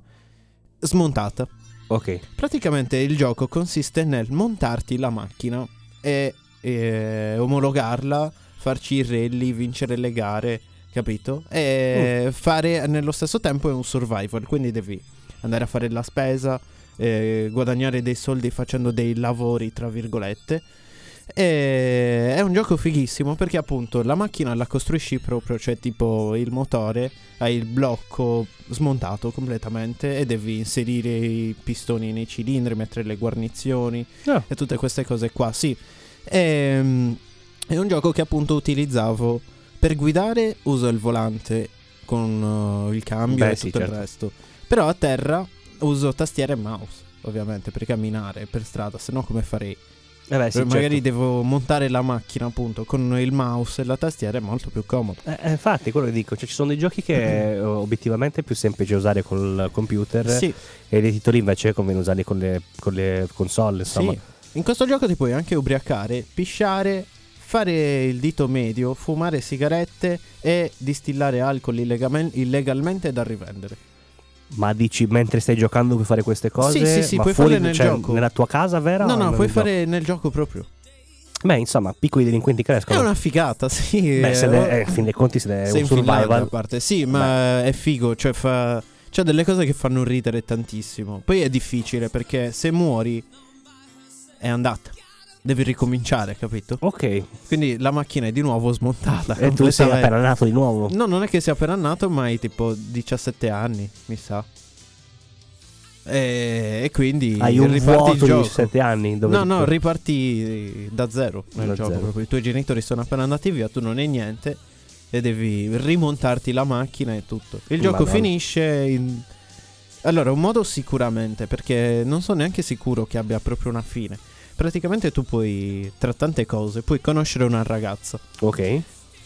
Speaker 3: smontata.
Speaker 2: Ok.
Speaker 3: Praticamente il gioco consiste nel montarti la macchina e, e omologarla, farci i rally, vincere le gare, capito? E fare nello stesso tempo è un survival, quindi devi andare a fare la spesa, eh, guadagnare dei soldi facendo dei lavori, tra virgolette. E è un gioco fighissimo perché appunto la macchina la costruisci proprio, cioè tipo il motore, hai il blocco smontato completamente e devi inserire i pistoni nei cilindri, mettere le guarnizioni
Speaker 2: Ah.
Speaker 3: e tutte queste cose qua, sì. Ehm, è un gioco che appunto utilizzavo per guidare, uso il volante con eh, il cambio
Speaker 2: Beh,
Speaker 3: e
Speaker 2: sì,
Speaker 3: tutto il
Speaker 2: certo.
Speaker 3: resto, però a terra uso tastiera e mouse. Ovviamente per camminare per strada, se no come farei?
Speaker 2: Eh beh, sì,
Speaker 3: Eh, magari
Speaker 2: certo.
Speaker 3: devo montare la macchina appunto con il mouse e la tastiera è molto più comodo.
Speaker 2: Eh, eh, infatti, quello che dico, cioè, ci sono dei giochi che eh, obiettivamente è più semplice usare col computer
Speaker 3: Sì,
Speaker 2: e dei titoli invece conviene usarli con le, con le console, insomma.
Speaker 3: sì. In questo gioco ti puoi anche ubriacare, pisciare, fare il dito medio, fumare sigarette e distillare alcol illegame- illegalmente da rivendere.
Speaker 2: Ma dici mentre stai giocando puoi fare queste cose?
Speaker 3: Sì, sì, sì,
Speaker 2: ma
Speaker 3: puoi
Speaker 2: fuori,
Speaker 3: farle nel
Speaker 2: cioè,
Speaker 3: gioco.
Speaker 2: Nella tua casa vera?
Speaker 3: no,
Speaker 2: o
Speaker 3: no,
Speaker 2: nel
Speaker 3: puoi
Speaker 2: gioco?
Speaker 3: fare nel gioco proprio.
Speaker 2: Beh, insomma, piccoli delinquenti
Speaker 3: È
Speaker 2: crescono.
Speaker 3: una figata, sì.
Speaker 2: Beh, se
Speaker 3: eh,
Speaker 2: ne- eh, fin dei conti se ne è
Speaker 3: Sei eh,
Speaker 2: un
Speaker 3: in Finlandia, a
Speaker 2: survival.
Speaker 3: parte. Sì, ma è figo, cioè fa... C'è delle cose che fanno ridere tantissimo. Poi è difficile perché se muori è andata. Devi ricominciare, capito?
Speaker 2: Ok, e
Speaker 3: Quindi la macchina è di nuovo smontata.
Speaker 2: Oh. tu sei
Speaker 3: completamente.
Speaker 2: appena nato di nuovo.
Speaker 3: No, non è che sia appena nato, ma hai tipo 17 anni, mi sa. E, e quindi
Speaker 2: Hai un
Speaker 3: riparti il
Speaker 2: vuoto di
Speaker 3: gioco.
Speaker 2: 17 anni. Dove
Speaker 3: No, no,
Speaker 2: tu-
Speaker 3: riparti da zero nel
Speaker 2: Da
Speaker 3: gioco.
Speaker 2: zero.
Speaker 3: Proprio. I tuoi genitori sono appena andati via, tu non hai niente e devi rimontarti la macchina e tutto. Il gioco
Speaker 2: Madonna.
Speaker 3: finisce in... Allora, un modo sicuramente, perché non sono neanche sicuro che abbia proprio una fine. Praticamente tu puoi, tra tante cose, puoi conoscere una ragazza.
Speaker 2: Ok,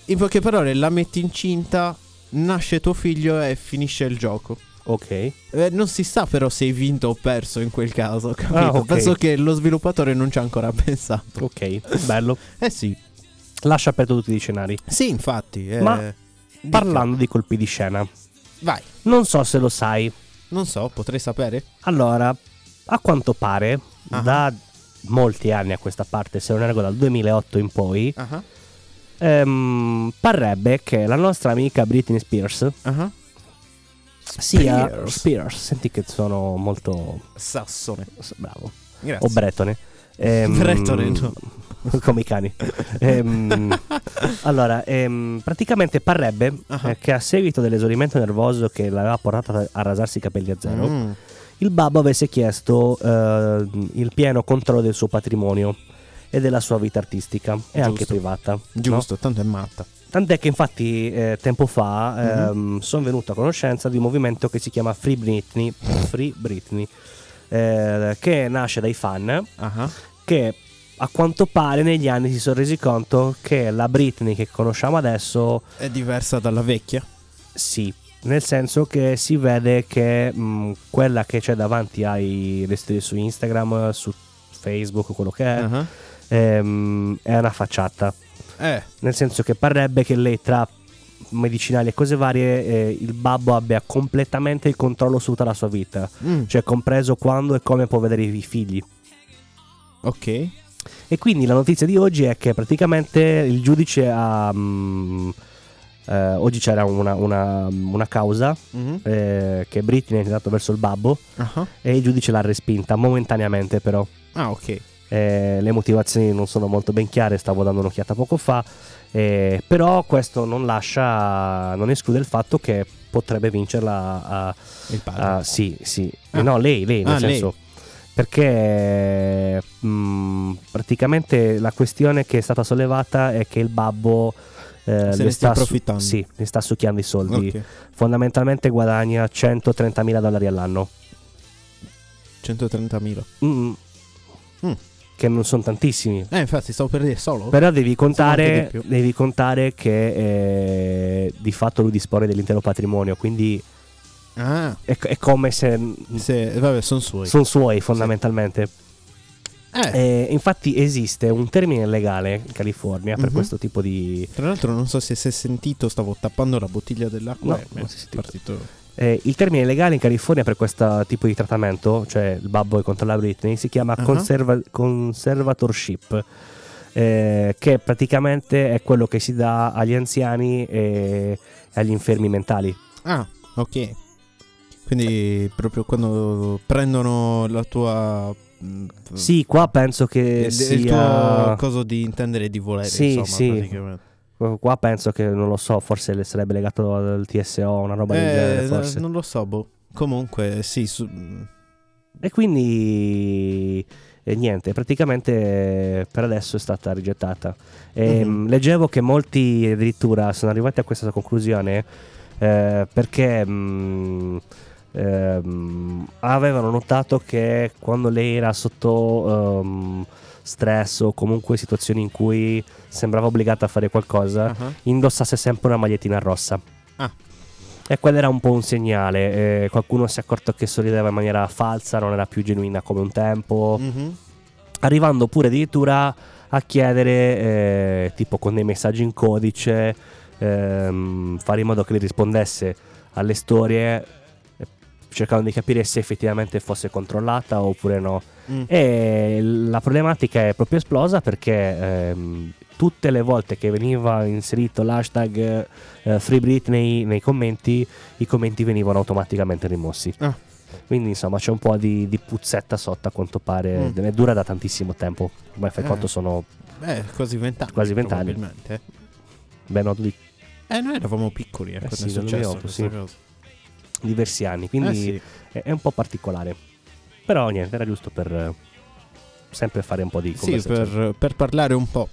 Speaker 3: In poche parole, la metti incinta, nasce tuo figlio e finisce il gioco.
Speaker 2: ok.
Speaker 3: Eh, non si sa però se hai vinto o perso in quel caso, capito?
Speaker 2: Ah, ok.
Speaker 3: Penso che lo sviluppatore non ci ha ancora pensato.
Speaker 2: Ok, bello.
Speaker 3: Eh sì.
Speaker 2: Lascia aperto tutti gli scenari.
Speaker 3: Sì, infatti. eh,
Speaker 2: Ma-
Speaker 3: dica.
Speaker 2: Parlando di colpi di scena,
Speaker 3: Vai.
Speaker 2: non so se lo sai.
Speaker 3: Non so, potrei sapere?
Speaker 2: Allora, a quanto pare,
Speaker 3: Ah.
Speaker 2: da molti anni a questa parte, se non ergo dal 2008 in poi,
Speaker 3: Ah.
Speaker 2: ehm, parrebbe che la nostra amica Britney Spears
Speaker 3: Ah.
Speaker 2: sia...
Speaker 3: Spears.
Speaker 2: Spears, senti che sono molto... eh,
Speaker 3: Sassone.
Speaker 2: Bravo.
Speaker 3: Grazie.
Speaker 2: o bretone. Ehm,
Speaker 3: Bretone, no.
Speaker 2: Come i cani. Ehm, allora, ehm, praticamente parrebbe
Speaker 3: Ah.
Speaker 2: eh, che a seguito dell'esaurimento nervoso che l'aveva portata a rasarsi i capelli a zero,
Speaker 3: Mm.
Speaker 2: il babbo avesse chiesto eh, il pieno controllo del suo patrimonio e della sua vita artistica e anche
Speaker 3: Giusto.
Speaker 2: privata. no?
Speaker 3: Giusto, tanto è matta.
Speaker 2: Tant'è che infatti eh, tempo
Speaker 3: Mhm.
Speaker 2: fa sono venuto a conoscenza di un movimento che si chiama Free Britney, Free Britney eh, che nasce dai fan
Speaker 3: Ah.
Speaker 2: che a quanto pare negli anni si sono resi conto che la Britney che conosciamo adesso
Speaker 3: È diversa dalla vecchia.
Speaker 2: sì, nel senso che si vede che mh, quella che c'è davanti ai resti su Instagram, su Facebook, quello che è,
Speaker 3: Ah.
Speaker 2: ehm, è una facciata.
Speaker 3: Eh.
Speaker 2: Nel senso che parrebbe che lei tra medicinali e cose varie eh, il babbo abbia completamente il controllo su tutta la sua vita,
Speaker 3: Mm,
Speaker 2: cioè compreso quando e come può vedere i figli.
Speaker 3: Ok.
Speaker 2: E quindi la notizia di oggi è che praticamente il giudice ha. mm, eh, oggi c'era una, una- una causa
Speaker 3: Mhm.
Speaker 2: eh, che Britney ha tirato verso il babbo
Speaker 3: Ah.
Speaker 2: e il giudice l'ha respinta momentaneamente però.
Speaker 3: Ah, ok.
Speaker 2: Eh, le motivazioni non sono molto ben chiare, stavo dando un'occhiata poco fa, eh, però questo non lascia, non esclude il fatto che potrebbe vincerla a,
Speaker 3: Il padre.
Speaker 2: Ah, sì, sì.
Speaker 3: Ah.
Speaker 2: No, lei, lei, nel
Speaker 3: Ah,
Speaker 2: senso. Perché mh, praticamente la questione che è stata sollevata è che il babbo eh,
Speaker 3: Se
Speaker 2: le
Speaker 3: ne sta
Speaker 2: su-
Speaker 3: approfittando.
Speaker 2: sì, le sta succhiando i soldi.
Speaker 3: Ok.
Speaker 2: Fondamentalmente guadagna 130.000 dollari all'anno.
Speaker 3: 130.000.
Speaker 2: Mm.
Speaker 3: Mm.
Speaker 2: Che non sono tantissimi.
Speaker 3: Eh, infatti, stavo per dire solo.
Speaker 2: Però devi
Speaker 3: anche
Speaker 2: contare,
Speaker 3: di più.
Speaker 2: devi contare che eh, di fatto lui dispone dell'intero patrimonio, quindi
Speaker 3: Ah.
Speaker 2: è, è come se
Speaker 3: Se, vabbè, sono suoi.
Speaker 2: sono suoi fondamentalmente.
Speaker 3: eh.
Speaker 2: Eh, infatti esiste un termine legale in California per
Speaker 3: Mhm.
Speaker 2: questo tipo di...
Speaker 3: Tra l'altro non so se si è sentito, stavo tappando la bottiglia dell'acqua
Speaker 2: No,
Speaker 3: e
Speaker 2: non
Speaker 3: mi è
Speaker 2: si è sentito.
Speaker 3: partito.
Speaker 2: eh, il termine legale in California per questo tipo di trattamento, cioè il babbo è contro la Britney, si chiama
Speaker 3: Ah.
Speaker 2: conserva- conservatorship. eh, che praticamente è quello che si dà agli anziani e agli infermi mentali.
Speaker 3: Ah, ok. Quindi proprio quando prendono la tua... mh,
Speaker 2: Sì, qua penso che
Speaker 3: Mm. il,
Speaker 2: sia...
Speaker 3: il tuo coso di intendere e di volere,
Speaker 2: Sì,
Speaker 3: insomma,
Speaker 2: sì.
Speaker 3: praticamente.
Speaker 2: Qua penso che, non lo so, forse le sarebbe legato al TSO, una roba del genere
Speaker 3: Eh,
Speaker 2: forse.
Speaker 3: non lo so, boh. Comunque, sì, su-
Speaker 2: E quindi eh, niente, praticamente eh, per adesso è stata rigettata. E,
Speaker 3: Mhm.
Speaker 2: mh, Leggevo che molti addirittura sono arrivati a questa conclusione eh, perché mh, ehm, avevano notato che quando lei era sotto ehm, stress o comunque situazioni in cui sembrava obbligata a fare qualcosa,
Speaker 3: ah,
Speaker 2: indossasse sempre una magliettina rossa.
Speaker 3: Ah.
Speaker 2: E quello era un po' un segnale. eh, qualcuno si è accorto che sorrideva in maniera falsa, non era più genuina come un tempo.
Speaker 3: mhm.
Speaker 2: Arrivando pure addirittura a chiedere, eh, tipo con dei messaggi in codice, ehm, fare in modo che le rispondesse alle storie, eh, cercando di capire se effettivamente fosse controllata oppure no.
Speaker 3: Mm.
Speaker 2: Eh. E la problematica è proprio esplosa perché ehm, tutte le volte che veniva inserito l'hashtag eh, Free Britney nei commenti, i commenti venivano automaticamente rimossi.
Speaker 3: Ah.
Speaker 2: Quindi insomma c'è un po' di, di puzzetta sotto a quanto pare,
Speaker 3: Mm.
Speaker 2: è dura da tantissimo tempo, ma fai
Speaker 3: Eh.
Speaker 2: conto sono
Speaker 3: Beh, Eh, quasi vent'anni.
Speaker 2: Quasi vent'anni.
Speaker 3: probabilmente.
Speaker 2: ben 8 di
Speaker 3: Eh, noi eravamo piccoli eh,
Speaker 2: Eh
Speaker 3: quando
Speaker 2: sì,
Speaker 3: è
Speaker 2: nel
Speaker 3: successo
Speaker 2: 2008,
Speaker 3: questa
Speaker 2: sì.
Speaker 3: cosa.
Speaker 2: diversi anni, quindi
Speaker 3: Eh sì.
Speaker 2: è, è un po' particolare. Però niente, era giusto per eh, sempre fare un po' di
Speaker 3: Sì,
Speaker 2: conversazione.
Speaker 3: per, per parlare un po'.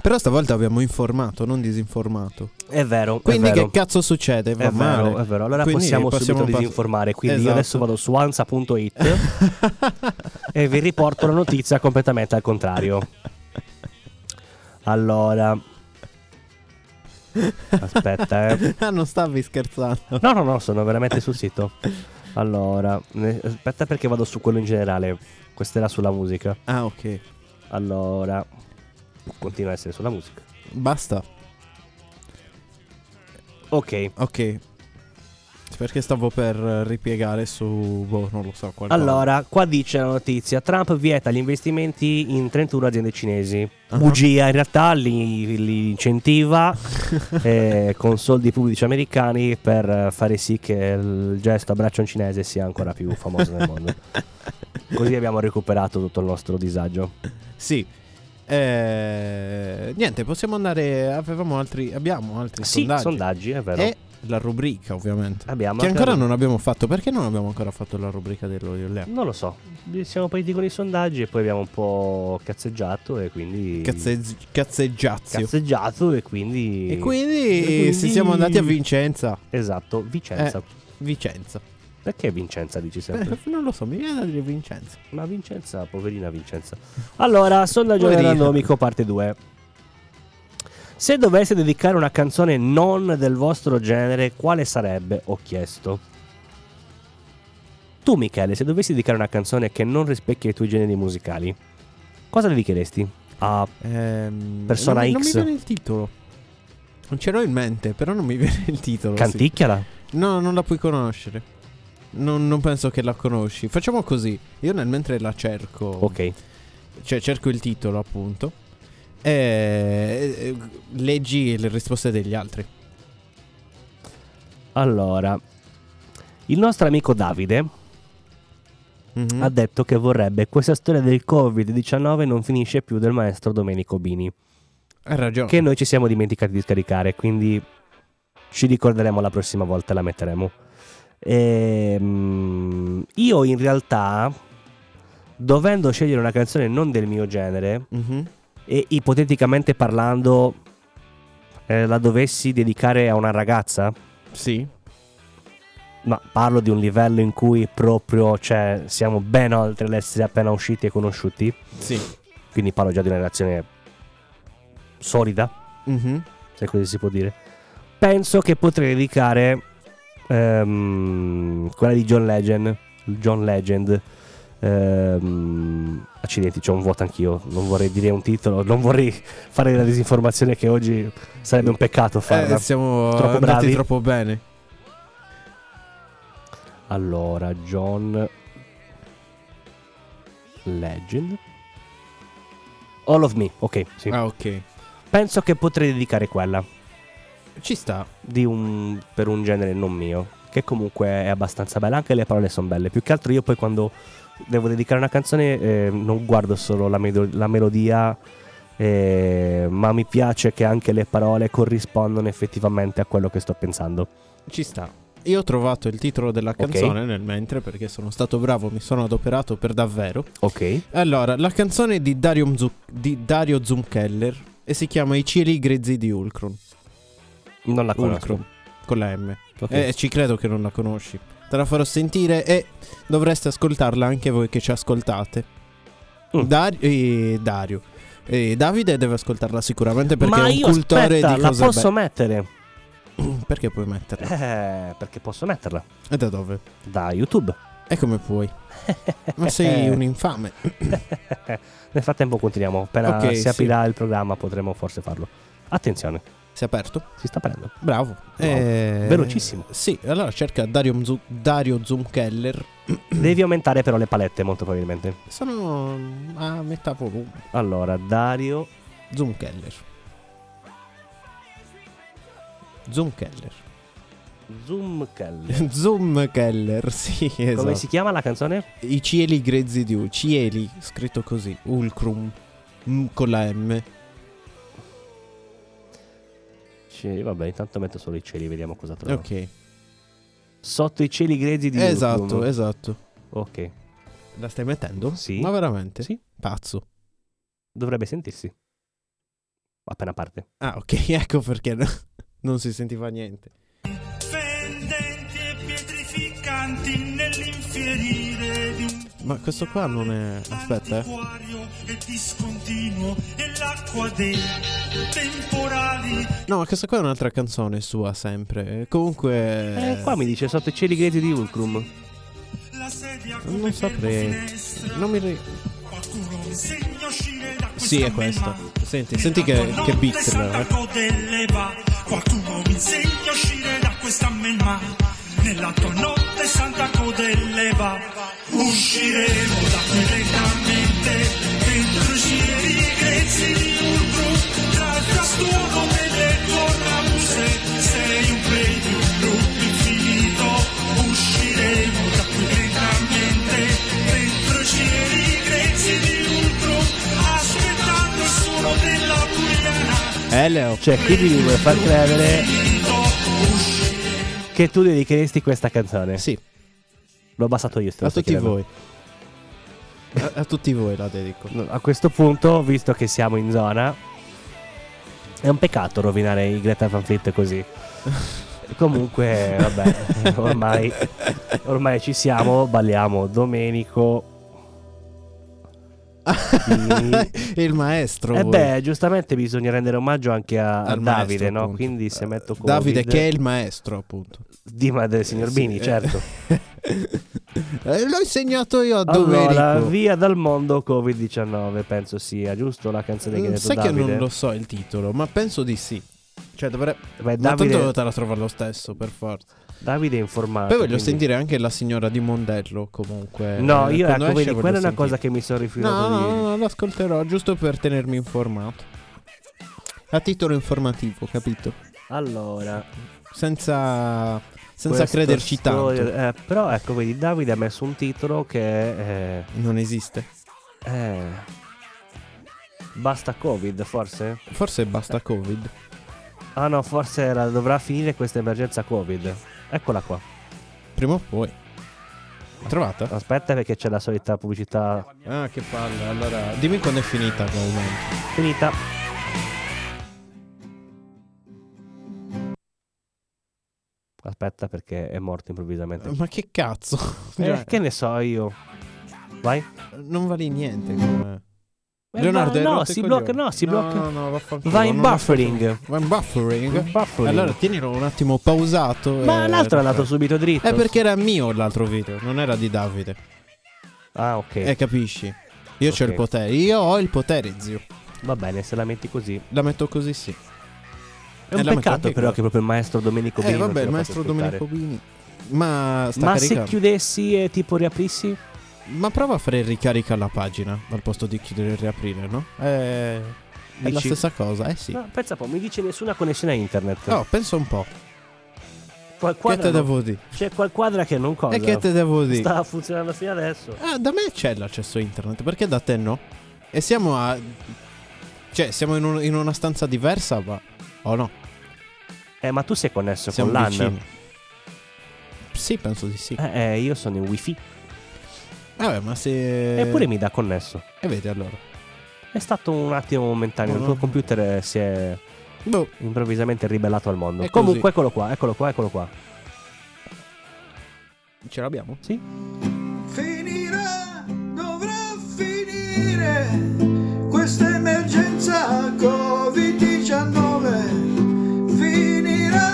Speaker 3: Però stavolta abbiamo informato, non disinformato.
Speaker 2: È vero,
Speaker 3: Quindi
Speaker 2: è vero.
Speaker 3: che cazzo succede? Va
Speaker 2: È vero,
Speaker 3: male.
Speaker 2: è vero. Allora
Speaker 3: Quindi
Speaker 2: possiamo,
Speaker 3: possiamo
Speaker 2: subito
Speaker 3: pass-
Speaker 2: disinformare. Quindi io
Speaker 3: Esatto.
Speaker 2: adesso vado su ansa.it e vi riporto la notizia completamente al contrario. Allora, aspetta, eh.
Speaker 3: Ah, non stavi scherzando.
Speaker 2: No, no, no, sono veramente sul sito. Allora, ne- aspetta perché vado su quello in generale. Questa era sulla musica.
Speaker 3: Ah, ok.
Speaker 2: Allora, continua a essere sulla musica.
Speaker 3: Basta.
Speaker 2: Ok.
Speaker 3: Ok. Perché stavo per eh, ripiegare su. Boh, non lo so. Qualcosa.
Speaker 2: Allora, qua dice la notizia: Trump vieta gli investimenti in 31 aziende cinesi.
Speaker 3: Ah.
Speaker 2: Bugia, in realtà li, li incentiva eh, con soldi pubblici americani per eh, fare sì che il gesto a braccio cinese sia ancora più famoso nel mondo. Così abbiamo recuperato tutto il nostro disagio.
Speaker 3: Sì. Eh, niente, possiamo andare. Avevamo altri. Abbiamo altri
Speaker 2: Sì, sondaggi,
Speaker 3: sondaggi.
Speaker 2: è vero.
Speaker 3: E la rubrica, ovviamente.
Speaker 2: Abbiamo
Speaker 3: che
Speaker 2: anche-
Speaker 3: ancora non abbiamo fatto. Perché non abbiamo ancora fatto la rubrica dello Io Leo?
Speaker 2: Non lo so, siamo partiti con i sondaggi e poi abbiamo un po' cazzeggiato e quindi...
Speaker 3: Cazze- cazzeggiazio.
Speaker 2: Cazzeggiato e quindi...
Speaker 3: E quindi,
Speaker 2: E quindi-
Speaker 3: se siamo andati a Vincenza.
Speaker 2: Esatto, Vicenza.
Speaker 3: Eh, Vicenza.
Speaker 2: Perché Vincenza dici sempre?
Speaker 3: Eh, non lo so, mi viene da dire Vincenza.
Speaker 2: Ma Vincenza, poverina Vincenza. Allora, sondaggio
Speaker 3: Poverina.
Speaker 2: randomico parte 2. Se doveste dedicare una canzone non del vostro genere, quale sarebbe? Ho chiesto. Tu, Michele, se dovessi dedicare una canzone che non rispecchia i tuoi generi musicali, cosa dedicheresti?
Speaker 3: Ah,
Speaker 2: A
Speaker 3: Ehm,
Speaker 2: Persona
Speaker 3: non, mi-
Speaker 2: X.
Speaker 3: Non mi viene il titolo. Non ce l'ho in mente, però non mi viene il titolo. sì.
Speaker 2: Canticchiala?
Speaker 3: No, non la puoi conoscere. Non, non penso che la conosci. Facciamo così. Io nel mentre la cerco.
Speaker 2: Ok.
Speaker 3: Cioè, cerco il titolo, appunto. E e- leggi le risposte degli altri.
Speaker 2: Allora, il nostro amico Davide
Speaker 3: Mhm.
Speaker 2: ha detto che vorrebbe questa storia del Covid-19 non finisce più del maestro Domenico Bini.
Speaker 3: Hai ragione.
Speaker 2: che noi ci siamo dimenticati di scaricare, quindi ci ricorderemo la prossima volta, la metteremo. Ehm, io in realtà, dovendo scegliere una canzone non del mio genere,
Speaker 3: Mhm.
Speaker 2: e ipoteticamente parlando, eh, la dovessi dedicare a una ragazza,
Speaker 3: Sì.
Speaker 2: ma parlo di un livello in cui proprio cioè, siamo ben oltre l'essere appena usciti e conosciuti,
Speaker 3: Sì.
Speaker 2: quindi parlo già di una relazione solida.
Speaker 3: Mhm.
Speaker 2: se così si può dire. Penso che potrei dedicare ehm, quella di John Legend. John Legend. Ehm, accidenti, c'ho un vuoto anch'io. Non vorrei dire un titolo, non vorrei fare la disinformazione che oggi sarebbe un peccato farla.
Speaker 3: Eh, siamo
Speaker 2: Troppo
Speaker 3: andati
Speaker 2: bravi.
Speaker 3: troppo bene.
Speaker 2: Allora, John Legend. All of Me, ok, sì.
Speaker 3: Ah, ok.
Speaker 2: Penso che potrei dedicare quella
Speaker 3: Ci sta.
Speaker 2: di un- per un genere non mio, che comunque è abbastanza bella, anche le parole sono belle. Più che altro io poi quando devo dedicare una canzone eh, non guardo solo la, medo- la melodia, eh, ma mi piace che anche le parole corrispondono effettivamente a quello che sto pensando.
Speaker 3: Ci sta. Io ho trovato il titolo della canzone nel mentre perché sono stato bravo, mi sono adoperato per davvero.
Speaker 2: Ok,
Speaker 3: Allora, la canzone è di Dario, Mzu- di Dario Zumkeller e si chiama I cieli grezzi di Ulcron.
Speaker 2: non la conosco.
Speaker 3: Ulcron, con la M.
Speaker 2: Ok.
Speaker 3: E ci credo che non la conosci. Te la farò sentire e dovreste ascoltarla anche voi che ci ascoltate.
Speaker 2: Mm.
Speaker 3: Dar- eh, Dario. Eh, Davide deve ascoltarla sicuramente perché
Speaker 2: ma
Speaker 3: è un
Speaker 2: io
Speaker 3: cultore
Speaker 2: aspetta,
Speaker 3: di
Speaker 2: la
Speaker 3: cose
Speaker 2: posso mettere?
Speaker 3: belle. Perché puoi metterla?
Speaker 2: Eh, perché posso metterla
Speaker 3: E da dove?
Speaker 2: da YouTube.
Speaker 3: E come puoi? Ma
Speaker 2: Eh.
Speaker 3: sei un infame.
Speaker 2: Nel frattempo continuiamo, appena
Speaker 3: Ok,
Speaker 2: si
Speaker 3: sì.
Speaker 2: aprirà il programma potremo forse farlo. Attenzione,
Speaker 3: Si è aperto?
Speaker 2: si sta aprendo.
Speaker 3: Bravo. Eh,
Speaker 2: velocissimo.
Speaker 3: Sì, allora cerca Dario, Mzu- Dario Zumkeller.
Speaker 2: Devi aumentare però le palette molto probabilmente.
Speaker 3: Sono a metà volume.
Speaker 2: Allora, Dario
Speaker 3: Zumkeller. Zumkeller. Esatto.
Speaker 2: Zoomkeller.
Speaker 3: Zumkeller, sì,
Speaker 2: Come
Speaker 3: esatto.
Speaker 2: si chiama la canzone?
Speaker 3: I cieli grezzi di Ulcrum. Cieli, scritto così. Ulcrum. Mm, con la M.
Speaker 2: Sì, vabbè, intanto metto solo i cieli, vediamo cosa trovo.
Speaker 3: Ok.
Speaker 2: Sotto i cieli grezzi di
Speaker 3: Esatto,
Speaker 2: Uruguay.
Speaker 3: esatto.
Speaker 2: Ok.
Speaker 3: La stai mettendo?
Speaker 2: Sì.
Speaker 3: Ma veramente?
Speaker 2: Sì.
Speaker 3: Pazzo.
Speaker 2: Dovrebbe sentirsi. Appena parte.
Speaker 3: Ah, ok, ecco perché no- non si sentiva niente.
Speaker 6: pendenti e pietrificanti nell'infierire di un
Speaker 3: Ma questo qua non è... Aspetta, eh.
Speaker 6: antiquario e discontinuo e l'acqua dei temporali
Speaker 3: No, ma questa qua è un'altra canzone sua sempre. Eh, Comunque...
Speaker 2: Eh, qua mi dice sotto i cieli grezzi di Ulcrum.
Speaker 6: la sedia come
Speaker 3: Non saprei.
Speaker 6: finestra
Speaker 3: Non mi... ri-
Speaker 6: qualcuno mi insegna a uscire da questa
Speaker 3: Sì, è questa.
Speaker 6: melma.
Speaker 3: Senti, senti che, che beat.
Speaker 6: Santa
Speaker 3: però, eh.
Speaker 6: Codelle va. Qualcuno mi insegna a uscire da questa melma. Nella tua notte Santa Codelle va. Usciremo da qui lentamente. Dentro i cieli grezzi di un blu. Tra il frastuono delle cornamuse. Sei un premio, un gruppo infinito. Usciremo da qui lentamente. Dentro i cieli grezzi di un blu. Aspettando il suono della pugliana.
Speaker 3: Eh, Leo.
Speaker 2: Cioè, chi ti vuole far credere che tu dedicheresti questa canzone?
Speaker 3: Sì,
Speaker 2: L'ho abbassato io, Eh, sto
Speaker 3: a tutti voi. A, a tutti voi la dedico.
Speaker 2: A questo punto, visto che siamo in zona, è un peccato rovinare i Greta Van Fleet così. Comunque, Eh, vabbè, ormai, ormai ci siamo, balliamo Domenico. Sì.
Speaker 3: Il maestro.
Speaker 2: E
Speaker 3: voi.
Speaker 2: Eh beh, giustamente bisogna rendere omaggio anche a, a
Speaker 3: Al maestro,
Speaker 2: Davide, no?
Speaker 3: appunto.
Speaker 2: Quindi se metto Covid,
Speaker 3: Davide che è il maestro, appunto.
Speaker 2: di madre signor
Speaker 3: Sì,
Speaker 2: Bini,
Speaker 3: eh.
Speaker 2: certo.
Speaker 3: Eh, L'ho insegnato io a
Speaker 2: Allora,
Speaker 3: Domenico.
Speaker 2: via dal mondo Covid-19, penso sia giusto la canzone che ha
Speaker 3: Mm,
Speaker 2: detto
Speaker 3: Sai che
Speaker 2: Davide.
Speaker 3: non lo so il titolo, ma penso di sì. Cioè, dovrebbe.
Speaker 2: Beh,
Speaker 3: Ma tanto
Speaker 2: Davide,
Speaker 3: te la trova lo stesso, per forza.
Speaker 2: Davide è informato.
Speaker 3: Poi voglio
Speaker 2: quindi-
Speaker 3: sentire anche la signora di Mondello, comunque.
Speaker 2: No,
Speaker 3: Eh,
Speaker 2: io ecco,
Speaker 3: quando esce
Speaker 2: vedi,
Speaker 3: voglio
Speaker 2: quella è una
Speaker 3: sentire.
Speaker 2: cosa che mi sono
Speaker 3: No,
Speaker 2: rifiutato
Speaker 3: no,
Speaker 2: di
Speaker 3: no, l'ascolterò giusto per tenermi informato. A titolo informativo, capito?
Speaker 2: Allora,
Speaker 3: Senza, senza
Speaker 2: questa
Speaker 3: crederci
Speaker 2: storia-
Speaker 3: tanto.
Speaker 2: eh, però ecco, vedi, Davide ha messo un titolo che è
Speaker 3: Non esiste.
Speaker 2: eh, eh, Basta Covid, forse?
Speaker 3: Forse
Speaker 2: Eh.
Speaker 3: basta Covid.
Speaker 2: Ah no, forse era- dovrà finire questa emergenza Covid. Eccola qua.
Speaker 3: Prima o poi. Trovata?
Speaker 2: Aspetta perché c'è la solita pubblicità
Speaker 3: Ah, che palle. Allora, dimmi quando è finita. Comunque.
Speaker 2: finita. Aspetta perché è morto improvvisamente.
Speaker 3: Ma che cazzo?
Speaker 2: Eh,
Speaker 3: Cioè,
Speaker 2: che ne so io. Vai.
Speaker 3: Non vali niente. come-
Speaker 2: Eh,
Speaker 3: Leonardo,
Speaker 2: no,
Speaker 3: hai
Speaker 2: no,
Speaker 3: rotto i
Speaker 2: si
Speaker 3: coglioni.
Speaker 2: blocca, no, si
Speaker 3: No,
Speaker 2: blocca.
Speaker 3: no, no, vaffanculo,
Speaker 2: Vai in
Speaker 3: non lo
Speaker 2: buffering.
Speaker 3: Va in buffering.
Speaker 2: Buffering.
Speaker 3: Eh, Allora, tienilo un attimo pausato.
Speaker 2: Ma
Speaker 3: e-
Speaker 2: l'altro è andato subito dritto.
Speaker 3: Eh, perché era mio l'altro video, non era di Davide.
Speaker 2: Ah, ok.
Speaker 3: Eh, capisci? Io c'ho
Speaker 2: Ok.
Speaker 3: il potere. Io ho il potere, zio.
Speaker 2: Va bene, se la metti così.
Speaker 3: La metto così, sì.
Speaker 2: È un
Speaker 3: Eh, la metto
Speaker 2: peccato
Speaker 3: anche
Speaker 2: però
Speaker 3: qua.
Speaker 2: che proprio il maestro Domenico Bini
Speaker 3: eh,
Speaker 2: non
Speaker 3: vabbè,
Speaker 2: ce
Speaker 3: il
Speaker 2: l'ha
Speaker 3: maestro
Speaker 2: fatto ascoltare.
Speaker 3: Domenico Bini. Ma sta
Speaker 2: Ma se
Speaker 3: caricando.
Speaker 2: chiudessi e tipo riaprissi?
Speaker 3: Ma prova a fare il ricarica alla pagina al posto di chiudere e riaprire, no? Eh, È la
Speaker 2: Dici?
Speaker 3: stessa cosa, eh sì.
Speaker 2: No, pensa un po', mi dice nessuna connessione a internet.
Speaker 3: Oh, pensa un po'.
Speaker 2: Qual
Speaker 3: Che
Speaker 2: quadra
Speaker 3: te
Speaker 2: non-
Speaker 3: devo dire?
Speaker 2: C'è qual quadra che non cosa.
Speaker 3: E che te devo dire?
Speaker 2: Sta funzionando fino adesso.
Speaker 3: Ah, da me c'è l'accesso internet, perché da te no? E siamo a. Cioè, siamo in, un- in una stanza diversa, ma. Oh no,
Speaker 2: Eh, ma tu sei connesso
Speaker 3: siamo
Speaker 2: con LAN?
Speaker 3: vicini. Sì, penso di sì.
Speaker 2: Eh, eh, io sono in wifi.
Speaker 3: Vabbè, ma se.
Speaker 2: Eppure mi dà connesso.
Speaker 3: E vedi allora.
Speaker 2: È stato un attimo momentaneo.
Speaker 3: No,
Speaker 2: Il tuo
Speaker 3: no.
Speaker 2: computer eh, si è
Speaker 3: Boh,
Speaker 2: improvvisamente ribellato al mondo.
Speaker 3: È così.
Speaker 2: Comunque, eccolo qua, eccolo qua, eccolo qua.
Speaker 3: ce l'abbiamo?
Speaker 2: Sì?
Speaker 5: Finirà, dovrà finire questa emergenza Covid-19. Finirà,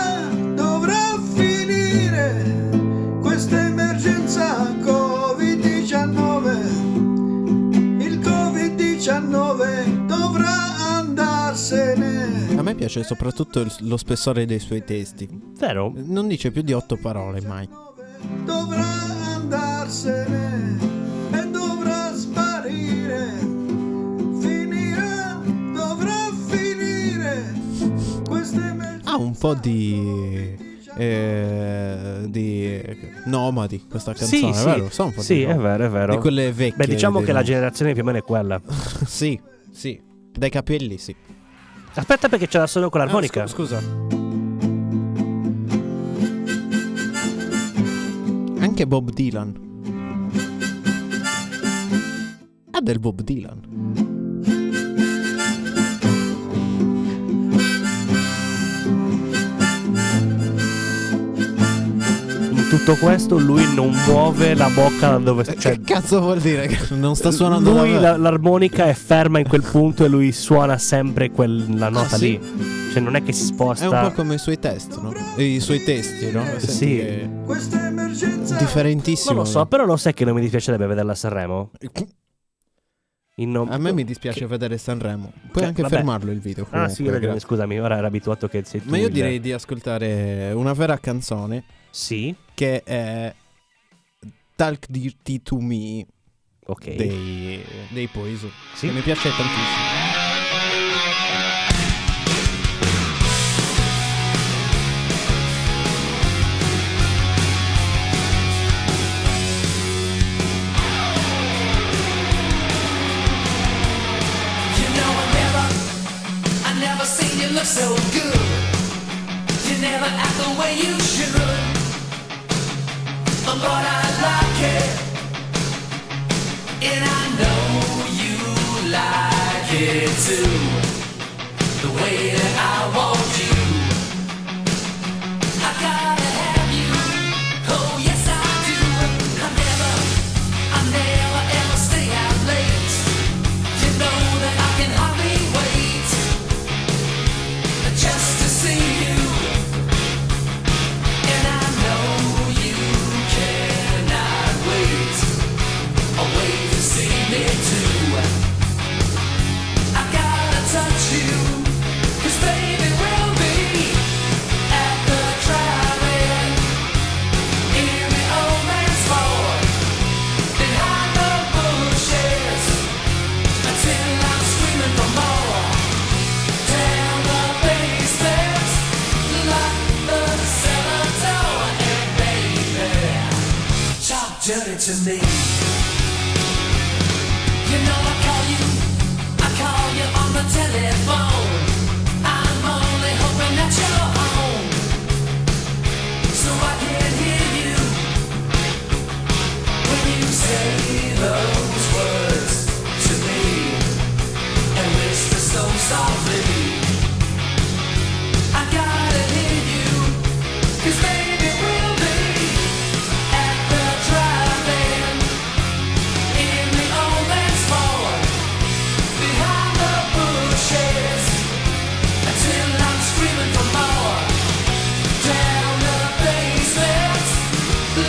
Speaker 5: dovrà finire questa emergenza Covid-19. Il Covid-19 dovrà andarsene.
Speaker 3: A me piace soprattutto il- lo spessore dei suoi testi.
Speaker 2: Vero?
Speaker 3: Non dice più di otto parole mai.
Speaker 5: dovrà andarsene e dovrà sparire. Finirà, dovrà finire. Questa emergenza.
Speaker 3: Ha Ah, un po' di. Eh, di nomadi questa canzone,
Speaker 2: sì,
Speaker 3: vero?
Speaker 2: sì.
Speaker 3: Sono un po'
Speaker 2: Sì,
Speaker 3: di
Speaker 2: è
Speaker 3: nomadi.
Speaker 2: vero, è vero.
Speaker 3: Di quelle vecchie.
Speaker 2: Beh, diciamo
Speaker 3: dei
Speaker 2: che la
Speaker 3: nomadi.
Speaker 2: generazione più o meno è quella.
Speaker 3: Sì, sì. Dai capelli, sì.
Speaker 2: Aspetta, perché c'è la solo con l'armonica.
Speaker 3: Ah, scu- scusa. Anche Bob Dylan. Ha del Bob Dylan.
Speaker 2: In tutto questo, lui non muove la bocca da dove. Cioè,
Speaker 3: Eh, che cazzo vuol dire che non sta suonando
Speaker 2: lui
Speaker 3: davvero?
Speaker 2: la- l'armonica è ferma in quel punto e lui suona sempre quella nota
Speaker 3: Ah, sì?
Speaker 2: lì. Cioè, non è che si sposta.
Speaker 3: È un po' come i suoi test, no? I suoi testi, no? Senti
Speaker 2: Sì.
Speaker 3: che
Speaker 5: Questa emergenza.
Speaker 3: è differentissimo.
Speaker 2: Non lo so, però lo sai che non mi dispiacerebbe vederla a Sanremo. In nom-
Speaker 3: A me mi dispiace vedere Sanremo. Puoi
Speaker 2: Eh,
Speaker 3: anche
Speaker 2: vabbè.
Speaker 3: fermarlo il video.
Speaker 2: Ah,
Speaker 3: comunque,
Speaker 2: sì, hai ragione,
Speaker 3: grazie.
Speaker 2: scusami, ora era abituato che sei tu.
Speaker 3: Ma io
Speaker 2: il-
Speaker 3: direi di ascoltare una vera canzone
Speaker 2: Sì,
Speaker 3: che è Talk Dirty to Me
Speaker 2: ok.
Speaker 3: dei, dei Poison.
Speaker 2: Sì.
Speaker 3: Che mi piace tantissimo.
Speaker 7: You know I never, I never seen you look so good. You never act the way you should. But Lord, I like it, and I know you like it too. The way that I want you, I gotta have you. Oh yes I do. I never, I never ever stay out late. You know that I can hardly wait just to see you, and I know you cannot wait. wait to see me too. I gotta touch you, 'cause baby we'll be at the driving in the old man's Ford behind the bushes. Until I'm screaming for more Down the basement Lock the cellar door And baby Talk dirty to me You know I call you I call you on the telephone I'm only hoping that you're home So I can hear you When you say those words to me and whisper so softly. I gotta hear you, 'cause baby we'll be at the drive-in in the old man's Ford behind the bushes until I'm screaming for more. Down the basement,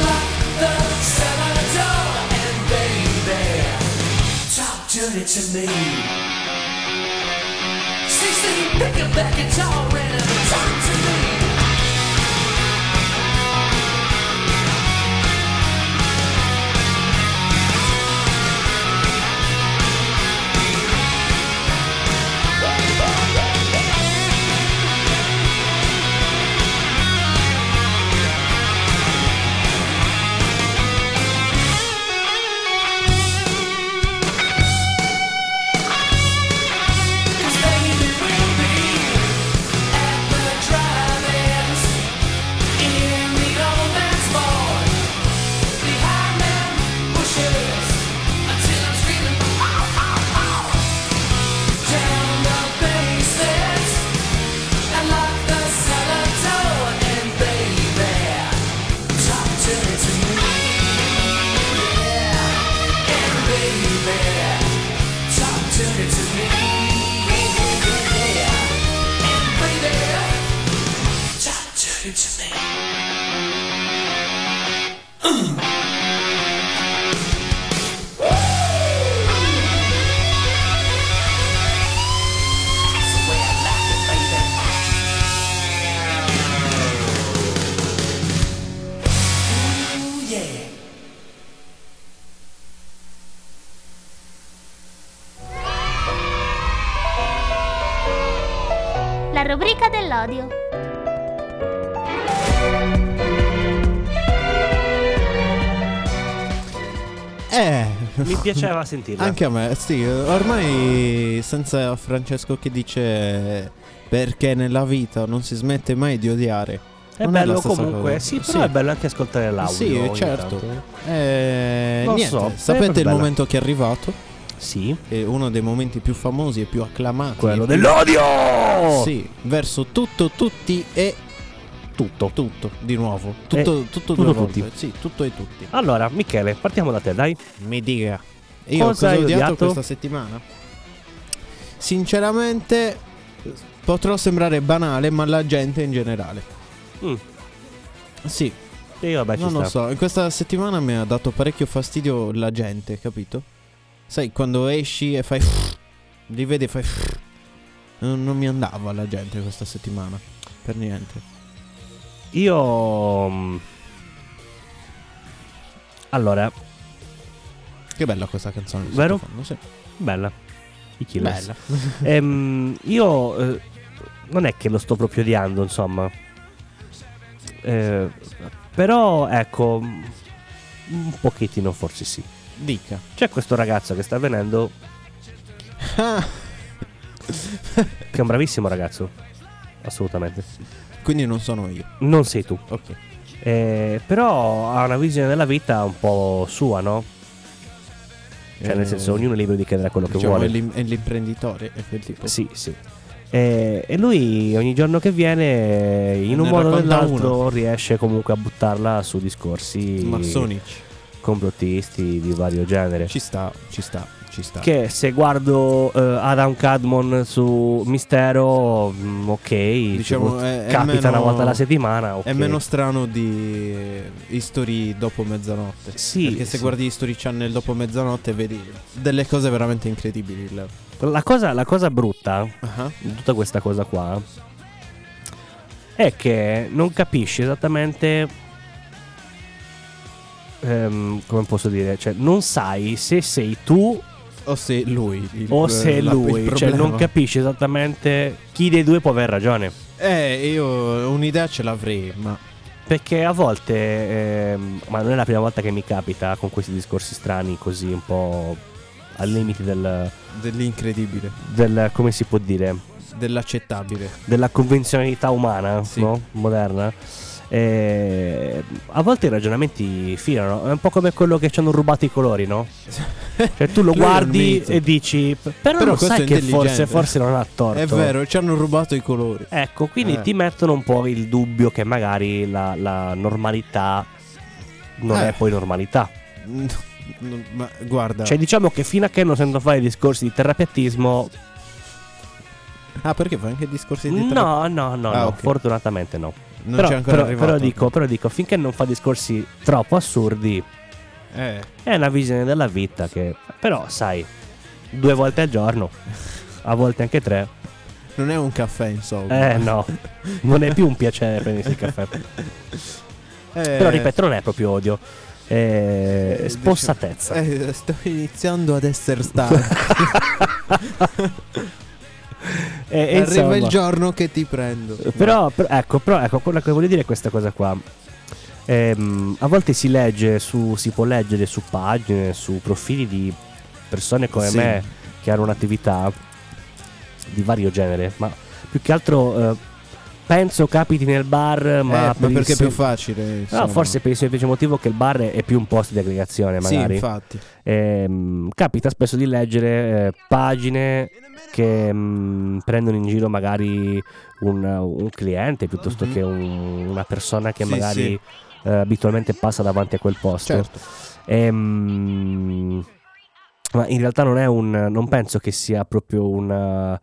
Speaker 7: lock the cellar door, and baby, talk dirty to me. 16, pick up that guitar and talk to me. return it to me. Yeah. And baby, just return it to me. That's the way I like it, baby. Ooh, yeah.
Speaker 8: La rubrica dell'odio.
Speaker 3: Eh,
Speaker 2: Mi piaceva sentirla.
Speaker 3: anche a me, sì, ormai senza Francesco che dice perché nella vita non si smette mai di odiare.
Speaker 2: è
Speaker 3: non è la
Speaker 2: bello
Speaker 3: stessa
Speaker 2: comunque,
Speaker 3: cosa.
Speaker 2: sì, però
Speaker 3: Sì.
Speaker 2: è bello anche ascoltare l'audio.
Speaker 3: Sì,
Speaker 2: ogni
Speaker 3: certo.
Speaker 2: tanto.
Speaker 3: Eh,
Speaker 2: Non
Speaker 3: niente,
Speaker 2: so, è
Speaker 3: sapete
Speaker 2: proprio
Speaker 3: il
Speaker 2: bella.
Speaker 3: momento che è arrivato?
Speaker 2: Sì,
Speaker 3: È uno dei momenti più famosi e più acclamati.
Speaker 2: quello dell'odio!
Speaker 3: Sì, verso tutto, tutti e tutto, tutto, di nuovo. Tutto, tutto,
Speaker 2: Eh, tutto
Speaker 3: due
Speaker 2: tutti.
Speaker 3: volte. Sì, tutto e tutti.
Speaker 2: Allora, Michele, partiamo da te, dai.
Speaker 3: Mi dica. Io
Speaker 2: Cosa
Speaker 3: cosa,
Speaker 2: hai
Speaker 3: ho odiato,
Speaker 2: odiato?
Speaker 3: questa settimana? Sinceramente, potrò sembrare banale, ma la gente in generale.
Speaker 2: Mm.
Speaker 3: Sì,
Speaker 2: E io, vabbè, Ah, ci
Speaker 3: non lo
Speaker 2: sta.
Speaker 3: so. In questa settimana mi ha dato parecchio fastidio la gente, capito? Sai, quando esci e fai. Li vedi e fai. Non non mi andava la gente questa settimana. Per niente.
Speaker 2: Io... mm, Allora,
Speaker 3: Che bella questa canzone. di
Speaker 2: Vero?
Speaker 3: sottofondo, Sì.
Speaker 2: bella. I Killers.
Speaker 3: Bella.
Speaker 2: Ehm, io eh, non è che lo sto proprio odiando, insomma. Eh, però ecco, un pochettino forse sì.
Speaker 3: Dica.
Speaker 2: C'è questo ragazzo che sta venendo,
Speaker 3: Ah.
Speaker 2: che è un bravissimo ragazzo, assolutamente.
Speaker 3: Quindi non sono io.
Speaker 2: Non sei tu.
Speaker 3: Ok.
Speaker 2: Eh, però ha una visione della vita un po' sua, no? Cioè, nel
Speaker 3: Eh,
Speaker 2: senso, ognuno è libero di credere a quello che
Speaker 3: diciamo,
Speaker 2: vuole.
Speaker 3: È, l'im- è l'imprenditore, è quel tipo.
Speaker 2: Sì, sì. E, e lui ogni giorno che viene, in un
Speaker 3: Ne
Speaker 2: modo o
Speaker 3: racconta
Speaker 2: nell'altro, riesce comunque a buttarla su discorsi
Speaker 3: Massonici.
Speaker 2: Eh. complottisti di vario genere.
Speaker 3: Ci sta, ci sta, ci sta.
Speaker 2: Che se guardo eh, Adam Cadmon su Mistero, mm, ok,
Speaker 3: Diciamo, è- è
Speaker 2: capita una
Speaker 3: meno-
Speaker 2: volta alla settimana. ok.
Speaker 3: È meno strano di eh, History dopo mezzanotte.
Speaker 2: Sì,
Speaker 3: Perché se
Speaker 2: sì.
Speaker 3: guardi History Channel dopo mezzanotte vedi delle cose veramente incredibili. là.
Speaker 2: La cosa, la cosa brutta
Speaker 3: Ah,
Speaker 2: di tutta questa cosa qua è che non capisci esattamente ehm, come posso dire, cioè non sai se sei tu
Speaker 3: O se lui. il-
Speaker 2: o se è
Speaker 3: la- il
Speaker 2: lui, cioè
Speaker 3: problema.
Speaker 2: non capisci esattamente chi dei due può aver ragione,
Speaker 3: Eh, io un'idea ce l'avrei, ma
Speaker 2: perché a volte, ehm, ma non è la prima volta che mi capita con questi discorsi strani così un po' al limite del,
Speaker 3: dell'incredibile,
Speaker 2: del come si può dire,
Speaker 3: dell'accettabile.
Speaker 2: della convenzionalità umana
Speaker 3: Sì.
Speaker 2: no? moderna. Eh, a volte i ragionamenti filano, è un po' come quello che ci hanno rubato i colori, no? Cioè tu lo
Speaker 3: Lui è un
Speaker 2: guardi
Speaker 3: mito.
Speaker 2: e dici, "P- però,
Speaker 3: Però
Speaker 2: lo
Speaker 3: questo
Speaker 2: sai
Speaker 3: è
Speaker 2: che
Speaker 3: intelligente."
Speaker 2: forse, forse non ha torto.
Speaker 3: È vero, ci hanno rubato i colori.
Speaker 2: Ecco, quindi
Speaker 3: Eh.
Speaker 2: ti mettono un po' il dubbio che magari la, la normalità non
Speaker 3: Eh.
Speaker 2: è poi normalità.
Speaker 3: No, no, ma guarda.
Speaker 2: Cioè diciamo che fino a che non sento fare discorsi di terrapiattismo,
Speaker 3: Ah, perché fai anche discorsi di tra-
Speaker 2: no, no, no,
Speaker 3: Ah,
Speaker 2: no,
Speaker 3: ok.
Speaker 2: fortunatamente no.
Speaker 3: non
Speaker 2: però,
Speaker 3: c'è ancora
Speaker 2: però-
Speaker 3: arrivato.
Speaker 2: però dico, però dico, finché non fa discorsi troppo assurdi,
Speaker 3: Eh,
Speaker 2: è una visione della vita che, però, sai, due volte al giorno, a volte anche tre.
Speaker 3: non è un caffè, insomma.
Speaker 2: Eh no, non è più un piacere prendersi il caffè.
Speaker 3: Eh,
Speaker 2: Però, ripeto, non è proprio odio. È
Speaker 3: eh,
Speaker 2: spossatezza.
Speaker 3: diciamo- eh, sto iniziando ad essere stanco.
Speaker 2: E- e
Speaker 3: Arriva il
Speaker 2: insomma-
Speaker 3: giorno che ti prendo.
Speaker 2: Però, però- ecco, però ecco, quello che voglio dire è questa cosa qua. Ehm, a volte si legge su, si può leggere su pagine, su profili di persone come
Speaker 3: Sì.
Speaker 2: me che hanno un'attività di vario genere, ma più che altro eh, penso capiti nel bar,
Speaker 3: Eh,
Speaker 2: ma,
Speaker 3: ma
Speaker 2: per il
Speaker 3: perché è più
Speaker 2: sem-
Speaker 3: facile?
Speaker 2: No,
Speaker 3: insomma.
Speaker 2: forse per il semplice motivo che il bar è più un posto di aggregazione,
Speaker 3: Sì,
Speaker 2: magari.
Speaker 3: infatti.
Speaker 2: Ehm, capita spesso di leggere eh, pagine che mm, prendono in giro magari un, un cliente piuttosto
Speaker 3: Mhm.
Speaker 2: che un- una persona che
Speaker 3: Sì,
Speaker 2: magari
Speaker 3: sì.
Speaker 2: eh, abitualmente passa davanti a quel posto.
Speaker 3: Certo.
Speaker 2: Ehm, ma in realtà non è un non penso che sia proprio una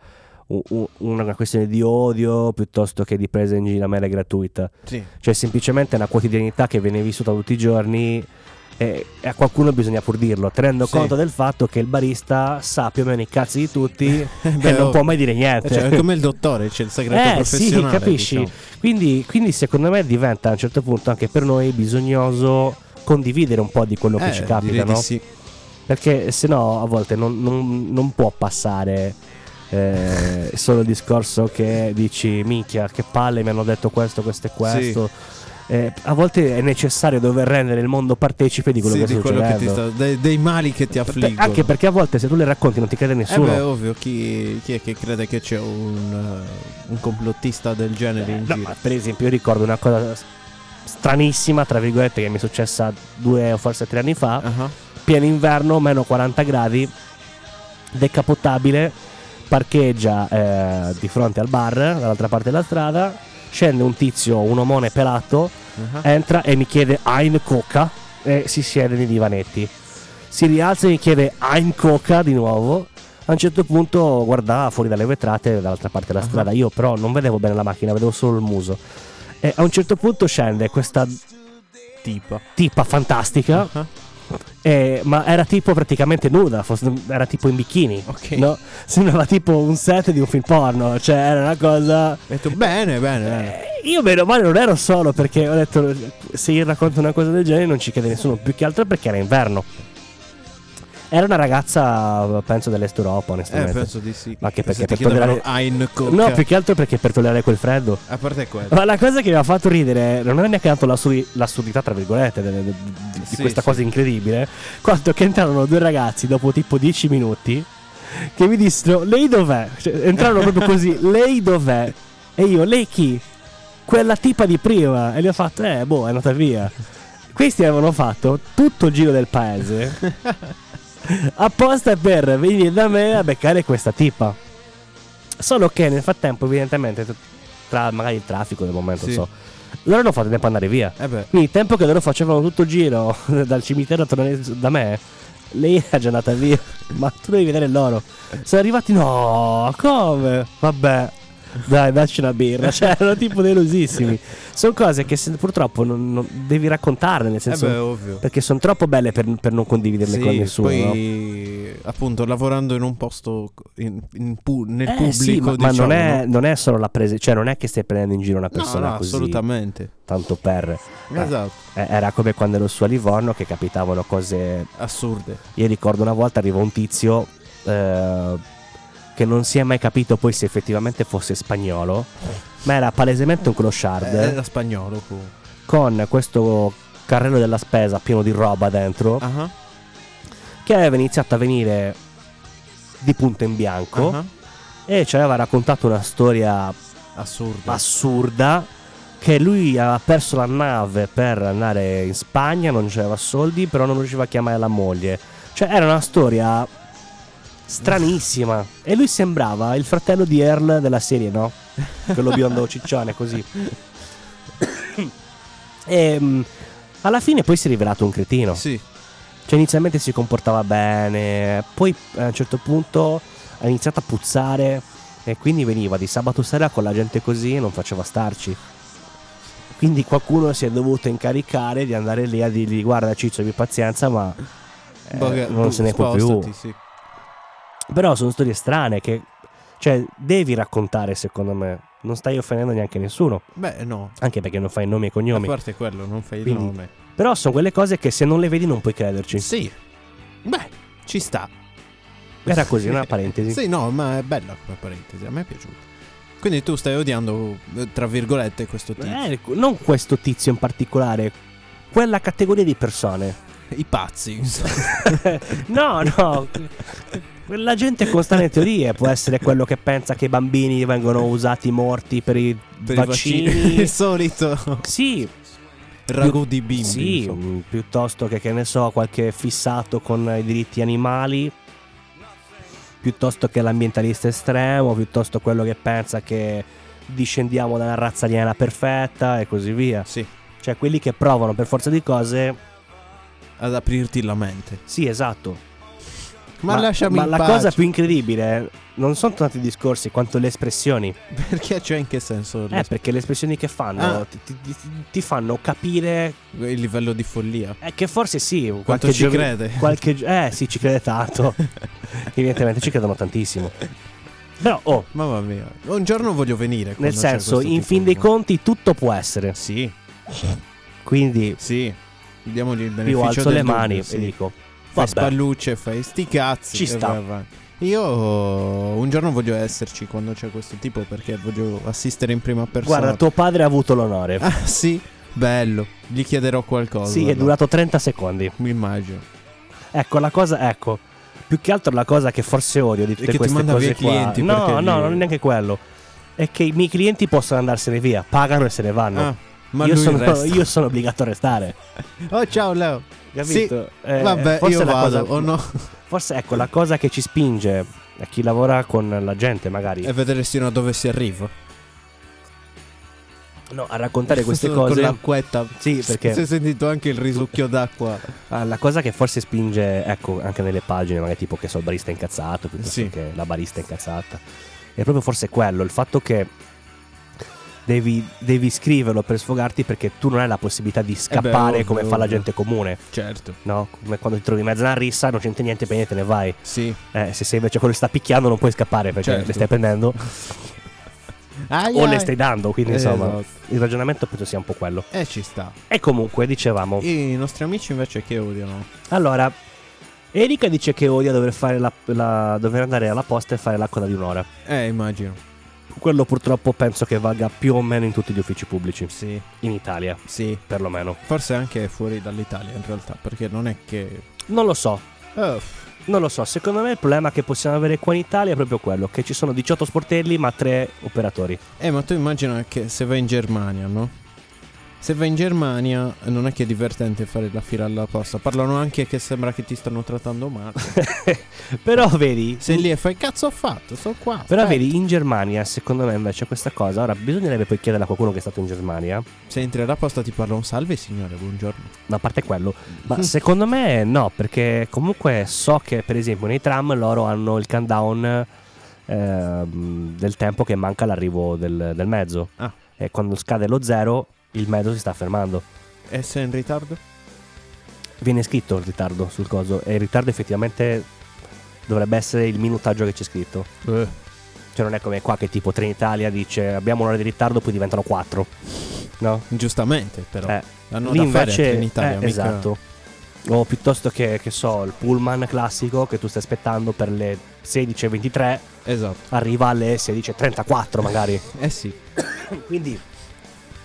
Speaker 2: u- u- una questione di odio piuttosto che di presa in giro a maniera gratuita
Speaker 3: Sì.
Speaker 2: cioè semplicemente è una quotidianità che viene vissuta tutti i giorni e, e a qualcuno bisogna pur dirlo tenendo
Speaker 3: Sì.
Speaker 2: conto del fatto che il barista sa più o meno i cazzi di tutti e
Speaker 3: Beh,
Speaker 2: non
Speaker 3: oh.
Speaker 2: può mai dire
Speaker 3: Eh,
Speaker 2: niente
Speaker 3: Cioè, è come il dottore, c'è il segreto
Speaker 2: eh sì,
Speaker 3: professionale.
Speaker 2: capisci?
Speaker 3: diciamo.
Speaker 2: Quindi, quindi secondo me diventa a un certo punto anche per noi bisognoso condividere un po' di quello che
Speaker 3: Eh,
Speaker 2: ci capita,
Speaker 3: direi di
Speaker 2: no?
Speaker 3: sì.
Speaker 2: Perché sennò a volte non, non- non può passare eh, solo il discorso che dici minchia che palle mi hanno detto questo, questo e questo. Eh, a volte è necessario dover rendere il mondo partecipe di quello
Speaker 3: Sì,
Speaker 2: che
Speaker 3: di
Speaker 2: sta
Speaker 3: quello che ti
Speaker 2: succedendo.
Speaker 3: sta, dei, dei mali che ti affliggono.
Speaker 2: Anche perché a volte se tu le racconti non ti crede
Speaker 3: Eh
Speaker 2: nessuno.
Speaker 3: beh, ovvio, chi, chi è che crede che c'è un, eh, un complottista del genere in
Speaker 2: No,
Speaker 3: giro?
Speaker 2: ma per esempio, io ricordo una cosa s- stranissima, tra virgolette, che mi è successa due o forse tre anni fa.
Speaker 3: Ah,
Speaker 2: Pieno inverno, meno 40 gradi, decappottabile, parcheggia eh, di fronte al bar, dall'altra parte della strada. Scende un tizio, un omone pelato,
Speaker 3: ah.
Speaker 2: entra e mi chiede Ein Coca e si siede nei divanetti. Si rialza e mi chiede Ein Coca di nuovo. A un certo punto guardava fuori dalle vetrate dall'altra parte della strada. Io però non vedevo bene la macchina, vedevo solo il muso. E a un certo punto scende questa
Speaker 3: Tipo.
Speaker 2: tipa fantastica,
Speaker 3: Ah,
Speaker 2: eh, ma era tipo praticamente nuda, fosse- era tipo in bikini.
Speaker 3: Ok.
Speaker 2: no? Sembrava tipo un set di un film porno, cioè era una cosa...
Speaker 3: E tu, bene, bene, bene.
Speaker 2: Eh, Io meno male non ero solo perché ho detto se io racconto una cosa del genere non ci crede nessuno, più che altro perché era inverno. Era una ragazza, penso dell'Est Europa,
Speaker 3: Eh,
Speaker 2: onestamente.
Speaker 3: penso di sì.
Speaker 2: Ma anche
Speaker 3: Penso
Speaker 2: perché
Speaker 3: ti
Speaker 2: per
Speaker 3: chiedevano
Speaker 2: tollerare-
Speaker 3: Ein Cook.
Speaker 2: No, più che altro perché per tollerare quel freddo.
Speaker 3: A parte quello.
Speaker 2: Ma la cosa che mi ha fatto ridere non è neanche tanto l'assur- l'assurdità, tra virgolette, delle- di, di
Speaker 3: Sì,
Speaker 2: questa
Speaker 3: sì.
Speaker 2: cosa incredibile, quanto che entrarono due ragazzi dopo tipo 10 minuti che mi dissero, lei dov'è? Cioè, entrarono proprio così, lei dov'è? E io, lei chi? Quella tipa di prima. E gli ho fatto, eh, boh, è andata via. Questi avevano fatto tutto il giro del paese apposta per venire da me a beccare questa tipa. Solo che nel frattempo, evidentemente, t- tra magari il traffico del momento,
Speaker 3: Sì.
Speaker 2: so, loro hanno fatto tempo ad andare via.
Speaker 3: Eh beh.
Speaker 2: Quindi il tempo che loro facevano tutto il giro dal cimitero a tornare su- da me, lei era già andata via. Ma tu devi vedere loro. Sono arrivati, no, come? Vabbè. Dai, dacci una birra. Cioè, erano tipo delusissimi. Sono cose che se- purtroppo non, non- devi raccontarle, nel
Speaker 3: Eh
Speaker 2: senso.
Speaker 3: beh, ovvio.
Speaker 2: perché sono troppo belle per, per non condividerle con
Speaker 3: Sì,
Speaker 2: nessuno. no?
Speaker 3: poi appunto lavorando in un posto in- in pu- nel
Speaker 2: Eh,
Speaker 3: pubblico
Speaker 2: sì, ma, ma
Speaker 3: diciamo,
Speaker 2: non, è,
Speaker 3: no?
Speaker 2: non è solo la presa, cioè non è che stai prendendo in giro una
Speaker 3: No,
Speaker 2: persona
Speaker 3: no,
Speaker 2: così,
Speaker 3: assolutamente.
Speaker 2: tanto per. Eh,
Speaker 3: Esatto,
Speaker 2: eh, Era come quando ero su a Livorno che capitavano cose.
Speaker 3: assurde.
Speaker 2: Io ricordo una volta arriva un tizio eh, che non si è mai capito poi se effettivamente fosse spagnolo, ma era palesemente un clochard
Speaker 3: Eh, Era spagnolo comunque.
Speaker 2: con questo carrello della spesa pieno di roba dentro
Speaker 3: Ah,
Speaker 2: che aveva iniziato a venire di punto in bianco
Speaker 3: ah,
Speaker 2: e ci aveva raccontato una storia
Speaker 3: Assurdo.
Speaker 2: assurda che lui aveva perso la nave per andare in Spagna, non c'aveva soldi, però non riusciva a chiamare la moglie. Cioè era una storia stranissima e lui sembrava il fratello di Earl della serie, no? Quello biondo ciccione così. E mm, alla fine poi si è rivelato un cretino.
Speaker 3: Sì,
Speaker 2: Cioè inizialmente si comportava bene, poi a un certo punto ha iniziato a puzzare e quindi veniva di sabato sera con la gente così e non faceva starci. Quindi qualcuno si è dovuto incaricare di andare lì a dirgli guarda Ciccio abbi pazienza ma eh,
Speaker 3: Boga-
Speaker 2: non se ne può più.
Speaker 3: Boh, spostati, sì.
Speaker 2: Però sono storie strane che cioè devi raccontare secondo me, non stai offendendo neanche nessuno,
Speaker 3: Beh, no.
Speaker 2: anche perché non fai nomi e
Speaker 3: A
Speaker 2: cognomi.
Speaker 3: parte quello, non fai il
Speaker 2: Quindi-
Speaker 3: nome.
Speaker 2: Però sono quelle cose che se non le vedi non puoi crederci.
Speaker 3: Sì. Beh, ci sta.
Speaker 2: Era così, una parentesi.
Speaker 3: Sì, no, ma è bella come parentesi, a me è piaciuta. Quindi tu stai odiando, eh, tra virgolette, questo tipo.
Speaker 2: Eh, non questo tizio in particolare, quella categoria di persone.
Speaker 3: I pazzi, insomma.
Speaker 2: no, no. La gente con strane teorie può essere quello che pensa che i bambini vengono usati morti per i
Speaker 3: per
Speaker 2: vaccini.
Speaker 3: i vaccini. Il solito
Speaker 2: Sì,
Speaker 3: ragù di bimbi.
Speaker 2: sì,
Speaker 3: insomma.
Speaker 2: mh, piuttosto che che ne so, qualche fissato con i diritti animali, piuttosto che l'ambientalista estremo, piuttosto quello che pensa che discendiamo da una razza aliena perfetta e così via.
Speaker 3: Sì,
Speaker 2: Cioè quelli che provano per forza di cose
Speaker 3: ad aprirti la mente.
Speaker 2: Sì, esatto.
Speaker 3: Ma, lasciami
Speaker 2: ma
Speaker 3: in
Speaker 2: la
Speaker 3: pace.
Speaker 2: cosa più incredibile non sono tanto i discorsi quanto le espressioni.
Speaker 3: Perché cioè in che senso?
Speaker 2: Eh, perché le espressioni che fanno
Speaker 3: Ah.
Speaker 2: ti, ti- ti- ti fanno capire
Speaker 3: Il livello di follia.
Speaker 2: eh, che forse sì. Quanto
Speaker 3: ci crede.
Speaker 2: Qualche, gio- eh, sì, ci crede tanto. Evidentemente ci credono tantissimo. Però, oh,
Speaker 3: Mamma mia. Un giorno voglio venire.
Speaker 2: nel
Speaker 3: quando c'è
Speaker 2: senso,
Speaker 3: questo
Speaker 2: in
Speaker 3: tipo
Speaker 2: fin
Speaker 3: di-
Speaker 2: dei conti tutto può essere.
Speaker 3: Sì,
Speaker 2: Quindi
Speaker 3: sì. Diamogli il beneficio
Speaker 2: io alzo
Speaker 3: del
Speaker 2: le
Speaker 3: dubbio,
Speaker 2: mani
Speaker 3: sì.
Speaker 2: e dico,
Speaker 3: Fai
Speaker 2: vabbè,
Speaker 3: spallucce, fai sti cazzi.
Speaker 2: Ci
Speaker 3: e
Speaker 2: sta.
Speaker 3: vai avanti. Io un giorno voglio esserci quando c'è questo tipo perché voglio assistere in prima persona.
Speaker 2: guarda, tuo padre ha avuto l'onore.
Speaker 3: Ah, sì, bello. Gli chiederò qualcosa.
Speaker 2: sì, è
Speaker 3: allora.
Speaker 2: durato 30 secondi.
Speaker 3: Mi immagino.
Speaker 2: Ecco, la cosa, ecco, più che altro la cosa che forse odio di tutte
Speaker 3: che ti
Speaker 2: queste
Speaker 3: manda
Speaker 2: cose
Speaker 3: via i
Speaker 2: qua.
Speaker 3: clienti
Speaker 2: no, no,
Speaker 3: perché gli-
Speaker 2: non è neanche quello. È che i miei clienti possono andarsene via, pagano e se ne vanno.
Speaker 3: Ah, ma
Speaker 2: io,
Speaker 3: lui
Speaker 2: sono,
Speaker 3: resta.
Speaker 2: io sono obbligato a restare.
Speaker 3: Oh, ciao Leo.
Speaker 2: Capito?
Speaker 3: Sì.
Speaker 2: Eh,
Speaker 3: Vabbè,
Speaker 2: forse
Speaker 3: io
Speaker 2: la
Speaker 3: vado.
Speaker 2: cosa-
Speaker 3: O no?
Speaker 2: Forse ecco la cosa che ci spinge a chi lavora con la gente, magari
Speaker 3: E vedere sino a dove si arriva.
Speaker 2: no, a raccontare queste
Speaker 3: Sono Con
Speaker 2: cose.
Speaker 3: l'acquetta.
Speaker 2: Sì, perché-
Speaker 3: Si è sentito anche il risucchio d'acqua.
Speaker 2: Ah, la cosa che forse spinge, ecco, anche nelle pagine, magari tipo che so, il barista è incazzato, piuttosto
Speaker 3: Sì.
Speaker 2: che la barista è incazzata, è proprio forse quello, il fatto che devi, devi scriverlo per sfogarti perché tu non hai la possibilità di scappare
Speaker 3: Eh ovvio,
Speaker 2: come fa la
Speaker 3: ovvio.
Speaker 2: gente comune,
Speaker 3: Certo.
Speaker 2: no? Come quando ti trovi in mezzo a una rissa, non c'entra niente, bene, te ne vai.
Speaker 3: Sì.
Speaker 2: Eh, se sei invece quello che sta picchiando non puoi scappare perché
Speaker 3: Certo.
Speaker 2: le stai prendendo
Speaker 3: Ai,
Speaker 2: o
Speaker 3: ai.
Speaker 2: le stai dando, quindi
Speaker 3: Eh,
Speaker 2: insomma
Speaker 3: esatto.
Speaker 2: il ragionamento penso sia un po' quello.
Speaker 3: Eh, ci sta.
Speaker 2: E comunque dicevamo...
Speaker 3: I nostri amici invece che odiano.
Speaker 2: Allora, Erika dice che odia dover, fare la, la- dover andare alla posta e fare la coda di un'ora.
Speaker 3: Eh, immagino.
Speaker 2: Quello purtroppo penso che valga più o meno in tutti gli uffici pubblici,
Speaker 3: Sì,
Speaker 2: in Italia
Speaker 3: sì.
Speaker 2: perlomeno.
Speaker 3: Forse anche fuori dall'Italia in realtà, perché non è che...
Speaker 2: Non lo so,
Speaker 3: Eh,
Speaker 2: non lo so. Secondo me il problema che possiamo avere qua in Italia è proprio quello, che ci sono 18 sportelli ma 3 operatori.
Speaker 3: eh, ma tu immagina che se vai in Germania, no? Se vai in Germania non è che è divertente fare la fila alla posta. Parlano anche che sembra che ti stanno trattando male.
Speaker 2: Però vedi...
Speaker 3: Sei lì e fai cazzo ho fatto, sono qua.
Speaker 2: Però
Speaker 3: aspetta."
Speaker 2: vedi, in Germania, secondo me invece questa cosa, ora bisognerebbe poi chiedere a qualcuno che è stato in Germania,
Speaker 3: Se entri alla posta ti parla un salve signore, buongiorno.
Speaker 2: Ma a parte quello, ma
Speaker 3: Mm.
Speaker 2: secondo me no, perché comunque so che per esempio nei tram loro hanno il countdown ehm, del tempo che manca all'arrivo del, del mezzo.
Speaker 3: Ah.
Speaker 2: E quando scade lo zero, il mezzo si sta fermando.
Speaker 3: E sei in ritardo?
Speaker 2: Viene scritto il ritardo sul coso e il ritardo effettivamente dovrebbe essere il minutaggio che c'è scritto.
Speaker 3: Eh.
Speaker 2: Cioè non è come qua che tipo Trenitalia dice abbiamo un'ora di ritardo, poi diventano quattro. No?
Speaker 3: Giustamente però.
Speaker 2: Eh,
Speaker 3: Hanno
Speaker 2: Lì
Speaker 3: da fare
Speaker 2: invece
Speaker 3: anche in Italia.
Speaker 2: eh,
Speaker 3: mica-
Speaker 2: esatto. O piuttosto che, che so, il pullman classico che tu stai aspettando per le 16.23
Speaker 3: Esatto.
Speaker 2: arriva alle 16.34 magari.
Speaker 3: Eh sì.
Speaker 2: Quindi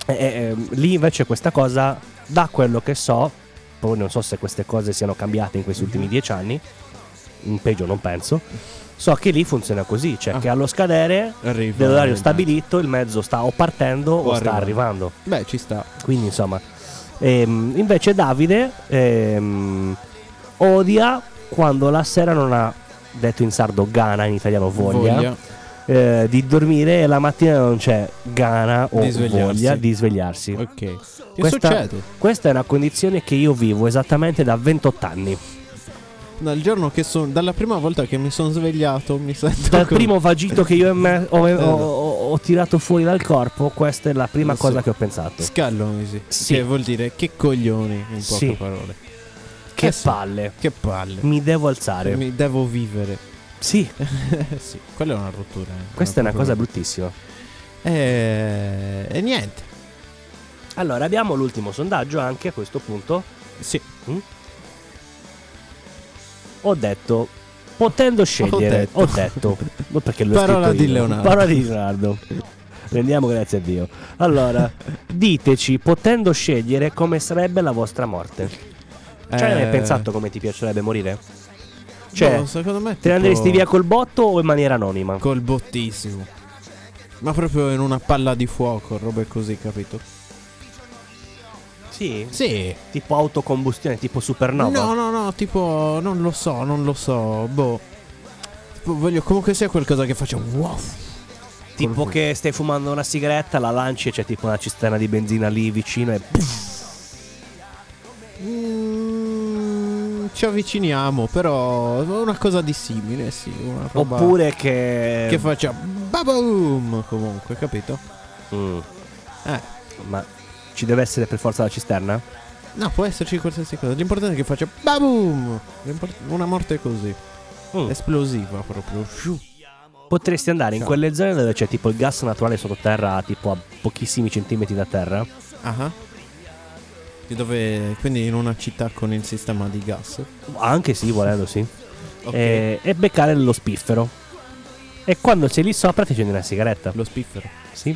Speaker 2: eh, eh, lì invece questa cosa, da quello che so, poi non so se queste cose siano cambiate in questi
Speaker 3: Mhm.
Speaker 2: ultimi dieci anni, in peggio non penso, so che lì funziona così, cioè
Speaker 3: Ah.
Speaker 2: che allo scadere
Speaker 3: Arriva.
Speaker 2: dell'orario stabilito il mezzo sta o partendo o,
Speaker 3: O
Speaker 2: sta
Speaker 3: arrivando.
Speaker 2: arrivando.
Speaker 3: Beh, ci sta.
Speaker 2: Quindi insomma, ehm, invece Davide ehm, odia quando la sera non ha detto in sardo gana, in italiano voglia, eh, di dormire e la mattina non c'è gana o
Speaker 3: Di svegliarsi.
Speaker 2: voglia di svegliarsi.
Speaker 3: Ok. Che
Speaker 2: Questa-
Speaker 3: succede?
Speaker 2: Questa è una condizione che io vivo esattamente da 28 anni.
Speaker 3: Dal giorno che sono. Dalla prima volta che mi sono svegliato, mi sento.
Speaker 2: Dal
Speaker 3: come-
Speaker 2: primo vagito che io e me- ho,
Speaker 3: Eh.
Speaker 2: ho- ho- ho tirato fuori dal corpo, questa è la prima
Speaker 3: Sì.
Speaker 2: cosa che ho pensato.
Speaker 3: Scallonisi.
Speaker 2: Sì.
Speaker 3: Che vuol dire che coglioni, in poche
Speaker 2: Sì.
Speaker 3: parole.
Speaker 2: Che
Speaker 3: Eh sì.
Speaker 2: palle,
Speaker 3: Che palle.
Speaker 2: mi devo alzare.
Speaker 3: Mi devo vivere.
Speaker 2: Sì,
Speaker 3: Eh sì, quella è una rottura. eh.
Speaker 2: questa è una cosa
Speaker 3: proprio-
Speaker 2: bruttissima.
Speaker 3: Eh, E niente.
Speaker 2: Allora, abbiamo l'ultimo sondaggio anche a questo punto. Mm?
Speaker 3: Sì.
Speaker 2: Ho detto, potendo scegliere,
Speaker 3: detto.
Speaker 2: ho detto, No, perché l'ho
Speaker 3: Parola
Speaker 2: scritto
Speaker 3: di
Speaker 2: io.
Speaker 3: Leonardo.
Speaker 2: Parola di Leonardo. Rendiamo grazie a Dio. Allora, diteci, potendo scegliere, come sarebbe la vostra morte. Cioè, hai
Speaker 3: Eh,
Speaker 2: mai pensato come ti piacerebbe morire? Cioè,
Speaker 3: no, Boh, secondo me.
Speaker 2: te ne
Speaker 3: tipo
Speaker 2: andresti via col botto o in maniera anonima?
Speaker 3: Col bottissimo. Ma proprio in una palla di fuoco, robe così, capito?
Speaker 2: sì.
Speaker 3: Sì.
Speaker 2: Tipo autocombustione, tipo supernova.
Speaker 3: No, no, no, tipo, non lo so, non lo so, boh. Tipo, voglio comunque sia qualcosa che faccia un wow.
Speaker 2: Tipo che stai fumando una sigaretta, la lanci e c'è tipo una cisterna di benzina lì vicino e...
Speaker 3: Mm, ci avviciniamo, però una cosa di simile, sì. Una roba
Speaker 2: Oppure che...
Speaker 3: che faccia baboom comunque, capito?
Speaker 2: Mm,
Speaker 3: Eh,
Speaker 2: ma ci deve essere per forza la cisterna?
Speaker 3: no, può esserci qualsiasi cosa. L'importante è che faccia baboom. L'import- Una morte così,
Speaker 2: Mm.
Speaker 3: esplosiva proprio. Sciu.
Speaker 2: Potresti andare in
Speaker 3: Sì.
Speaker 2: quelle zone dove c'è tipo il gas naturale sottoterra, tipo a pochissimi centimetri da terra.
Speaker 3: Ah. ah. Di Dove, quindi in una città con il sistema di gas.
Speaker 2: Anche sì, volendo sì.
Speaker 3: Ok.
Speaker 2: E, e beccare lo spiffero. E quando sei lì sopra ti accendi una sigaretta.
Speaker 3: Lo spiffero.
Speaker 2: Sì.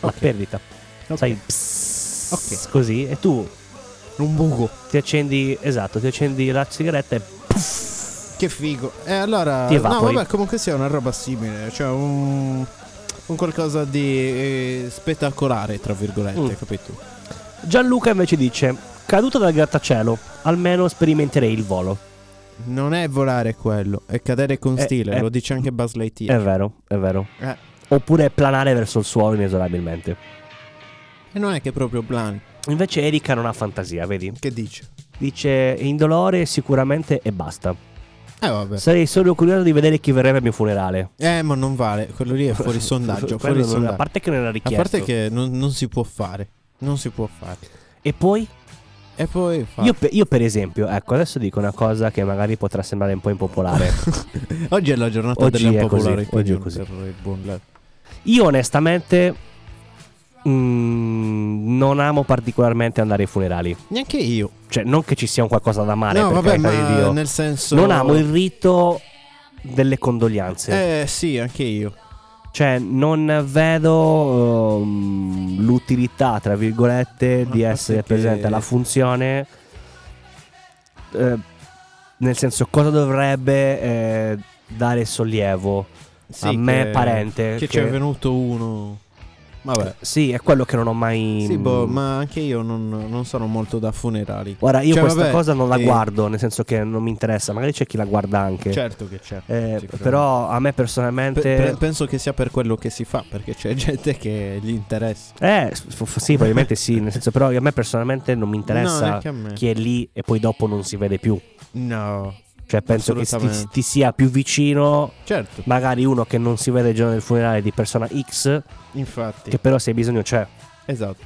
Speaker 2: La perdita. Sai,
Speaker 3: Ok.
Speaker 2: ok. Così. E tu
Speaker 3: Un buco.
Speaker 2: ti accendi, esatto, ti accendi la sigaretta e
Speaker 3: Che figo. E allora.
Speaker 2: Ti
Speaker 3: no,
Speaker 2: evapori.
Speaker 3: vabbè, comunque sia una roba simile. Cioè, un. un qualcosa di eh, spettacolare, tra virgolette,
Speaker 2: Mm.
Speaker 3: capito?
Speaker 2: Gianluca invece dice: Caduta dal grattacielo, almeno sperimenterei il volo.
Speaker 3: Non è volare quello, è cadere con
Speaker 2: Eh,
Speaker 3: stile,
Speaker 2: eh.
Speaker 3: lo dice anche Buzz
Speaker 2: È
Speaker 3: Lightyear.
Speaker 2: vero, è vero.
Speaker 3: Eh,
Speaker 2: Oppure planare verso il suolo inesorabilmente.
Speaker 3: E non è che proprio Blan.
Speaker 2: Invece Erika non ha fantasia, vedi?
Speaker 3: Che dice?
Speaker 2: Dice indolore sicuramente e basta.
Speaker 3: Eh vabbè.
Speaker 2: Sarei solo curioso di vedere chi verrebbe al mio funerale.
Speaker 3: Eh, ma non vale, quello lì è fuori
Speaker 2: Quello
Speaker 3: sondaggio. fuori
Speaker 2: non-
Speaker 3: sondaggio.
Speaker 2: A parte che non era
Speaker 3: A
Speaker 2: richiesto.
Speaker 3: parte che non, non si può fare. Non si può fare.
Speaker 2: E poi
Speaker 3: E poi. fa-
Speaker 2: io, pe- io per esempio, ecco, adesso dico una cosa che magari potrà sembrare un po' impopolare.
Speaker 3: Oggi è la giornata
Speaker 2: Oggi
Speaker 3: della
Speaker 2: è così,
Speaker 3: popolare.
Speaker 2: oggi è così. Io onestamente mm, non amo particolarmente andare ai funerali.
Speaker 3: Neanche io.
Speaker 2: Cioè, non che ci sia un qualcosa da male,
Speaker 3: no,
Speaker 2: per
Speaker 3: vabbè,
Speaker 2: carità di
Speaker 3: ma
Speaker 2: Dio.
Speaker 3: nel senso.
Speaker 2: Non amo il rito delle condoglianze.
Speaker 3: Eh, sì, anche io.
Speaker 2: Cioè, non vedo ehm, l'utilità, tra virgolette,
Speaker 3: Ma
Speaker 2: di
Speaker 3: a parte
Speaker 2: essere
Speaker 3: che-
Speaker 2: presente alla funzione. eh, nel senso, cosa dovrebbe eh, dare sollievo?
Speaker 3: Sì,
Speaker 2: a me
Speaker 3: che-
Speaker 2: parente.
Speaker 3: Che ci è venuto uno. Vabbè.
Speaker 2: Sì, è quello che non ho mai.
Speaker 3: Sì, boh, ma anche io non, non sono molto da funerali.
Speaker 2: Guarda, io
Speaker 3: Cioè,
Speaker 2: questa
Speaker 3: vabbè,
Speaker 2: cosa non la
Speaker 3: eh,
Speaker 2: guardo, nel senso che non mi interessa. Magari c'è chi la guarda anche.
Speaker 3: Certo che c'è.
Speaker 2: Eh,
Speaker 3: sicuramente.
Speaker 2: però a me
Speaker 3: Pe-
Speaker 2: personalmente.
Speaker 3: pe- penso che sia per quello che si fa, perché c'è gente che gli interessa.
Speaker 2: Eh, s- f- sì, probabilmente sì, nel senso però a me personalmente non mi
Speaker 3: No,
Speaker 2: interessa
Speaker 3: neanche a me.
Speaker 2: chi è lì e poi dopo non si vede più.
Speaker 3: No.
Speaker 2: Cioè penso che ti,
Speaker 3: Assolutamente.
Speaker 2: ti sia più vicino
Speaker 3: Certo,
Speaker 2: magari uno che non si vede il giorno del funerale di persona X,
Speaker 3: infatti.
Speaker 2: che però se hai bisogno c'è.
Speaker 3: Esatto.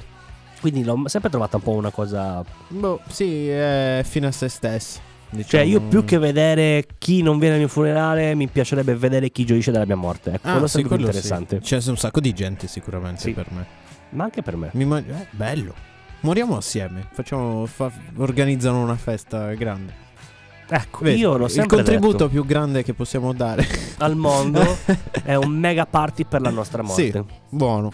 Speaker 2: Quindi l'ho sempre trovata un po' una cosa...
Speaker 3: Boh, sì, è fino a se stesso. diciamo.
Speaker 2: Cioè io più che vedere chi non viene al mio funerale mi piacerebbe vedere chi gioisce della mia morte. Ecco,
Speaker 3: Ah,
Speaker 2: quello è
Speaker 3: sì,
Speaker 2: sempre più
Speaker 3: quello sì.
Speaker 2: interessante.
Speaker 3: C'è un sacco di gente sicuramente
Speaker 2: Sì.
Speaker 3: per me.
Speaker 2: Ma anche per me.
Speaker 3: Mi ma- eh, bello. Moriamo assieme. Facciamo, fa- organizzano una festa grande.
Speaker 2: Ecco,
Speaker 3: Vedi,
Speaker 2: io l'ho
Speaker 3: il
Speaker 2: sempre
Speaker 3: contributo più grande che possiamo dare.
Speaker 2: detto, al mondo è un mega party per la nostra morte.
Speaker 3: Sì. Buono.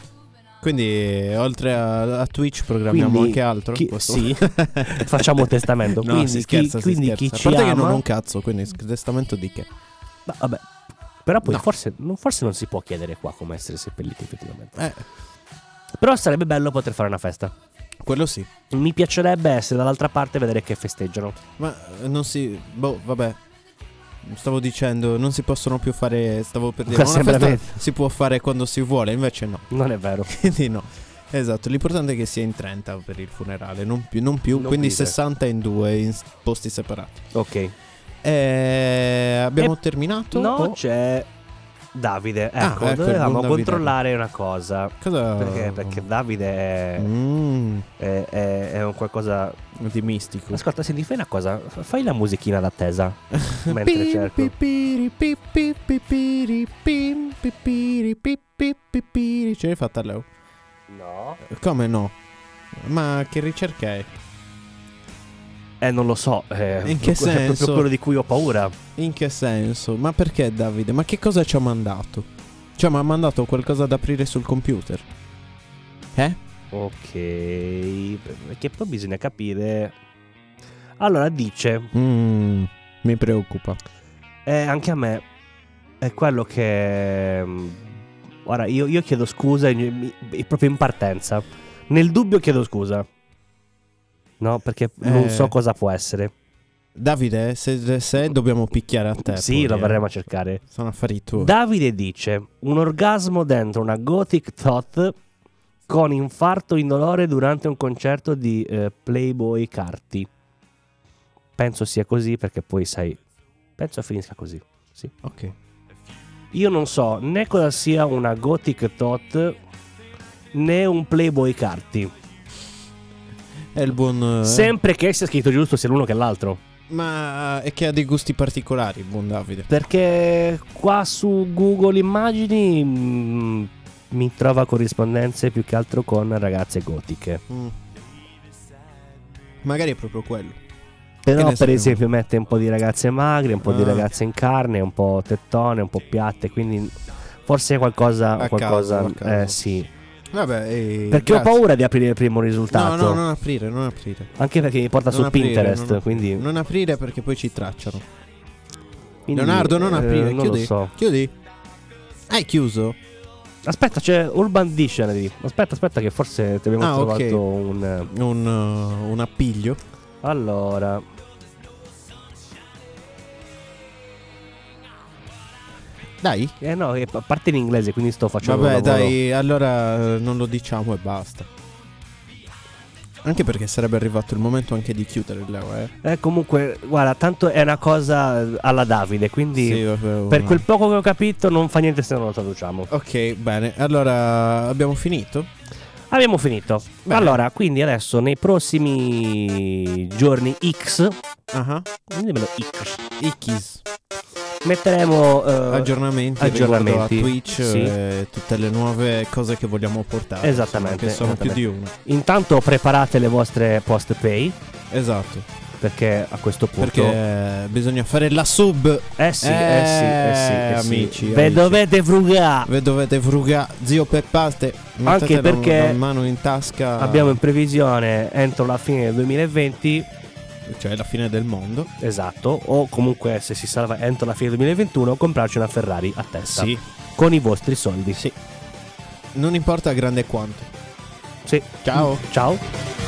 Speaker 3: Quindi, oltre a, a Twitch, programmiamo
Speaker 2: Quindi,
Speaker 3: anche altro.
Speaker 2: chi-
Speaker 3: Posso-
Speaker 2: sì. Facciamo testamento.
Speaker 3: No,
Speaker 2: quindi
Speaker 3: si
Speaker 2: chi,
Speaker 3: scherza, si
Speaker 2: quindi chi
Speaker 3: scherza.
Speaker 2: ci
Speaker 3: a parte
Speaker 2: ama...
Speaker 3: che non ho un cazzo, quindi sc- testamento di che?
Speaker 2: Ma vabbè. Però poi
Speaker 3: No.
Speaker 2: forse, non, forse non si può chiedere qua come essere seppelliti effettivamente.
Speaker 3: Eh,
Speaker 2: Però sarebbe bello poter fare una festa.
Speaker 3: quello sì.
Speaker 2: Mi piacerebbe essere dall'altra parte e vedere che festeggiano.
Speaker 3: Ma eh, non si. Boh, vabbè. Stavo dicendo, non si possono più fare. Stavo per dire.
Speaker 2: Ma
Speaker 3: ma Una
Speaker 2: sembra
Speaker 3: festa si può fare quando si vuole, invece no.
Speaker 2: Non è vero.
Speaker 3: Quindi no. Esatto, l'importante è che sia in 30 per il funerale, non più, non più,
Speaker 2: Non
Speaker 3: quindi
Speaker 2: più eh. di
Speaker 3: 60 in due, in s- posti separati.
Speaker 2: Ok.
Speaker 3: Eh, abbiamo
Speaker 2: E-
Speaker 3: terminato?
Speaker 2: No,
Speaker 3: Oh,
Speaker 2: c'è Davide.
Speaker 3: Ah,
Speaker 2: Ecco,
Speaker 3: ecco il
Speaker 2: dovevamo
Speaker 3: buon Davide.
Speaker 2: controllare una cosa.
Speaker 3: cosa...
Speaker 2: Perché, perché Davide è,
Speaker 3: Mm,
Speaker 2: è- è- è un qualcosa...
Speaker 3: di mistico.
Speaker 2: Ascolta, senti, fai una cosa. Fai la musichina d'attesa. mentre
Speaker 3: Pim,
Speaker 2: cerco.
Speaker 3: pipiri, pi, pi, pipiri, pim, pipiri, pi, pi, pipiri. Ce l'hai fatta Leo?
Speaker 2: No.
Speaker 3: Come no? Ma che ricerca è?
Speaker 2: Eh, non lo so. eh,
Speaker 3: In che
Speaker 2: è
Speaker 3: senso?
Speaker 2: proprio quello di cui ho paura.
Speaker 3: In che senso? Ma perché Davide? Ma che cosa ci ha mandato? Cioè, mi ha mandato qualcosa da aprire sul computer? Eh?
Speaker 2: Ok. Perché poi bisogna capire. Allora dice,
Speaker 3: Mm, mi preoccupa.
Speaker 2: eh, anche a me, è quello che. mm, Ora, io, io chiedo scusa in- mi- proprio in partenza. Nel dubbio chiedo scusa. No, perché non
Speaker 3: Eh.
Speaker 2: so cosa può essere.
Speaker 3: Davide, se, se dobbiamo picchiare a te.
Speaker 2: sì, lo
Speaker 3: poi, eh.
Speaker 2: verremo a cercare.
Speaker 3: Sono affari tuoi.
Speaker 2: Davide dice: Un orgasmo dentro una gothic thought con infarto indolore durante un concerto di eh, Playboy Carti. penso sia così perché poi sai, penso finisca così. Sì.
Speaker 3: Ok.
Speaker 2: Io non so né cosa sia una Gothic Tot né un Playboy Carti.
Speaker 3: È il buon. eh,
Speaker 2: Sempre che sia scritto giusto sia l'uno che l'altro.
Speaker 3: Ma è che ha dei gusti particolari, il buon Davide.
Speaker 2: Perché qua su Google Immagini mm, mi trova corrispondenze più che altro con ragazze gotiche.
Speaker 3: Mm. Magari è proprio quello. Che
Speaker 2: Però
Speaker 3: ne
Speaker 2: per
Speaker 3: sapremo?
Speaker 2: esempio mette un po' di ragazze magre, un po' di
Speaker 3: Ah.
Speaker 2: ragazze in carne, un po' tettone, un po' piatte, quindi forse è qualcosa...
Speaker 3: A
Speaker 2: qualcosa
Speaker 3: caso, a caso.
Speaker 2: eh, sì.
Speaker 3: Vabbè, eh,
Speaker 2: Perché
Speaker 3: grazie.
Speaker 2: ho paura di aprire il primo risultato.
Speaker 3: No, no, non aprire, non aprire.
Speaker 2: Anche perché mi porta
Speaker 3: Non
Speaker 2: su
Speaker 3: aprire,
Speaker 2: Pinterest,
Speaker 3: non-
Speaker 2: quindi,
Speaker 3: Non aprire perché poi ci tracciano.
Speaker 2: quindi,
Speaker 3: Leonardo, non
Speaker 2: eh,
Speaker 3: aprire,
Speaker 2: non
Speaker 3: chiudi.
Speaker 2: lo so.
Speaker 3: Chiudi. Hai chiuso?
Speaker 2: Aspetta, c'è Urban Dictionary. Aspetta, aspetta, che forse ti abbiamo
Speaker 3: Ah, ok.
Speaker 2: trovato un... eh,
Speaker 3: Un, uh, un appiglio.
Speaker 2: Allora.
Speaker 3: Dai.
Speaker 2: Eh no, eh, a parte in inglese, quindi sto facendo...
Speaker 3: Vabbè,
Speaker 2: un lavoro.
Speaker 3: dai, allora eh, non lo diciamo e basta. Anche perché sarebbe arrivato il momento anche di chiudere, Leo, eh.
Speaker 2: Eh, comunque, guarda, tanto è una cosa eh, alla Davide, quindi...
Speaker 3: vabbè,
Speaker 2: Per
Speaker 3: una-
Speaker 2: quel poco che ho capito, non fa niente se non lo traduciamo.
Speaker 3: Ok, bene. Allora, abbiamo finito?
Speaker 2: Abbiamo finito.
Speaker 3: Bene.
Speaker 2: Allora, quindi adesso nei prossimi giorni X,
Speaker 3: Ah,
Speaker 2: dimmelo X,
Speaker 3: Ikis.
Speaker 2: metteremo eh,
Speaker 3: Aggiornamenti,
Speaker 2: aggiornamenti,
Speaker 3: riguardo a Twitch
Speaker 2: sì.
Speaker 3: e tutte le nuove cose che vogliamo portare.
Speaker 2: Esattamente,
Speaker 3: insomma, Che sono più
Speaker 2: esattamente.
Speaker 3: di una.
Speaker 2: Intanto preparate le vostre post pay,
Speaker 3: Esatto.
Speaker 2: perché a questo punto
Speaker 3: Perché bisogna fare la sub.
Speaker 2: Eh sì, eh sì, eh sì, eh
Speaker 3: Eh,
Speaker 2: sì.
Speaker 3: amici,
Speaker 2: Ve
Speaker 3: amici.
Speaker 2: dovete frugare.
Speaker 3: Ve dovete fruga, zio Peppate. mettete la-
Speaker 2: perché
Speaker 3: la mano in tasca.
Speaker 2: Abbiamo in previsione entro la fine del 2020,
Speaker 3: Cioè, la fine del mondo.
Speaker 2: esatto, o comunque se si salva entro la fine del 2021 comprarci una Ferrari a testa
Speaker 3: Sì,
Speaker 2: con i vostri soldi.
Speaker 3: sì. Non importa grande quanto.
Speaker 2: Sì.
Speaker 3: Ciao.
Speaker 2: Ciao.